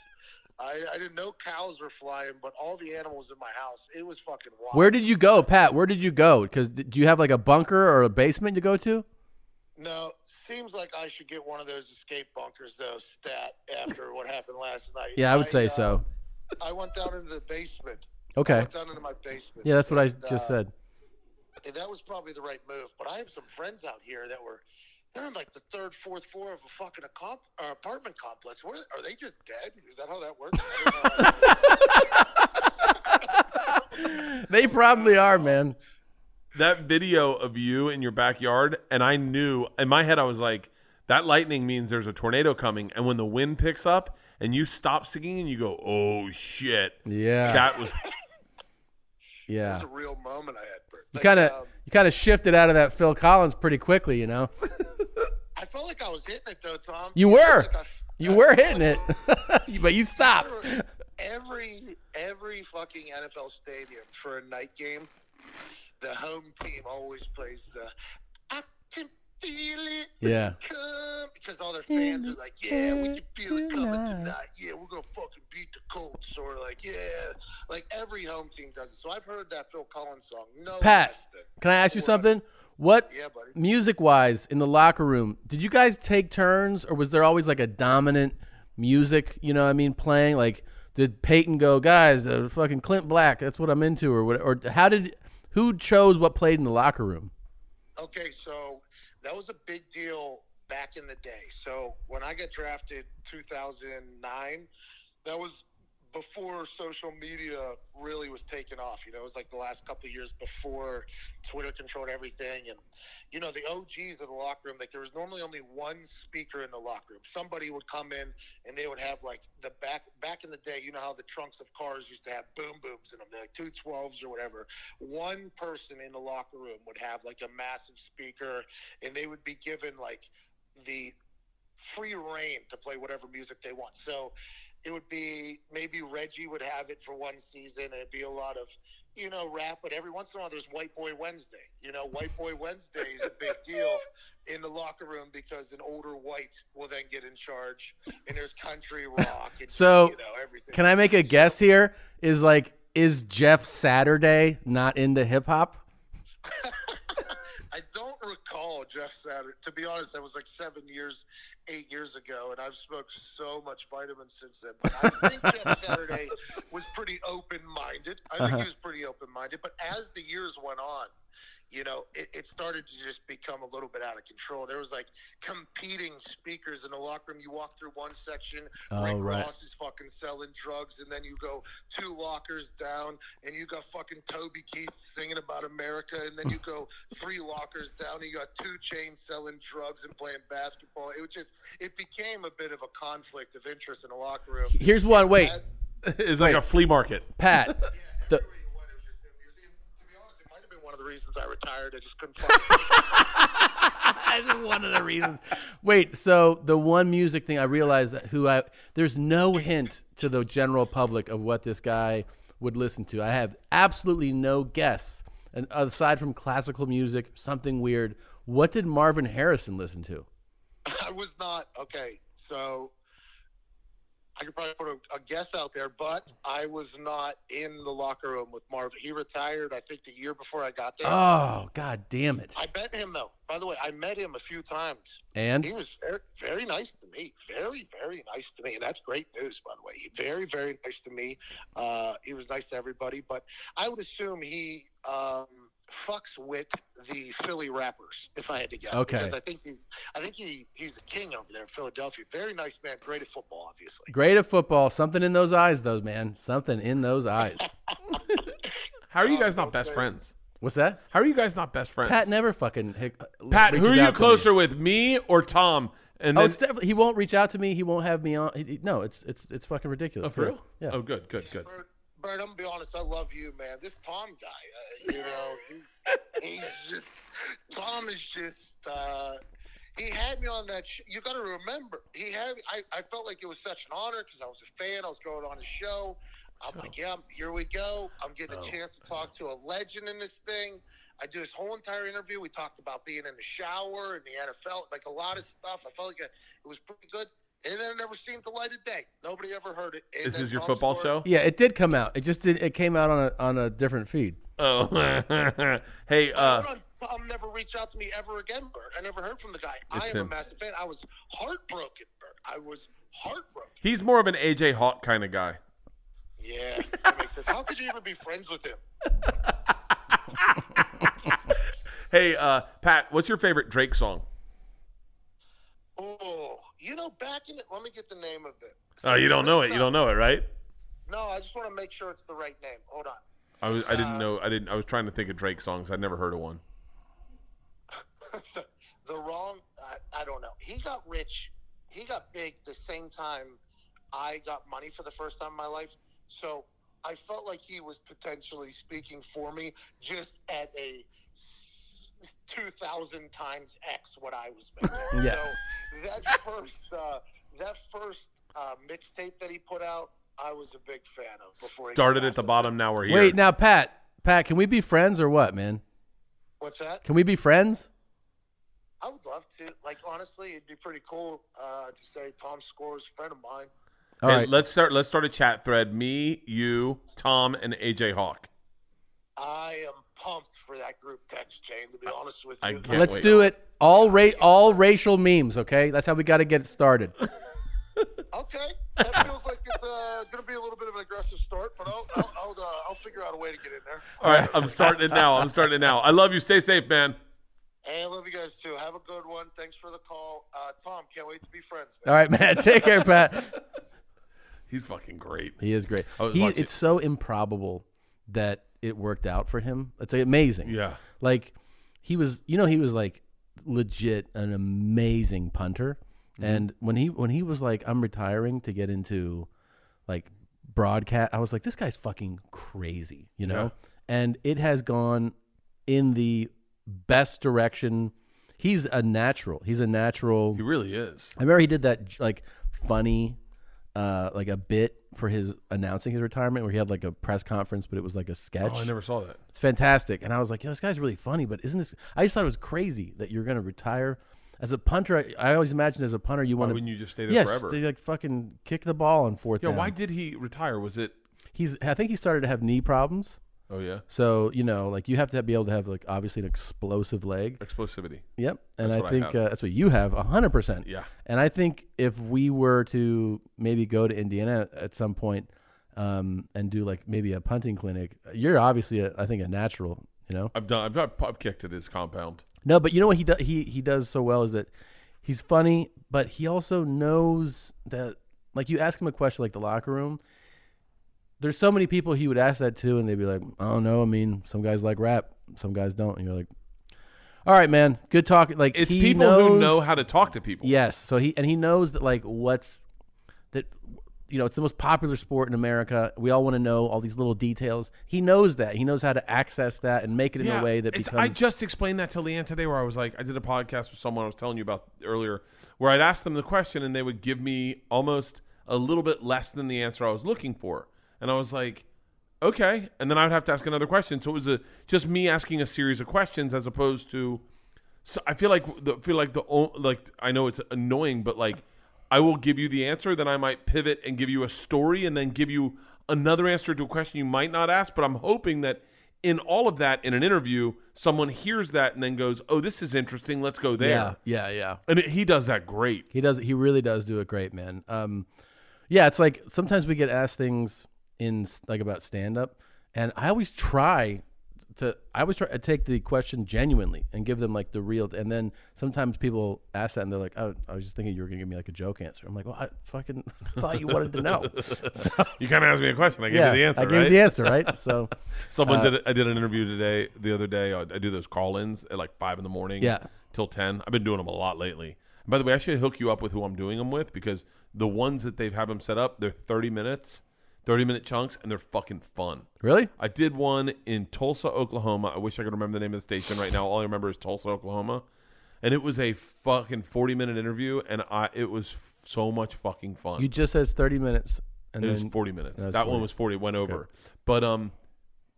I, I didn't know cows were flying, but all the animals in my house, it was fucking wild.
Where did you go, Pat? Where did you go? Because do you have like a bunker or a basement to go to?
No, seems like I should get one of those escape bunkers though. Stat after what happened last night.
Yeah, I would say
uh,
so.
I went down into the basement.
Okay.
I went down into my basement.
Yeah, that's what I
and, uh,
just said.
and that was probably the right move. But I have some friends out here that were they're on like the third, fourth floor of a fucking accom- uh, apartment complex. Where are they just dead? Is that how that works? I don't know.
They probably are, man.
That video of you in your backyard, and I knew in my head I was like, that lightning means there's a tornado coming. And when the wind picks up and you stop singing and you go, oh shit.
Yeah.
That was
It
Yeah.
was a real moment I had. Bert.
You
Like,
kind of
um,
you kind of shifted out of that Phil Collins pretty quickly, you know.
I felt like I was hitting it though, Tom.
You
I felt
were.
like I-
You were hitting it, but you stopped.
uh, Every every fucking NFL stadium for a night game, the home team always plays the "I can feel it
Yeah.
come," because all their fans are like, "Yeah, we can feel it coming tonight. Yeah, we're gonna fucking beat the Colts," or like, "Yeah." Like every home team does it. So I've heard that Phil Collins song. No,
Pat,
less than-
can I ask you something? What
Yeah, buddy.
music-wise in the locker room, did you guys take turns or was there always like a dominant music, you know what I mean, playing like did Peyton go, "Guys, uh, fucking Clint Black, that's what I'm into" or what or how did who chose what played in the locker room?
Okay, so that was a big deal back in the day. So when I got drafted 2009, that was before social media really was taking off. You know, it was like the last couple of years before Twitter controlled everything. And, you know, the OGs of the locker room, like there was normally only one speaker in the locker room. Somebody would come in and they would have like the back, back in the day, you know how the trunks of cars used to have boom booms in them, they're like 212s or whatever one person in the locker room would have like a massive speaker and they would be given like the free reign to play whatever music they want. So it would be maybe Reggie would have it for one season and it'd be a lot of, you know, rap, but every once in a while there's White Boy Wednesday. You know, White Boy Wednesday is a big deal in the locker room because an older white will then get in charge and there's country rock and
So,
you know everything.
can I make a guess here? Is like is Jeff Saturday not into hip hop?
I don't recall Jeff Saturday. To be honest, that was like seven years, eight years ago, and I've smoked so much vitamins since then. But I think Jeff Saturday was pretty open-minded. I think
Uh-huh.
he was pretty open-minded. But as the years went on, you know, it, it started to just become a little bit out of control. There was like competing speakers in the locker room. You walk through one section,
Oh,
Rick
right.
Ross is fucking selling drugs, and then you go two lockers down, and you got fucking Toby Keith singing about America, and then you go three lockers down, and you got two chains selling drugs and playing basketball. It was just, it became a bit of a conflict of interest in the locker room.
Here's one. Wait,
it's like a flea market.
Pat. the-
One of the reasons I retired, I just couldn't. Fucking...
one of the reasons. Wait, so the one music thing I realized that who I there's no hint to the general public of what this guy would listen to. I have absolutely no guess. And aside from classical music, something weird. What did Marvin Harrison listen to?
I was not okay. So I could probably put a, a guess out there, but I was not in the locker room with Marv. He retired, I think, the year before I got there.
Oh, god damn it.
I met him though. By the way, I met him a few times,
And?
he was very, very nice to me. Very, very nice to me, and that's great news, by the way. He- Very, very nice to me. Uh, he was nice to everybody, but I would assume he um, fucks with the Philly rappers, if I had to guess.
Okay.
Because I think he's, I think he, he's the king over there in Philadelphia. Very nice man, great at football, obviously.
Great at football. Something in those eyes, though, man. Something in those eyes.
How are you guys not best friends?
What's that?
How are you guys not best friends?
Pat never fucking. Hick-
Pat, who
reaches
are you
out to me.
closer with, me or Tom? And
oh,
then
it's definitely, he won't reach out to me. He won't have me on. he- he- no, it's it's it's fucking ridiculous.
Oh, for real?
Yeah.
Oh, good, good, good.
Bert, I'm gonna be honest, I love you, man. This Tom guy, uh, you know, he's, he's just Tom is just. Uh, he had me on that. Sh- you got to remember, he had. I, I felt like it was such an honor because I was a fan. I was going on his show. I'm like,
Oh.
yeah, here we go. I'm getting a chance to talk to a legend in this thing. I do this whole entire interview. We talked about being in the shower and the NFL, like a lot of stuff. I felt like I, it was pretty good. And then I never seen the light of day. Nobody ever heard it. And
This
then
is your
Tom
football
scored-
show?
Yeah, it did come out. It just did. It came out on a on a different feed.
Oh, hey, uh,
Tom, Tom never reached out to me ever again, Bert. I never heard from the guy. I
It's
am a
him.
massive fan. I was heartbroken, Bert. I was heartbroken.
he's more of an AJ Hawk kind of guy.
Yeah, that makes sense. How could you even be friends with him?
Hey, uh, Pat, what's your favorite Drake song?
Oh, you know, back in it. Let me get the name of it.
Oh, you don't know it. You don't know it, right?
No, I just want to make sure it's the right name. Hold on.
I was, I didn't know. I didn't. I was trying to think of Drake songs. I'd never heard of one.
the wrong I, I don't know he got rich he got big the same time i got money for the first time in my life so i felt like he was potentially speaking for me just at a 2000 times x what i was making
Yeah.
so that first uh, that first uh, mixtape that he put out i was a big fan of before he
Started at the bottom. Now we're here.
Wait, now Pat, Pat, can we be friends or what, man?
what's that
Can we be friends?
i would love to like honestly it'd be pretty cool uh, to say tom scores friend of mine
Hey, Let's start. Let's start a chat thread. Me, you, Tom, and AJ Hawk.
I am pumped for that group text chain. To be honest with
I
you,
can't
Let's
wait.
do it. All rate all racial memes. Okay, that's how we got to get it started.
okay, that feels like it's uh, going to be a little bit of an aggressive start, but I'll I'll, I'll, uh, I'll figure out a way to get in there.
All right, I'm starting it now. I'm starting it now. I love you. Stay safe, man.
Hey, I love you guys too. Have a good one. Thanks for the call, uh, Tom. Can't wait to be friends.
All right, man. Take care, Pat.
He's fucking great.
He is great.
I was
He,
watching-
it's so improbable that it worked out for him. It's like, amazing.
Yeah.
Like he was, you know, he was like legit an amazing punter.
Mhm.
And when he when he was like, I'm retiring to get into like broadcast, I was like, this guy's fucking crazy, you know. And it has gone in the best direction. He's a natural. He's a natural. He
really is.
I remember he did that j- like funny, uh, like a bit for his announcing his retirement, where he had like a press conference, but it was like a sketch.
Oh, I never saw that.
It's fantastic, and I was like, "Yo, this guy's really funny." But isn't this? I just thought it was crazy that you're going to retire as a punter. I, I always imagined as a punter, you
Why
want to
wouldn't you just stay there
yes,
forever?
They like fucking kick the ball on fourth.
Yeah.
down.
Why did he retire? Was it?
He's. I think he started to have knee problems.
Oh, yeah?
So you know, like you have to be able to have like obviously an explosive leg.
Explosivity.
Yep. And
That's
I
what I
think
have.
uh, that's what you have, hundred percent.
Yeah.
And I think if we were to maybe go to Indiana at some point um, and do like maybe a punting clinic, you're obviously a, I think a natural. You know.
I've done. I've, I've, I've kicked at his compound.
No, but you know what he do, he he does so well is that he's funny, but he also knows that like you ask him a question like the locker room. There's so many people he would ask that to, and they'd be like, "I don't know. I mean, some guys like rap, some guys don't." And you're like, "All right, man, good talk." Like
It's
he
people who
knows-
know how to talk to people.
Yes. So he and he knows that like what's that you know, it's the most popular sport in America. We all want to know all these little details. He knows that. He knows how to access that and make it in
Yeah,
a way that
it's-
becomes
I just explained that to Leanne today, where I was like, I did a podcast with someone I was telling you about earlier, where I'd ask them the question and they would give me almost a little bit less than the answer I was looking for, and I was like, okay, and then I would have to ask another question. So it was a, just me asking a series of questions as opposed to. So I feel like the feel like the o- like I know it's annoying, but like I will give you the answer, then I might pivot and give you a story, and then give you another answer to a question you might not ask. But I'm hoping that in all of that, in an interview, someone hears that and then goes, "Oh, this is interesting. Let's go there."
Yeah, yeah, yeah.
And it, he does that great.
He does. He really does do it great, man. Um, yeah, it's like sometimes we get asked things in s- like about stand up, and I always try to. I always try to take the question genuinely and give them like the real. And then sometimes people ask that, and they're like, "Oh, I was just thinking you were gonna give me like a joke answer." I'm like, "Well, I fucking thought you wanted to know." So,
you kind of asked me a question. I gave
Yeah,
you the answer.
I gave you
right?
the answer, right? So,
someone
uh,
did. I did an interview today, the other day. uh, I, I do those call-ins at like five in the morning,
Yeah.
till ten. I've been doing them a lot lately. And by the way, I should hook you up with who I'm doing them with because the ones that they've have them set up, they're thirty minutes, thirty minute chunks, and they're fucking fun.
Really?
I did one in Tulsa, Oklahoma. I wish I could remember the name of the station right now. All I remember is Tulsa, Oklahoma. And it was a fucking 40 minute interview, and I it was f- so much fucking fun
you just says 30 minutes, and
it
then
was 40 minutes. That,
was
one
40.
was 40. It went over. But um,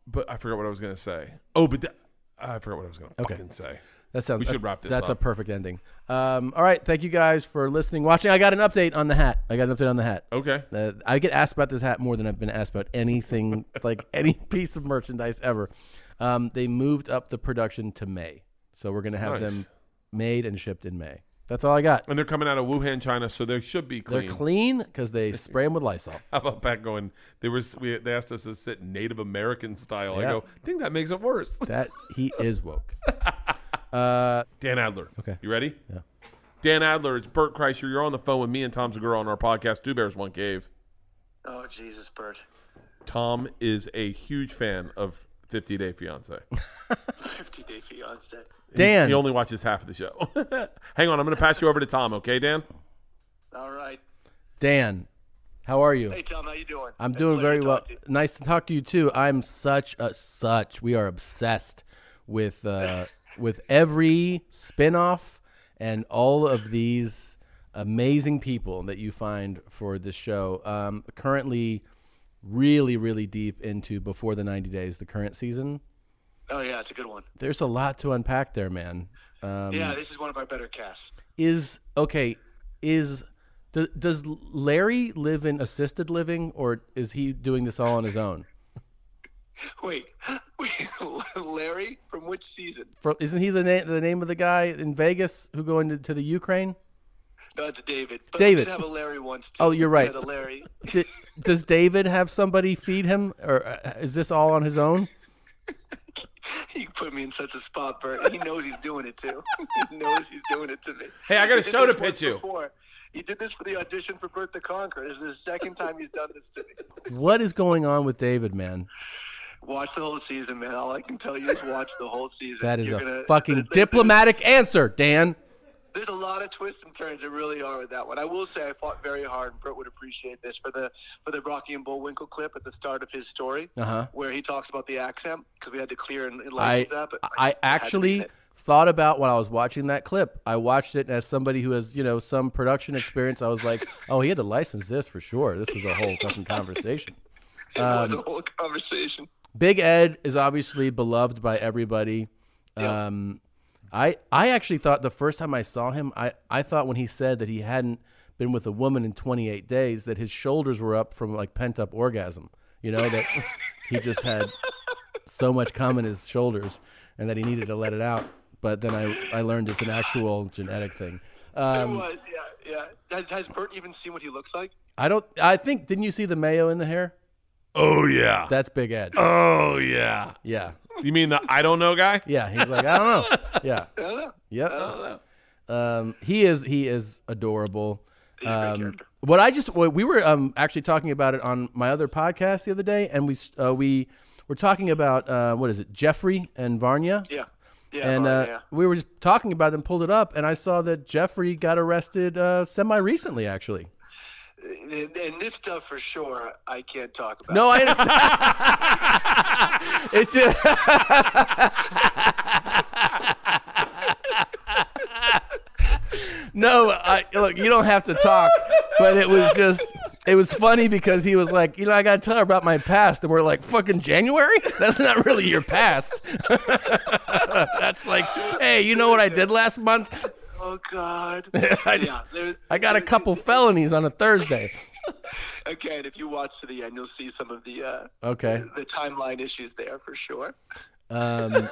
but I forgot what I was gonna say. Oh, but that, I forgot what I was gonna
Okay.
fucking say.
That sounds.
We should
that-
wrap this.
That's
up.
a perfect ending. Um, all right, thank you guys for listening, watching. I got an update on the hat. I got an update on the hat.
Okay.
Uh, I get asked about this hat more than I've been asked about anything, like any piece of merchandise ever. Um, they moved up the production to May, so we're gonna have
Nice.
them made and shipped in May. That's all I got.
And they're coming out of Wuhan, China, so they should be clean.
They're clean because they spray them with Lysol.
How about back going? They were we, they asked us to sit Native American style. I
Yeah.
go, I think that makes it worse.
That he is woke. Uh,
Dan Adler.
Okay.
You ready?
Yeah.
Dan Adler, it's Bert Kreischer. You're on the phone with me and Tom Segura on our podcast, Two Bears, One Cave.
Oh Jesus, Bert.
Tom is a huge fan of 50 Day Fiance.
50 Day Fiance.
Dan. He, only watches half of the show. Hang on, I'm going to pass you over to Tom, okay, Dan?
All right.
Dan, how are you?
Hey Tom, how you doing?
I'm doing very well. Nice to talk to you too. I'm such a such. We are obsessed with uh, with every spinoff and all of these amazing people that you find for this show. Um, currently, really, really deep into before the 90 days, the current season.
Oh yeah, it's a good one.
There's a lot to unpack there, man. Um,
yeah, this is one of our better casts.
is okay is do, does larry live in assisted living or is he doing this all on his own
Wait, wait, Larry from which season?
For, isn't he the name the name of the guy in vegas who going to, to the ukraine
No, it's David. But
David.
We did have a Larry once too.
oh you're right
We had a Larry.
D- does david have somebody feed him or uh, is this all on his own
You put me in such a spot, Bert. He knows he's doing it too. he knows he's doing it to me.
Hey, I got a
He did
show to
this once
pitch you.
Before. He did this for the audition for Bert the Conqueror. This is the second time he's done this to me.
what is going on with david man
Watch the whole season, man. All I can tell you is watch the whole season.
that is
You're
a
gonna-
fucking diplomatic answer dan
There's a lot of twists and turns. There really are with that one. I will say I fought very hard, and Bert would appreciate this for the for the Rocky and Bullwinkle clip at the start of his story,
Uh-huh.
where he talks about the accent because we had to clear and, and
I,
license that. But
I
just had to be in
actually
it.
thought about when I was watching that clip. I watched it as somebody who has, you know, some production experience. I was like, oh, he had to license this for sure. This was a whole fucking conversation.
it was
Um,
a whole conversation.
Big Ed is obviously beloved by everybody. Um, I I actually thought the first time I saw him, I, I thought when he said that he hadn't been with a woman in 28 days, that his shoulders were up from like pent up orgasm. You know that he just had so much cum in his shoulders, and that he needed to let it out. But then I I learned it's an actual genetic thing.
it
Um,
was, yeah, yeah. Has, has Bert even seen what he looks like?
I don't. I think didn't you see the mayo in the hair?
Oh, yeah.
That's Big Ed.
Oh, yeah.
Yeah.
You mean the I don't know guy?
Yeah, he's like, I don't know. Yeah. Yep.
Oh.
Um, he is he is adorable. Um, what I just what we were um actually talking about it on my other podcast the other day, and we s- uh, we were talking about uh, what is it Jeffrey and Varnia?
Yeah.
Yeah, and uh, we were just talking about them, pulled it up, and I saw that Jeffrey got arrested uh, semi recently, actually.
And, and this stuff for sure, I can't talk about.
No, I understand. it's just. no, I, look, you don't have to talk, but it was just. It was funny because he was like, you know, I gotta tell her about my past, and we're like, fucking January? That's not really your past. That's like, hey, you know what I did last month?
oh God.
I,
yeah, there-
I got a couple felonies on a Thursday.
okay, and if you watch to the end, you'll see some of the uh,
Okay.
the timeline issues there for sure.
Um,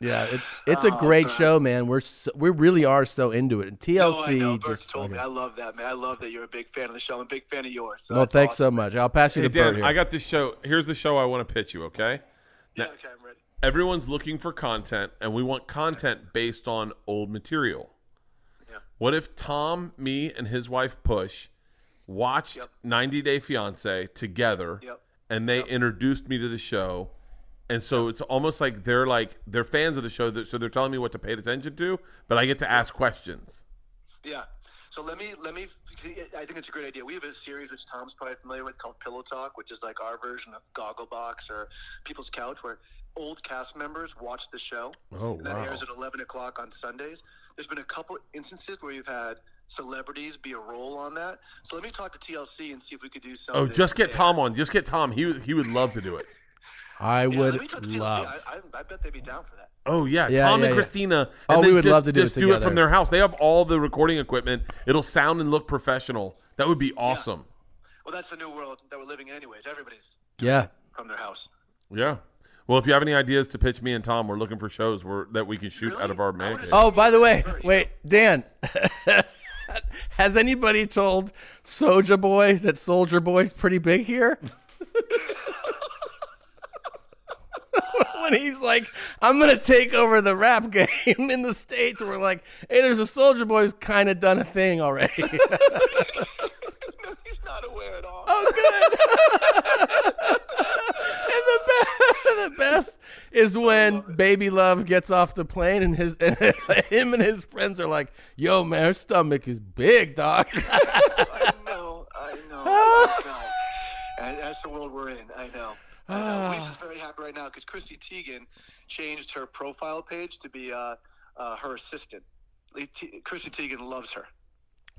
yeah, it's it's a
Oh,
great
man.
show, man. We're so, we really are so into it. And
No, I
TLC
know. Bert's
just
told me. I love that, man. I love that you're a big fan of the show. I'm a big fan of yours. So
Well,
that's
thanks
awesome.
so much. I'll pass you
Hey,
the bird
Dan,
here.
I got this show. Here's the show I want to pitch you, okay? Yeah, okay, I'm ready. Everyone's looking for content, and we want content based on old material. What if Tom, me, and his wife Push watched 90 Day Fiance together, and they introduced me to the show, and so it's almost like they're like they're fans of the show, that, so they're telling me what to pay attention to, but I get to ask questions.
Yeah. So let me let me. I think it's a great idea. We have a series which Tom's probably familiar with called Pillow Talk, which is like our version of Gogglebox or People's Couch, where old cast members watch the show.
Oh,
and that
wow.
airs at 11 o'clock on Sundays. There's been a couple instances where you've had celebrities be a role on that. So let me talk to TLC and see if we could do something.
Oh, just get
there.
Tom on. Just get Tom. He would- he would love to do it.
I
Yeah, let me talk to TLC.
love.
I, I, I bet they'd be down for that.
Oh yeah,
Yeah,
Tom
yeah,
and
yeah.
Christina.
Oh,
and
we
then
would
just,
love to do
just
it
do it
together.
from their house. They have all the recording equipment. It'll sound and look professional. That would be awesome.
Well, that's the new world that we're living in, anyways. Everybody's
Yeah.
from their house.
Yeah. Well, if you have any ideas to pitch me and Tom, we're looking for shows where that we can shoot out of our man cave.
Oh, by the way, wait, Dan. Has anybody told Soldier Boy that Soldier Boy's pretty big here? when he's like, I'm gonna take over the rap game in the states, and we're like, hey, there's a Soldier Boy who's kind of done a thing already.
Oh,
Oh, and the, be- the best is when Baby Love gets off the plane and his and him and his friends are like, "Yo, man, her stomach is big, dog."
I know, I know. Oh, God. And That's the world we're in. I know. I
Ah.
know. We're just very happy right now because Chrissy Teigen changed her profile page to be uh, uh, her assistant. Le- T- Chrissy Teigen loves her.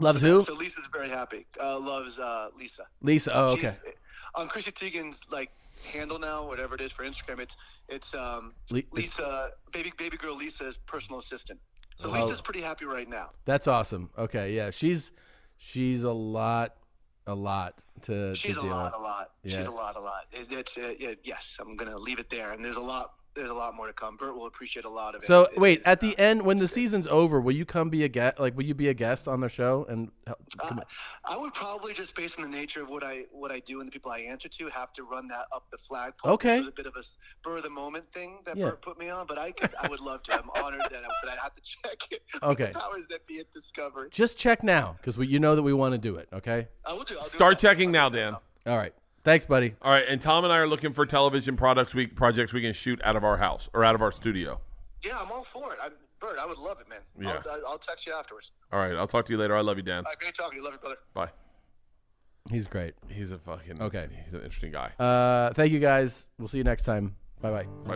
Loves
So-
who?
So Lisa's very happy. Uh, loves uh, Lisa.
Lisa, oh,
She's- uh,
okay.
On Chrissy Teigen's like handle now, whatever it is for Instagram, it's it's um,
Le-
Lisa, baby baby girl Lisa's personal assistant. So
Oh.
Lisa's pretty happy right now.
That's awesome. Okay, yeah, she's she's a lot, a lot to.
She's
to
a
deal
lot,
with.
a lot.
Yeah.
She's a lot, a lot. It, it's uh, yeah, yes. I'm gonna leave it there, and there's a lot, there's a lot more to come. Bert will appreciate a lot of it.
So
It- uh,
wait, at the end when the season's over, will you come be a guest? Like, will you be a guest on the show? And help,
Uh,
come on.
I would probably just based on the nature of what I what I do and the people I answer to have to run that up the flagpole.
Okay.
It was a bit of a spur of the moment thing that
Yeah.
Bert put me on, but I could, I would love to. I'm honored that, I, but I'd have to check it. with
Okay.
The powers that be at Discovery.
just check now because you know that we want to do it. Okay.
I will do. I'll
Start checking now, Dan.
All right. Thanks, buddy.
All right, and Tom and I are looking for television products we projects we can shoot out of our house or out of our studio.
do. Yeah, I'm all for it. I'm, Bert, I would love it, man.
Yeah.
I'll, I'll text you afterwards.
All right, I'll talk to you later. I love you, Dan.
All right, great talking to you. Love you, brother.
Bye.
He's great.
He's a fucking
Okay.
He's an interesting guy.
Uh, thank you guys. We'll see you next time. Bye bye.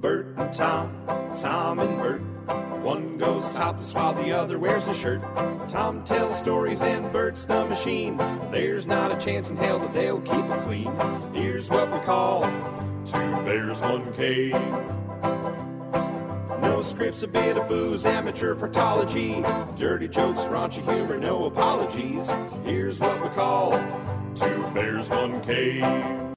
Bert, Tom, Tom and Bert. One goes topless while the other wears a shirt. Tom tells stories and Bert's the machine. There's not a chance in hell that they'll keep it clean. Here's what we call two bears, one cave. No scripts, a bit of booze, amateur partology. Dirty jokes, raunchy humor, no apologies. Here's what we call two bears, one cave.